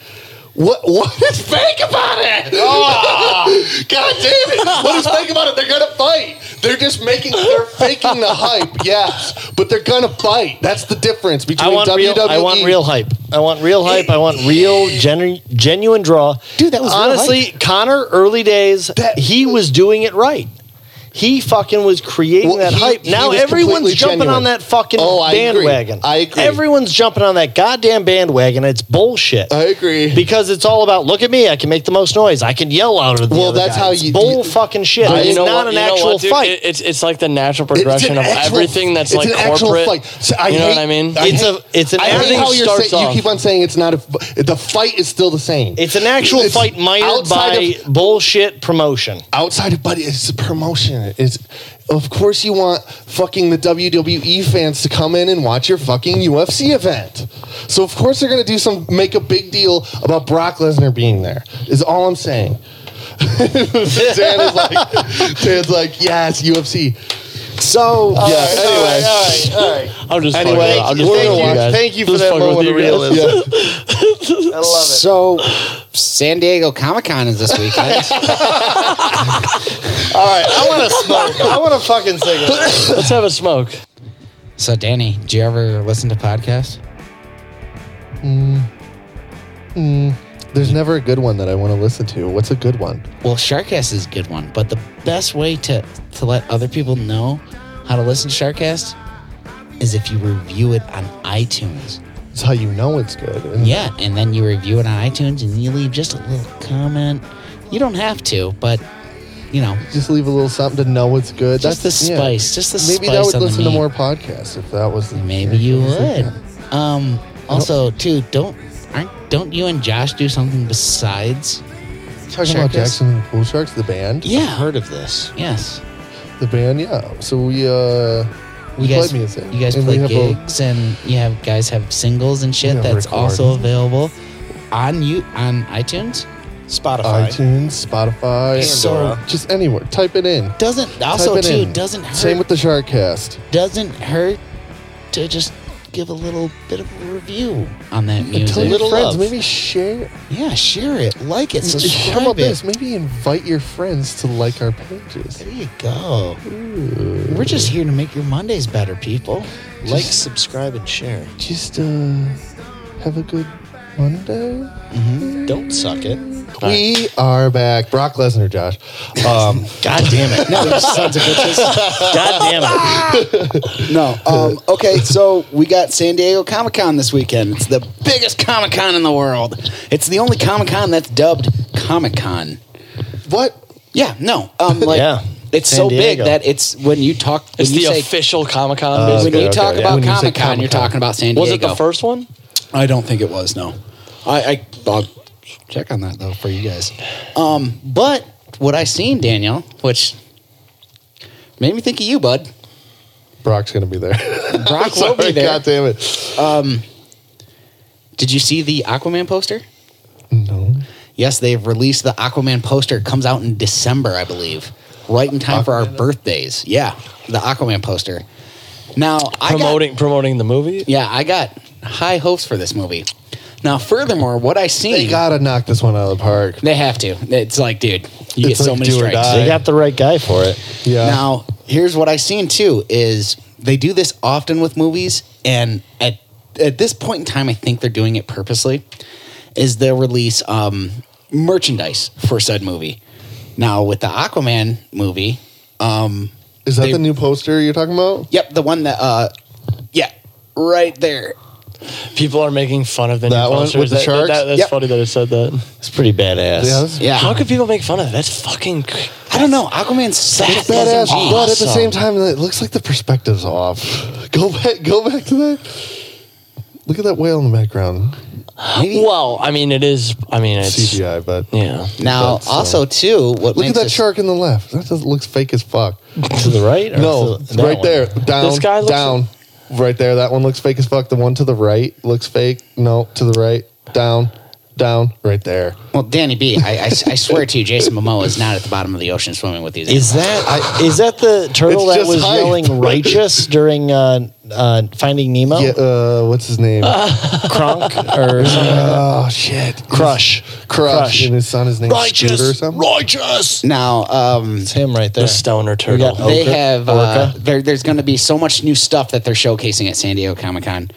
What what is fake about it? Ah! God damn it! What is fake about it? They're gonna fight. They're just making they're faking the hype, yes, but they're gonna fight. That's the difference between E I want WWE. real I want real hype. I want real hype. I want real genu- genuine draw. Dude, that was real honestly Connor early days. That- he was doing it right. He fucking was creating Well, that he- hype. he now was everyone's completely jumping genuine. on that fucking Oh, I agree. bandwagon. I agree. Everyone's jumping on that goddamn bandwagon. It's bullshit. I agree. Because it's all about look at me. I can make the most noise. I can yell louder than Well, the other that's guy. how It's you- bull you- fucking shit. But It's you know what- not an you know actual what, dude? fight. It- it's it's like the natural It's an progression of actual- everything that's it's like an actual corporate. fight. So I you know hate- what I mean? I it's hate- a it's an I hate everything how you're starts saying, off. you keep on saying it's not a f- the fight is still the same. it's an actual It's fight mired by outside of- bullshit promotion. outside of but it's a promotion. It's of course you want fucking the WWE fans to come in and watch your fucking UFC event. So of course they're gonna do some make a big deal about Brock Lesnar being there. Is all I'm saying. Dan is like, Dan's like, yes, UFC. So Yeah. anyway, I'm just Anyway, fucking- I'm just thank you- fucking thank with you- guys. thank you for Just that fucking with moment you of guys. realism. yeah. So, San Diego Comic Con is this weekend. All right, I want to smoke. I want to fucking cigarette. Let's have a smoke. so, Danny, do you ever listen to podcasts? There's never a good one that I want to listen to. What's a good one? Well, Sharkcast is a good one, but the best way to to let other people know how to listen to Sharkcast is if you review it on iTunes. It's how you know it's good. And Yeah, and then you review it on iTunes and you leave just a little comment. You don't have to, but you know, Just leave a little something to know it's good. Just That's the yeah. spice, just the Maybe spice I would on the listen to meat. more podcasts if that was. The maybe you would. Um also, too, don't aren't don't you and Josh do something besides? Talking about Sharkcast? Jackson and the Pool Sharks, the band. Yeah. Heard of this? Yes. The band, yeah. So we uh we You play guys, music. you guys and play we have a- gigs, and you have guys have singles and shit. Yeah, that's record. also available on you on iTunes. Spotify. iTunes, Spotify, So- just anywhere. Type it in. Doesn't also Type it too in. doesn't hurt. Same with the Sharkcast. doesn't hurt to just give a little bit of a review on that And music. Tell your Little friends. love. Maybe share. yeah, share it, like it, How subscribe about it. this? Maybe invite your friends to like our pages. There you go. We're just here to make your Mondays better, people. Like, subscribe, and share. Just uh, have a good Monday. Don't suck it. We are back. Brock Lesnar, Josh. Um, God damn it. No, sons of bitches. God damn it. No. Um, okay, so we got San Diego Comic Con this weekend. It's the biggest Comic Con in the world. It's the only Comic Con that's dubbed Comic Con. what? Yeah, no. Um, like, Yeah. It's San so Diego. big that it's when you talk. When It's you the say, Uh, official Comic Con. Uh, when basically. you okay, talk okay, about When you say Comic Con, you're Comic-Con. talking about San Diego. was it the first one? I don't think it was. No, I. I I'll Check on that though for you guys. Um, but what I seen, Daniel, which made me think of you, bud. Brock's gonna be there. Brock will be there. God damn it. Did you see the Aquaman poster? No. Yes, they've released the Aquaman poster. It comes out in December, I believe, right in time for our birthdays. Yeah, the Aquaman poster. Now I got, Promoting promoting the movie. yeah, I got high hopes for this movie. Now, furthermore, what I seen, They gotta knock this one out of the park. they have to. It's like, dude, you It's get so like many do or strikes. die. They got the right guy for it. Yeah. Now, here's what I seen too is they do this often with movies, and at at this point in time, I think they're doing it purposely. Is they'll release um, merchandise for said movie. Now with the Aquaman movie, um, Is that they- the new poster you're talking about? yep, the one that, uh, yeah, right there. People are making fun of the new That one posters. with the That- that- sharks? that's Yep. funny that it said that. It's pretty badass. Yeah. that's- Yeah, How could people make fun of it? That's fucking. cr- I don't know. Aquaman's It's sad. badass, but at the awesome. same time, it looks like the perspective's off. Go back. Go back to that. Look at that whale in the background. Maybe- Well, I mean, it is. I mean, it's. CGI, but Yeah. Now, But, so- also too, what look at makes that this- shark in the left. That just looks fake as fuck. To the right? Or No, to it's the- that right one? there, down, This guy looks- down, right there. That one looks fake as fuck. The one to the right looks fake. No, to the right, down, down, right there. Well, Danny B, I, I, I swear to you, Jason Momoa is not at the bottom of the ocean swimming with these. Is that is that the turtle It's that just was hype. yelling righteous during uh, uh, Finding Nemo? Yeah, uh, what's his name? Ah. Kronk or oh shit, Crush? Crush. Crush. And his son, his name Righteous. Scooter or something. Righteous. Now, um, It's him right there. The stoner turtle. got- they Orca- have uh, Orca? there, there's going to be so much new stuff that they're showcasing at San Diego Comic Con.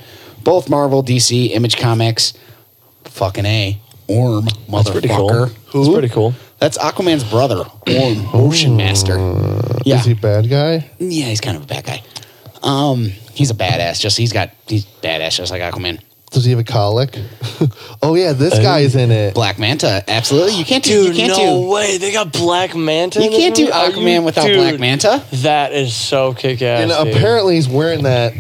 Both Marvel, DC, Image Comics, fucking a Orm That's pretty cool. motherfucker. That's pretty cool. That's Aquaman's brother, Or Ocean Master. Yeah, Mm, Is he a bad guy? yeah, he's kind of a bad guy. Um, he's a badass. Just he's got he's badass, just like Aquaman. Does he have a colic? oh yeah, this guy's in it. Black Manta, absolutely. You can't do. Dude, you can't no do. way. They got Black Manta. in You this can't do movie? Are Aquaman you- without dude, Black Manta. That is so kick ass. And apparently he's wearing that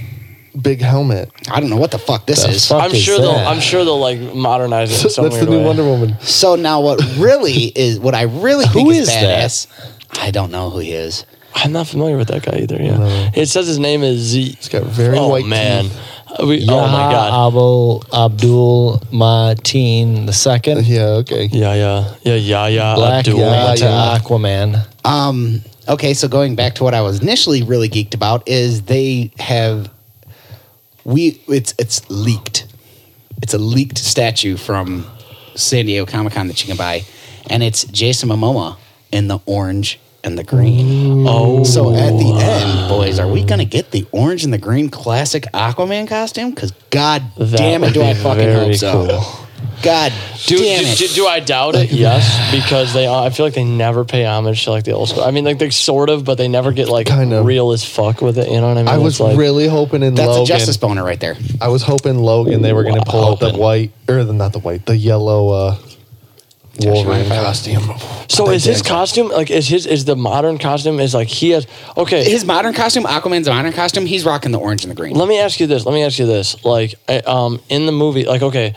big helmet. I don't know what the fuck this The is. fuck I'm is sure they'll. that? I'm sure they'll like modernize it. In That's some the weird new way. Wonder Woman. So now, what really is what I really think Who is, is that? badass? I don't know who he is. I'm not familiar with that guy either. Yeah, No. it says his name is Z. He's got very oh white man. teeth. Uh, we- oh my god. Abul Abdul Mateen the second. Yeah, okay. Yeah, yeah, yeah, yeah, yeah. Black Abdul. Manta yeah. Aquaman. Um. Okay, so going back to what I was initially really geeked about is they have we it's it's leaked. It's a leaked statue from San Diego Comic Con that you can buy, and it's Jason Momoa in the orange and the green. Oh, So at the end, boys, are we gonna get the orange and the green classic Aquaman costume? Because god That damn it, would do I be fucking very hope so. cool. God Do, damn do, it! do, do I doubt it? Yes, because they. I feel like they never pay homage to like the old school. I mean, like they sort of, but they never get like Kind of. real as fuck with it. You know what I mean? I It's was like, really hoping in That's Logan. a justice boner right there. I was hoping Logan they were going to pull out the Hoping. white or the, not the white, the yellow uh, Wolverine mind if I- costume. So is his costume like is his is the modern costume is like he has okay His modern costume, Aquaman's modern costume, he's rocking the orange and the green. Let me ask you this. Let me ask you this. Like, I, um, in the movie, like, okay,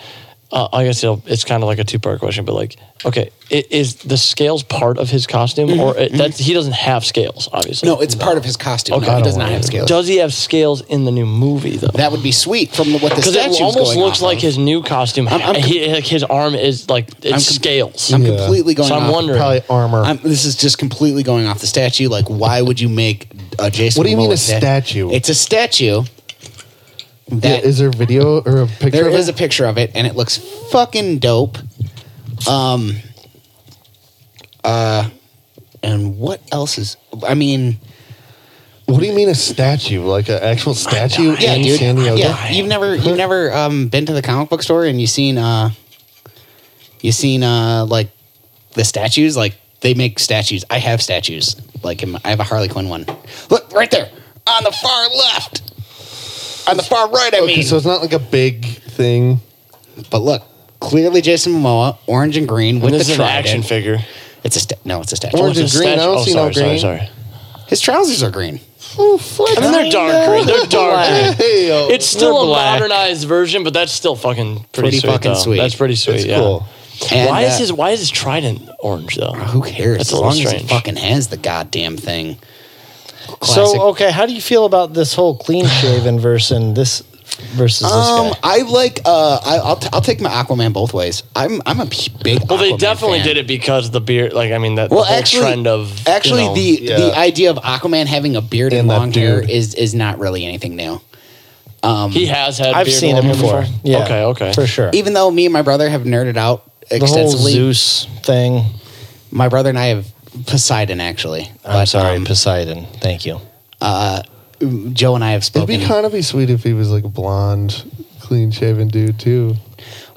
uh, I guess it'll, it's kind of like a two part question, but like, okay, i- is the scales part of his costume, or it, that he doesn't have scales? Obviously, No, it's part of his costume. Okay. No, I he don't does not have scales. Does he have scales in the new movie though? that would be sweet from what the Because statue it almost looks like his new costume. I'm- I'm he, like, his arm is like it's scales. I'm Yeah. completely going. So I'm off- wondering. Probably armor. I'm, this is just completely going off the statue. Like, why would you make a Jason? What do you mean Momoa a stat- statue? It's a statue. Yeah, That is there video or a picture? there of is a it? picture of it, and it looks fucking dope. Um, uh, uh, and what else is? I mean, What do you mean a statue? Like an actual statue yeah, in dude. San Diego? Yeah, you've never you've never um, been to the comic book store and you seen uh you seen uh like the statues like they make statues. I have statues. Like in my, I have a Harley Quinn one. Look right there on the far left. On the far right, I Okay, mean. Oh, so it's not like a big thing. but look, clearly Jason Momoa, orange and green with this the is an trident. action figure. It's a sta- no, it's a statue. Orange Or and is it green? I statue- don't oh, see no sorry, sorry, green. sorry. His trousers are green. I mean, they're dark green. They're dark green. Hey, yo. It's still a black. modernized version, but that's still fucking pretty, Pretty sweet. fucking though. sweet. That's pretty sweet. It's yeah. cool. And, why uh, is his Why is his trident orange though? Who cares? That's a as little long as he strange. fucking has the goddamn thing. Classic. So okay, how do you feel about this whole clean shaven versus this versus Um, this guy? I like. Uh, I, I'll t- I'll take my Aquaman both ways. I'm I'm a p- big. Well, they Aquaman definitely fan. did it because the beard. Like, I mean, that Well, the whole actually, trend of you actually know- the yeah. the idea of Aquaman having a beard and, And that long hair dude. is is not really anything new. he has had. I've beard seen long it hair before. Yeah, Okay. Okay. for sure. Even though me and my brother have nerded out the whole extensively, Zeus thing. my brother and I have Poseidon actually. I'm sorry, um, Poseidon. Thank you. Joe and I have It'd spoken. be kind of be sweet if he was like a blonde, clean shaven dude too.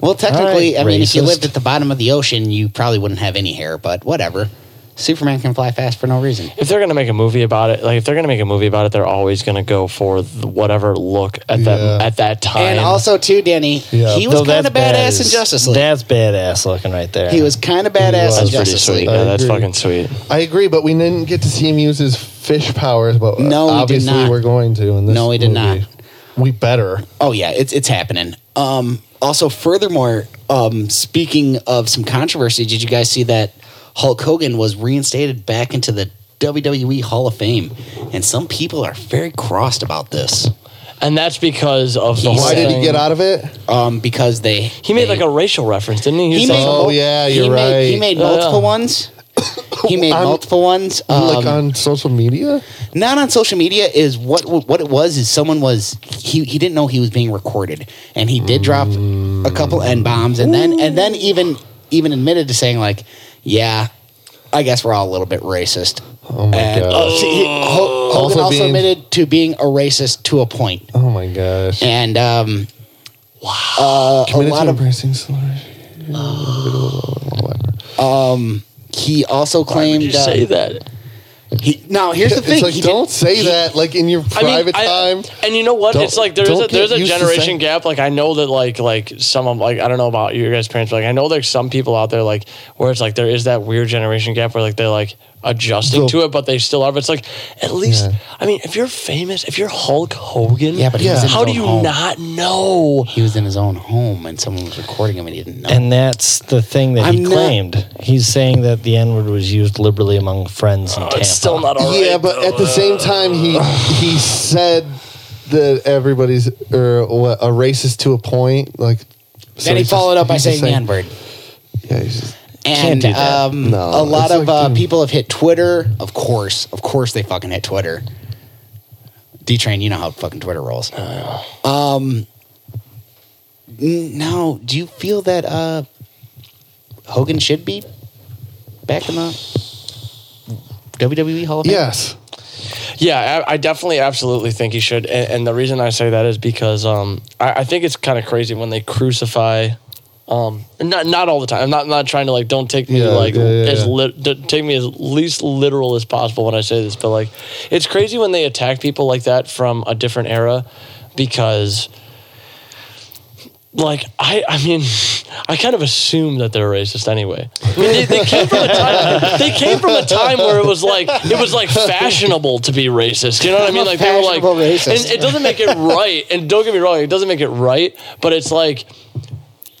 well, technically, All I right, mean, if you racist. lived at the bottom of the ocean, you probably wouldn't have any hair. But whatever. Superman can fly fast for no reason. If they're gonna make a movie about it, like if they're gonna make a movie about it, they're always gonna go for the, whatever look at that Yeah. at that time. And also, too, Danny, Yeah. he was Though kind of that's badass in Justice League. That's badass looking right there. He was kind of badass in that's pretty Justice sweet. League. Yeah, I that's agree. fucking sweet. I agree, but we didn't get to see him use his fish powers. But No, we did obviously not. are going to. In this No, we did movie. not. We better. Oh yeah, it's it's happening. Um, also, furthermore, um, speaking of some controversy, did you guys see that Hulk Hogan was reinstated back into the WWE Hall of Fame? And some people are very crossed about this And that's because of the. He's- whole Why did he thing- get out of it? um, because they He made they- like a racial reference, didn't he? he was made like- Oh, yeah, you're he Made, he right. made Yeah, multiple yeah. ones. He made I'm- multiple ones. Um, like on social media? not on social media is what what it was is someone was he, he didn't know he was being recorded and he did drop a couple n bombs and then and then even even admitted to saying like yeah I guess we're all a little bit racist. Oh my And- gosh. Oh, see, he- Ho- Hogan Also also being- admitted to being a racist to a point, Oh my gosh. and um, wow, uh, a Committed to lot of embracing celebrity. He also claimed uh, you say that. He, now here's the It's thing. like, He did- don't say he- that like in your I mean, private I- time. And you know what? Don't- it's like there's don't a, get there's a used to generation saying- gap. Like I know that like like some of like I don't know about your guys' parents, but like I know there's some people out there like where it's like there is that weird generation gap where like they're like adjusting They'll- to it, but they still are. But it's like at least I mean, if you're famous, if you're Hulk Hogan, Yeah, but he Yeah. was in his how do own you home. not know? He was in his own home, and someone was recording him, and he didn't know. And that's the thing that I'm he not- claimed. He's saying that the N word was used liberally among friends in Tampa. It's still not all right. yeah, but at the same time, he he said that everybody's or what, a racist to a point. Like then he followed up by saying the N man, word. Yeah, he's just, And do that. um, No, a lot it's of like, uh, dude. people have hit Twitter. Of course, of course, they fucking hit Twitter. D train, you know how fucking Twitter rolls. Um, n- now, do you feel that uh, Hogan should be back in the WWE Hall of Fame? yes. Yeah, I, I definitely, absolutely think he should. And, and the reason I say that is because um, I, I think it's kind of crazy when they crucify. Um, not not all the time. I'm not not trying to like don't take me Yeah, like yeah, yeah, as yeah. lit d- take me as least literal as possible when I say this, but like it's crazy when they attack people like that from a different era because like I, I mean, I kind of assume that they're racist anyway. I mean, they, they came from a time. They came from a time where it was like it was like fashionable to be racist. You know what I mean? Like they were like, Fashionable racist. and it doesn't make it right. And don't get me wrong, it doesn't make it right, but it's like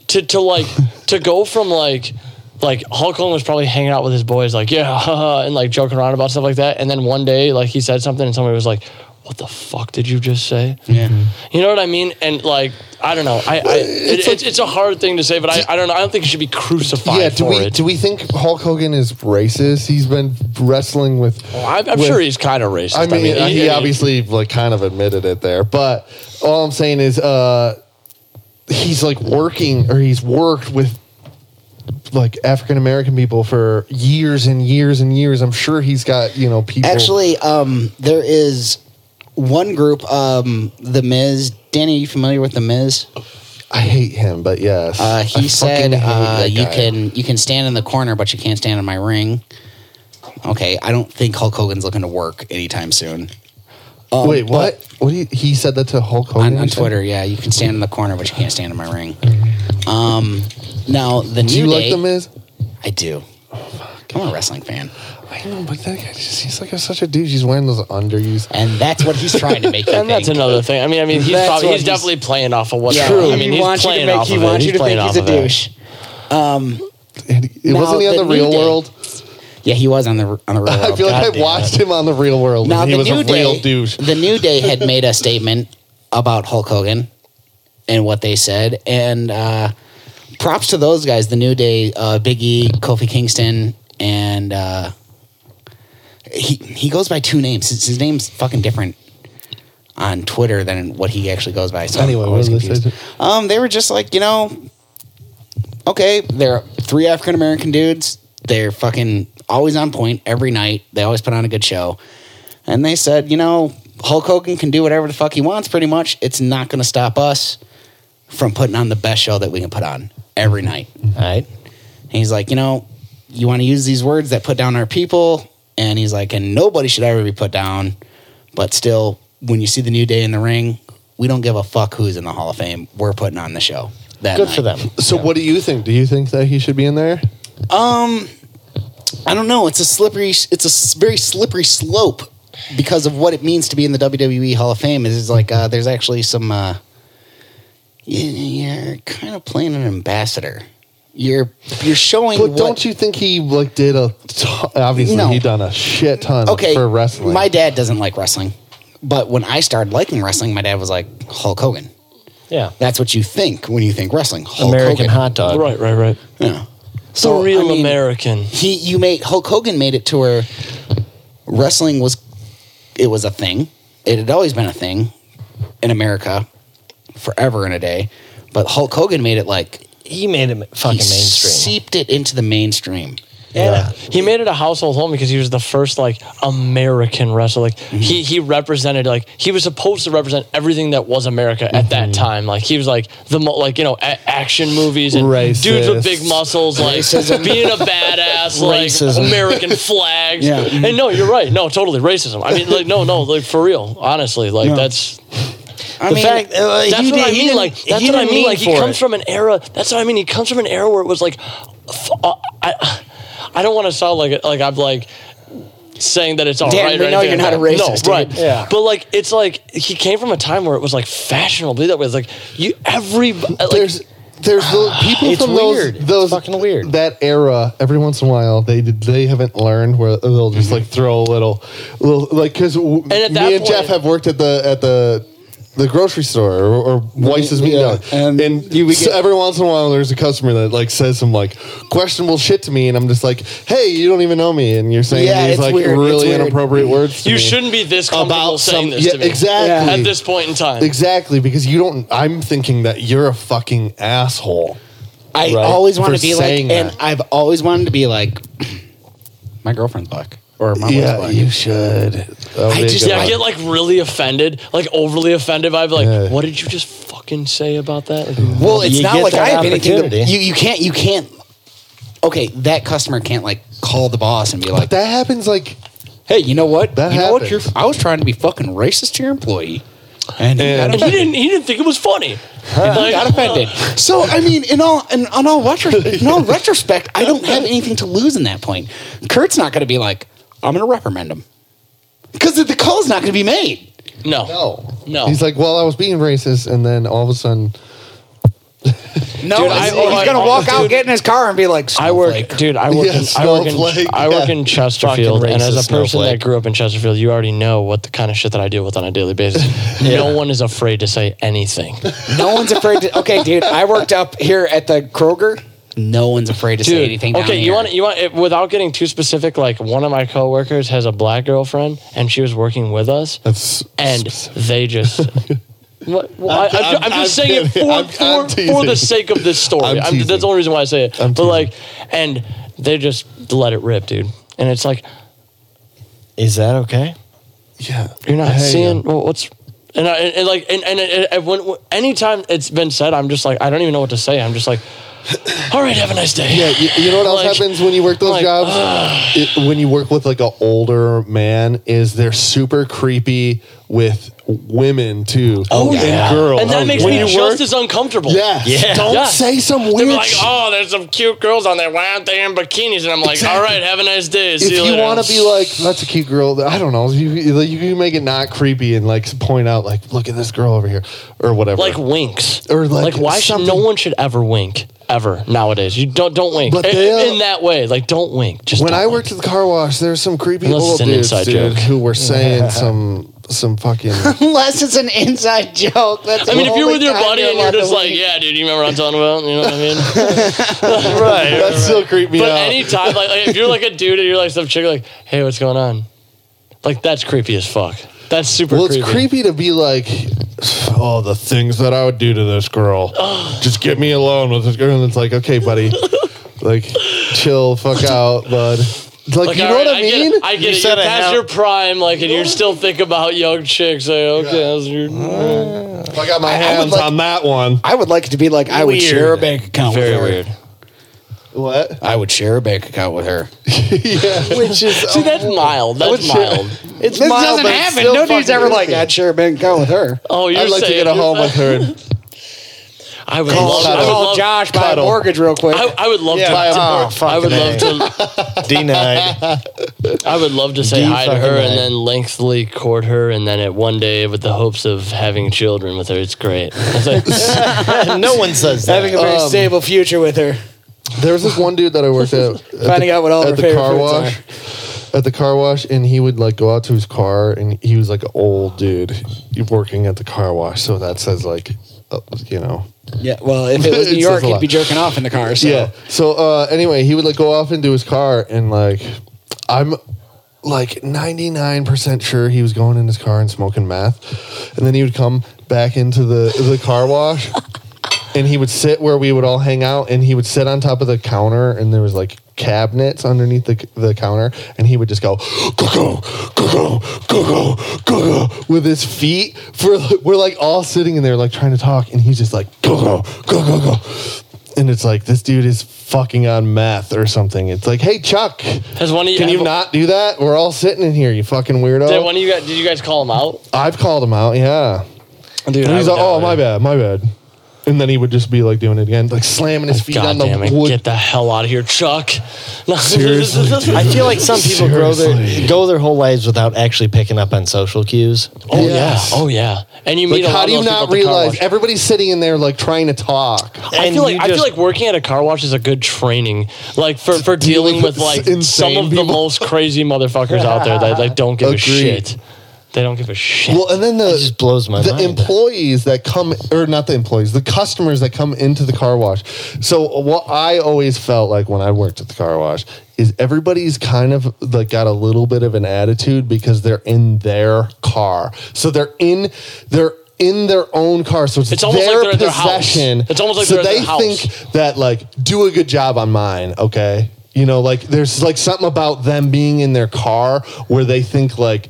to to like to go from like like Hulk Hogan was probably hanging out with his boys, like yeah, haha, and like joking around about stuff like that, and then one day like he said something, and somebody was like, "What the fuck did you just say?" Yeah. You know what I mean? And like, I don't know. I, I it, it's, it's a hard thing to say, but I, I don't know. I don't think he should be crucified Yeah. Do for we it. do we think Hulk Hogan is racist? He's been wrestling with. I'm, I'm with- sure he's kind of racist. I mean, I he, obviously like kind of admitted it there, but all I'm saying is, uh, he's like working or he's worked with like African American people for years and years and years. I'm sure he's got you know people. Actually, um, there is one group, um, The Miz. Danny, are you familiar with The Miz? I hate him, but yes, Uh, I he fucking said, hate uh, that "You guy. can you can stand in the corner, but you can't stand in my ring." Okay, I don't think Hulk Hogan's looking to work anytime soon. Um, Wait, what? What do you, he said that to Hulk but- Hogan on, on you said? Twitter? Yeah, you can stand in the corner, but you can't stand in my ring. Um, now the Do new you day, like the Miz? I do. I'm a wrestling fan, I know, but that guy just, he's like a, such a dude. He's wearing those underused. and that's what he's trying to make you And think. that's another thing. I mean, I mean, he's That's probably what he's, he's- definitely playing off of what's yeah, true. He I mean, he's wants you to playing make, off he of it. wants you to playing think he's a off of it. douche. Um, And he- Now, wasn't he on the the, New Real Day- World? yeah, he was on the on the real. I World. feel like I goddamn it. watched him on the Real World. Now and he the was new a real day, douche. the new day had made a statement about Hulk Hogan and what they said, and uh, props to those guys. The new day, uh, Big E, Kofi Kingston, and uh, he he goes by two names. His, his name's fucking different on Twitter than what he actually goes by. So I'm Anyway, what always did they confused. say? Um, they were just like you know, okay, they're three African American dudes. They're fucking always on point every night. They always put on a good show. And they said, you know, Hulk Hogan can do whatever the fuck he wants pretty much. It's not going to stop us from putting on the best show that we can put on every night. All right. And he's like, you know, you want to use these words that put down our people. And he's like, and nobody should ever be put down. But still, when you see the new day in the ring, we don't give a fuck who's in the Hall of Fame. We're putting on the show. That Good for night. them. So, what do you think? Do you think that he should be in there? Um, I don't know. It's a slippery. It's a s- very slippery slope because of what it means to be in the WWE Hall of Fame. Is like uh, there's actually some. Uh, you- you're kind of playing an ambassador. You're you're showing. But what, don't you think he like did a ton, obviously No. he done a shit ton okay for wrestling. My dad doesn't like wrestling, but when I started liking wrestling, my dad was like Hulk Hogan. Yeah. That's what you think when you think wrestling. Hulk American Hogan. hot dog. Right, right, right. Yeah. So real I mean, American. he you made Hulk Hogan made it to where wrestling was it was a thing. It had always been a thing in America forever and a day. But Hulk Hogan made it like He made him he fucking mainstream. seeped it into the mainstream. And he made it a household home because he was the first like American wrestler. Like he he represented like he was supposed to represent everything that was America at that time. Like he was like the mo- like you know a- action movies and dudes with big Racist. muscles like being a badass like Racism. American flags. Yeah. And no, you're right. No, totally racism. I mean like no no like for real. Honestly, like that's I the mean, fact uh, that's he what did- I he mean. didn't- Like that's he what I didn't mean. mean Like he for comes it. from an era. That's what I mean. He comes from an era where it was like, f- uh, I, I don't want to sound like it. Like I'm like saying that it's all right. Dan, we or know anything you're like not a that. racist, No, right? dude. Yeah. But like it's like he came from a time where it was like fashionable. to do That was like you every uh, like there's there's the people It's from weird. It's those those fucking weird. that era. Every once in a while, they they haven't learned where they'll just like throw a little, little like because me at and that Jeff point- have worked at the at the. The grocery store or, or Weiss's meat yeah, deli. and and, you would so get- every once in a while there's a customer that like says some like questionable shit to me, and I'm just like, "Hey, you don't even know me," and you're saying Yeah, these it's like weird, it's really weird. inappropriate words. To you me shouldn't be this comfortable about saying some this yeah, to me exactly at this point in time. Exactly, because you don't. I'm thinking that you're a fucking asshole. I Right. always want For to be like, saying and that. I've always wanted to be like, my girlfriend's black or my wife's black. should. I just- Yeah, I get like really offended, like overly offended. I'd be like, Yeah. "What did you just fucking say about that?" Like, well, it's You not get like that I have anything. To, opportunity. you you can't you can't. Okay, that customer can't like call the boss and be But like, that happens like, "Hey, you know what? that you know what? happens. I was trying to be fucking racist to your employee, and, he And- And got he didn't. He didn't think it was funny. Like, got offended. So I mean, in all in, on all retro, in all retrospect, I don't have anything to lose in that point. Kurt's not going to be like, I'm going to reprimand him because the, the call's not going to be made. No, no, No. He's like, well, I was being racist, and then all of a sudden, No, Dude, I- he's, oh, I- going to walk out, dude. get in his car, and be like, I work, "Snowflake." dude. I work. Yeah, in, I work in. snowflake, I work yeah. in Chesterfield, Fucking and as a racist person snowflake. that grew up in Chesterfield, you already know what the kind of shit that I deal with on a daily basis. No one is afraid to say anything, no one's afraid to. Okay, dude, I worked up here at the Kroger. No one's afraid to say dude. anything. down okay, you here. want you want it, without getting too specific. Like one of my coworkers has a black girlfriend, and she was working with us, that's and they just. What, well, I, I'm, ju- I'm I'm- I'm just saying it kidding. for, I'm- for, I'm for the teasing. sake of this story. I'm I'm that's the teasing. only reason why I say it. I'm but like, and they just let it rip, dude. And it's like, Is that okay? yeah. You're not Hey, seeing well, what's and, I, and, and like and and, and, and when, when anytime it's been said, I'm just like I don't even know what to say. I'm just like, all right, have a nice day. Yeah, you, you know what else Like- happens when you work those like, jobs? It- when you work with like an older man, is they're super creepy with women too. Oh, and yeah. girls. and that makes When me you just work- as uncomfortable. Yes. Yeah. Don't Yeah. say some They're weird. like, shit. oh, there's some cute girls on there. Why aren't they in bikinis? And I'm like, all right, have a nice day. See if you, later." want to be like, that's a cute girl. I don't know. You, you you make it not creepy and like point out, like, look at this girl over here or whatever. like winks Or, like, why should no something- one should ever wink ever nowadays? You don't don't wink But in, they, uh, in that way. Like don't wink. Just when don't I wink. worked at the car wash, there were some creepy Unless old it's an dudes inside dude, joke. who were saying some some fucking. Unless it's an inside joke. That's I mean, if you're with your buddy buddy and you're just like, yeah, dude, you remember what I'm talking about? You know what I mean? right. that still creeped me But out. anytime, like, like, if you're like a dude and you're like some chick, like, hey, what's going on? Like, that's creepy as fuck. That's super well, it's creepy. creepy to be like, oh, the things that I would do to this girl. Just get me alone with this girl. And it's like, okay, buddy, like, chill, fuck out, bud. Like, Like, you all know what right, I get it. mean? I You get it. You're said it, past Hal. your prime, like, and you're still thinking about young chicks. Like, okay, that's your. I got my I would hands like- on that one. I would like it to be like, I would Weird. share a bank account. with her. What? I would share a bank account with her. yeah. Which is See, that's mild. That's mild. It's this mild, doesn't but it's happen. still No dude's fucking ever like, creepy. I'd share a bank account with her. Oh, you're I'd like to saying- get a home with her. And I would love. I would Call love. Josh by cuddle. mortgage real quick. I, I would love Yeah, to. buy a I home. would love Fucking to. Denied. I would love to say Do hi to fucking her right. and then lengthily court her and then at one day with the hopes of having children with her. It's great. It's like, no one says that. Um, Having a very stable future with her. there was this one dude that I worked at. at Finding out what all of her at the favorite car foods wash. At the car wash, and he would like go out to his car, and he was like an old dude working at the car wash. So that says like, uh, you know, Yeah, well, if it was It New York, says a he'd lot. be jerking off in the car. So. Yeah. So uh, anyway, he would like go off into his car and like I'm like 99% sure he was going in his car and smoking meth. And then he would come back into the the car wash and he would sit where we would all hang out and he would sit on top of the counter and there was like cabinets underneath the, the counter, and he would just go cuckoo, cuckoo, cuckoo, cuckoo with his feet. For we're like all sitting in there like trying to talk, and he's just like cuckoo, cuckoo, cuckoo. And it's like this dude is fucking on meth or something. It's like, hey Chuck, Has one of you- can you have- not do that? We're all sitting in here, you fucking weirdo. Did one of you guys? Did you guys call him out? I've called him out, yeah. Dude, and I he's would like, oh, never. my bad, my bad. And then he would just be like doing it again, like slamming his feet God on the damn Oh, it! wood. Get the hell out of here, Chuck. No. Seriously, dude. I feel like some people grow Seriously. their go their whole lives without actually picking up on social cues. Oh Yes. yeah. Oh yeah. And you meet. Like, a lot how of do you those people at not the car realize wash. everybody's sitting in there like trying to talk? I And feel like you I feel just- like working at a car wash is a good training, like for, for dealing with with like insane some of the people. most crazy motherfuckers out there that like don't give a Agreed. shit. They don't give a shit. Well, and then the It just blows my the mind. employees that come, or not the employees, the customers that come into the car wash. So what I always felt like when I worked at the car wash is everybody's kind of like got a little bit of an attitude because they're in their car. So they're in they're in their own car. So it's, It's almost their like they're at their house. possession. It's almost like so they're at they their house. think that like do a good job on mine, okay? You know, like there's like something about them being in their car where they think like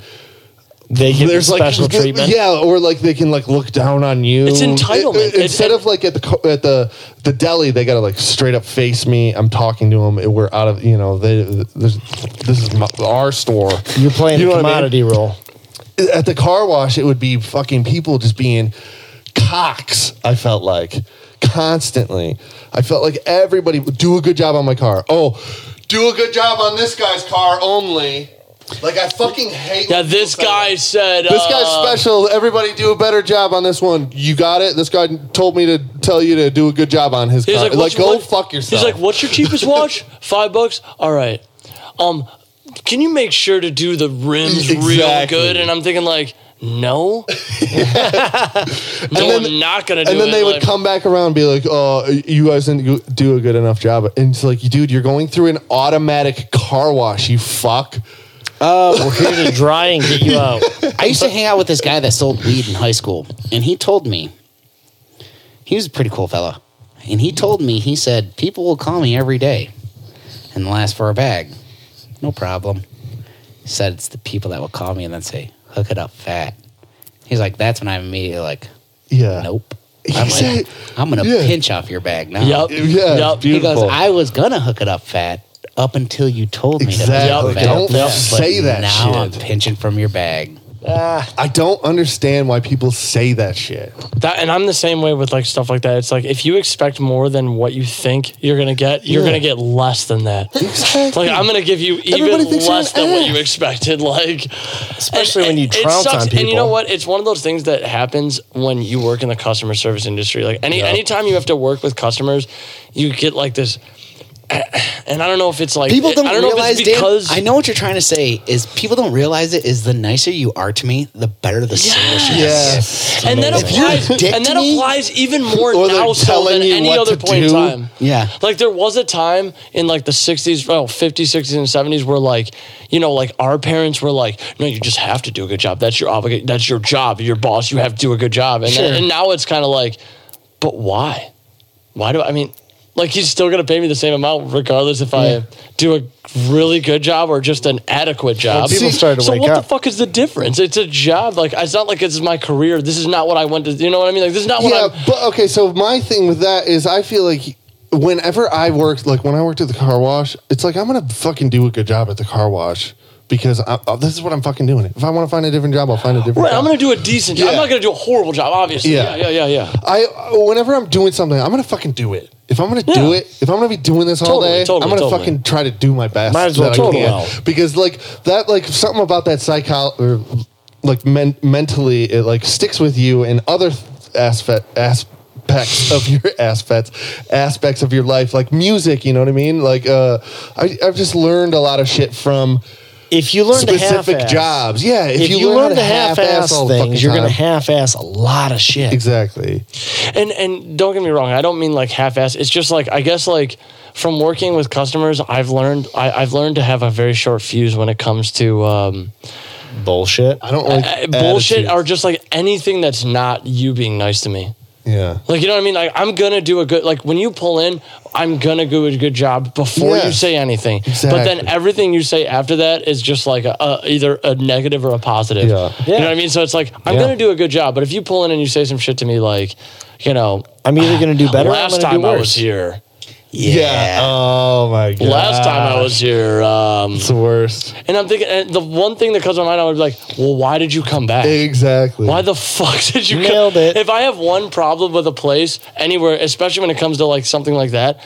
They get there's like special treatment. yeah, or like they can like look down on you. It's entitlement. It- it- It- instead it- of like at the co- at the the deli, they gotta like straight up face me. I'm talking to them. We're out of you know. They, this, this is my, our store. You're playing You know a what I mean? commodity role. At the car wash, it would be fucking people just being cocks. I felt like constantly. I felt like everybody would do a good job on my car. Oh, do a good job on this guy's car only. Like I fucking hate. Yeah, when this people say guy that. said This uh, guy's special. Everybody do a better job on this one. You got it. This guy told me to tell you to do a good job on his He's car. like, Like, what's go what- fuck yourself. He's like, what's your cheapest watch? Five bucks. All right. Um, can you make sure to do the rims real Exactly. good? And I'm thinking like, no, no, then- I'm not gonna do and then it. they would Like, come back around and be like, "Oh, you guys didn't go- do a good enough job." And it's like, dude, you're going through an automatic car wash. You fuck. We're here to dry and get you out. I used to hang out with this guy that sold weed in high school, and he told me he was a pretty cool fella. And he told me, he said, People will call me every day and they'll ask for a bag. No problem. He said it's the people that will call me and then say, Hook it up fat. He's like, That's when I'm immediately like, Yeah. Nope. He I'm, said- like, I'm gonna yeah. pinch off your bag now. Yep. Yeah, Yep. He goes, Beautiful. I was gonna hook it up fat up until you told me to hook Exactly. it up fat, Don't say but that now I'm shit. pinching from your bag. I don't understand why people say that shit. That and I'm the same way with like stuff like that. It's like if you expect more than what you think you're gonna get, you're Yeah. gonna get less than that. Exactly. Like I'm gonna give you Everybody even thinks you're less an than what ass. you expected. Like Especially when you it trounce sucks. on And you people. know what? It's one of those things that happens when you work in the customer service industry. Like any anytime you have to work with customers, you get like this. And I don't know if it's like People don't I don't realize, know if it's because Dan, I know what you're trying to say is people don't realize it is the nicer you are to me, the better the service. you Yeah. and that If you're a applies, dick and to that me, applies even more or they're now so telling than you any what other to point in do. time. Yeah. like there was a time in like the '60s, well, '50s, '60s, and '70s, where like you know, like our parents were like, "No, you just have to do a good job. That's your obligation. That's your job. Your boss. You have to do a good job." And, and now it's kind of like, but why? Why do I, I mean? Like he's still gonna pay me the same amount regardless if I do a really good job or just an adequate job. people started to so wake what the up. fuck is the difference? It's a job. Like it's not like this is my career. This is not what I went to. You know what I mean? Like this is not what yeah, I'm. but okay. So my thing with that is, I feel like whenever I worked, like when I worked at the car wash, it's like I'm gonna fucking do a good job at the car wash because I, oh, this is what I'm fucking doing. If I want to find a different job, I'll find a different. Right, job. I'm gonna do a decent job. I'm Yeah. not gonna do a horrible job, obviously. Yeah, Yeah. yeah, yeah, yeah. I whenever I'm doing something, I'm gonna fucking do it. If I'm gonna do Yeah. it, if I'm gonna be doing this all Totally, day, totally, I'm gonna totally. fucking try to do my best. Might as well that I totally. can. because like that, like something about that psycho or like men- mentally, it like sticks with you in other aspect aspects of your aspects aspects of your life, like music. You know what I mean? Like uh, I, I've just learned a lot of shit from. If you learn to Specific half-ass- jobs. Yeah, if If, you you, learn learn, how to to half-ass half ass all the fucking things, you're going time. to half ass a lot of shit. Exactly. And and don't get me wrong, I don't mean like half-ass. It's just like I guess like from working with customers, I've learned I, I've learned to have a very short fuse when it comes to um, Bullshit. I don't like uh, bullshit attitudes. or just like anything that's not you being nice to me. Yeah. Like you know what I mean? Like I'm gonna do a good like when you pull in, I'm gonna do a good job before you Yes. say anything. But Exactly. then everything you say after that is just like a, a either a negative or a positive. Yeah. You know what I mean? So it's like I'm Yeah. gonna do a good job, but if you pull in and you say some shit to me like, you know, I'm either going to do better. or I'm Ah, last gonna do time I worse. was here. Yeah. Oh my god. Last time I was here, um, It's the worst. and I'm thinking and the one thing that comes to my mind, I would be like, well, why did you come back? Exactly. Why the fuck did you Nailed it. If I have one problem with a place anywhere, especially when it comes to like something like that,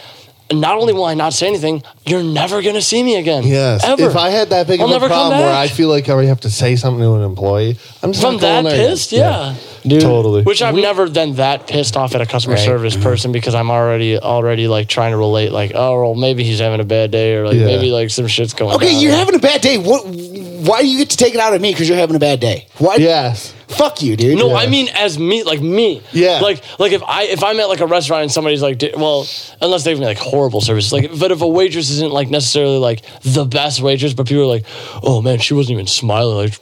not only will I not say anything, you're never gonna see me again. Yes. Ever. If I had that big I'll of never a come problem where back. I feel like I already have to say something to an employee, I'm just From not going that there yet. pissed, yeah. Dude, Totally. Which I've never then that pissed off at a customer Right. service person because I'm already already like trying to relate like oh well maybe he's having a bad day or like Yeah. maybe like some shit's going Okay, down. you're having a bad day. What? Why do you get to take it out on me because you're having a bad day? Why? Yes. Fuck you, dude. No, I mean as me, like me. Yeah. Like like if I if I'm at like a restaurant and somebody's like, di- well, unless they've like horrible service, like, but if a waitress isn't like necessarily like the best waitress, but people are like, oh man, she wasn't even smiling, like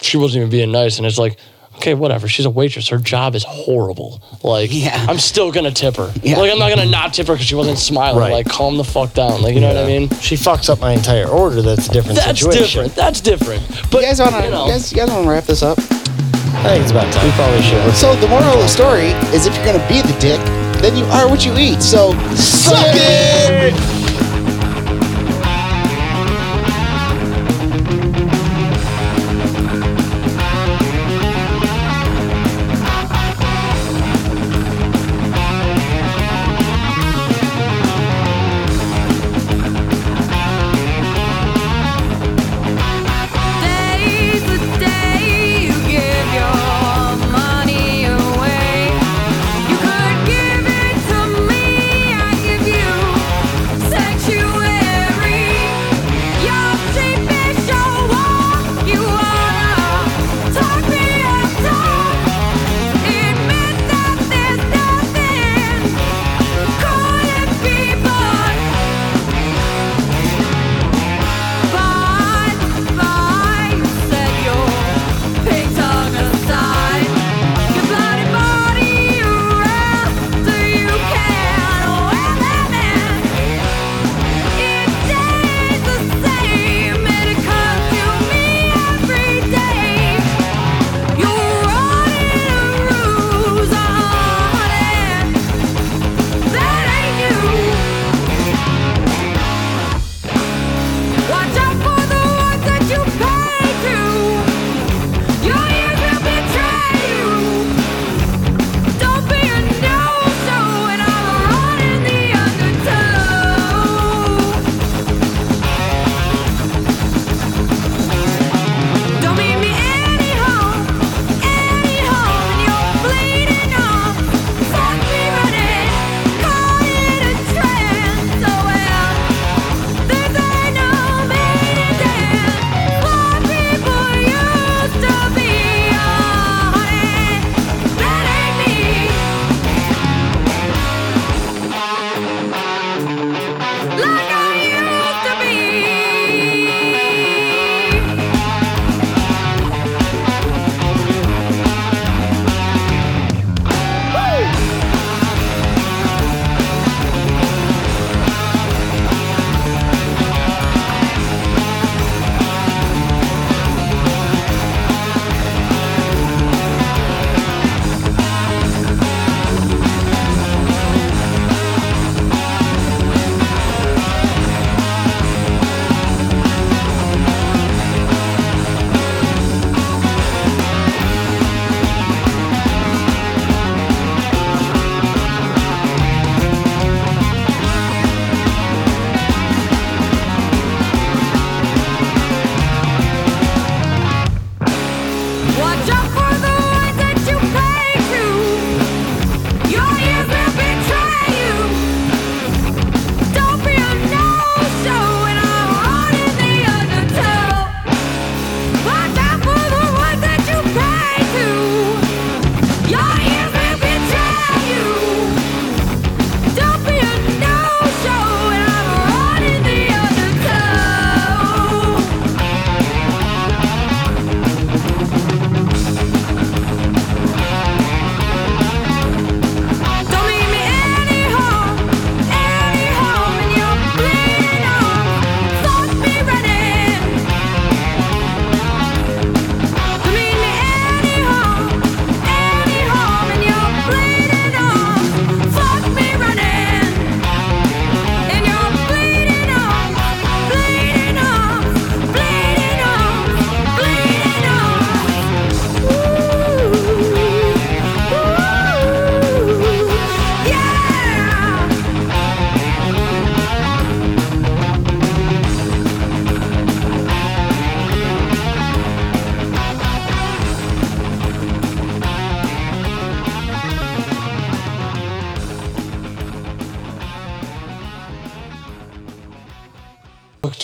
she wasn't even being nice, and it's like. Okay, whatever. She's a waitress. Her job is horrible. Like, Yeah. I'm still gonna tip her. Yeah. Like, I'm not gonna not tip her because she wasn't smiling. Right. Like, calm the fuck down. Like, you know what I mean? She fucks up my entire order. That's a different That's situation. different. That's different. But you guys want to? you You, know. guys, you guys want to wrap this up? I think it's about time. We probably should. So the moral of the story is, if you're gonna be the dick, then you are what you eat. So suck it. Today's the day you give your money away. You could give it to me, I give you so Oh,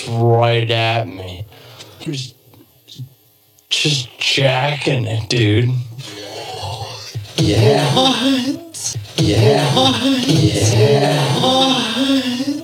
right at me. He was just jacking it, dude. Yeah. What? Yeah. Yeah. What?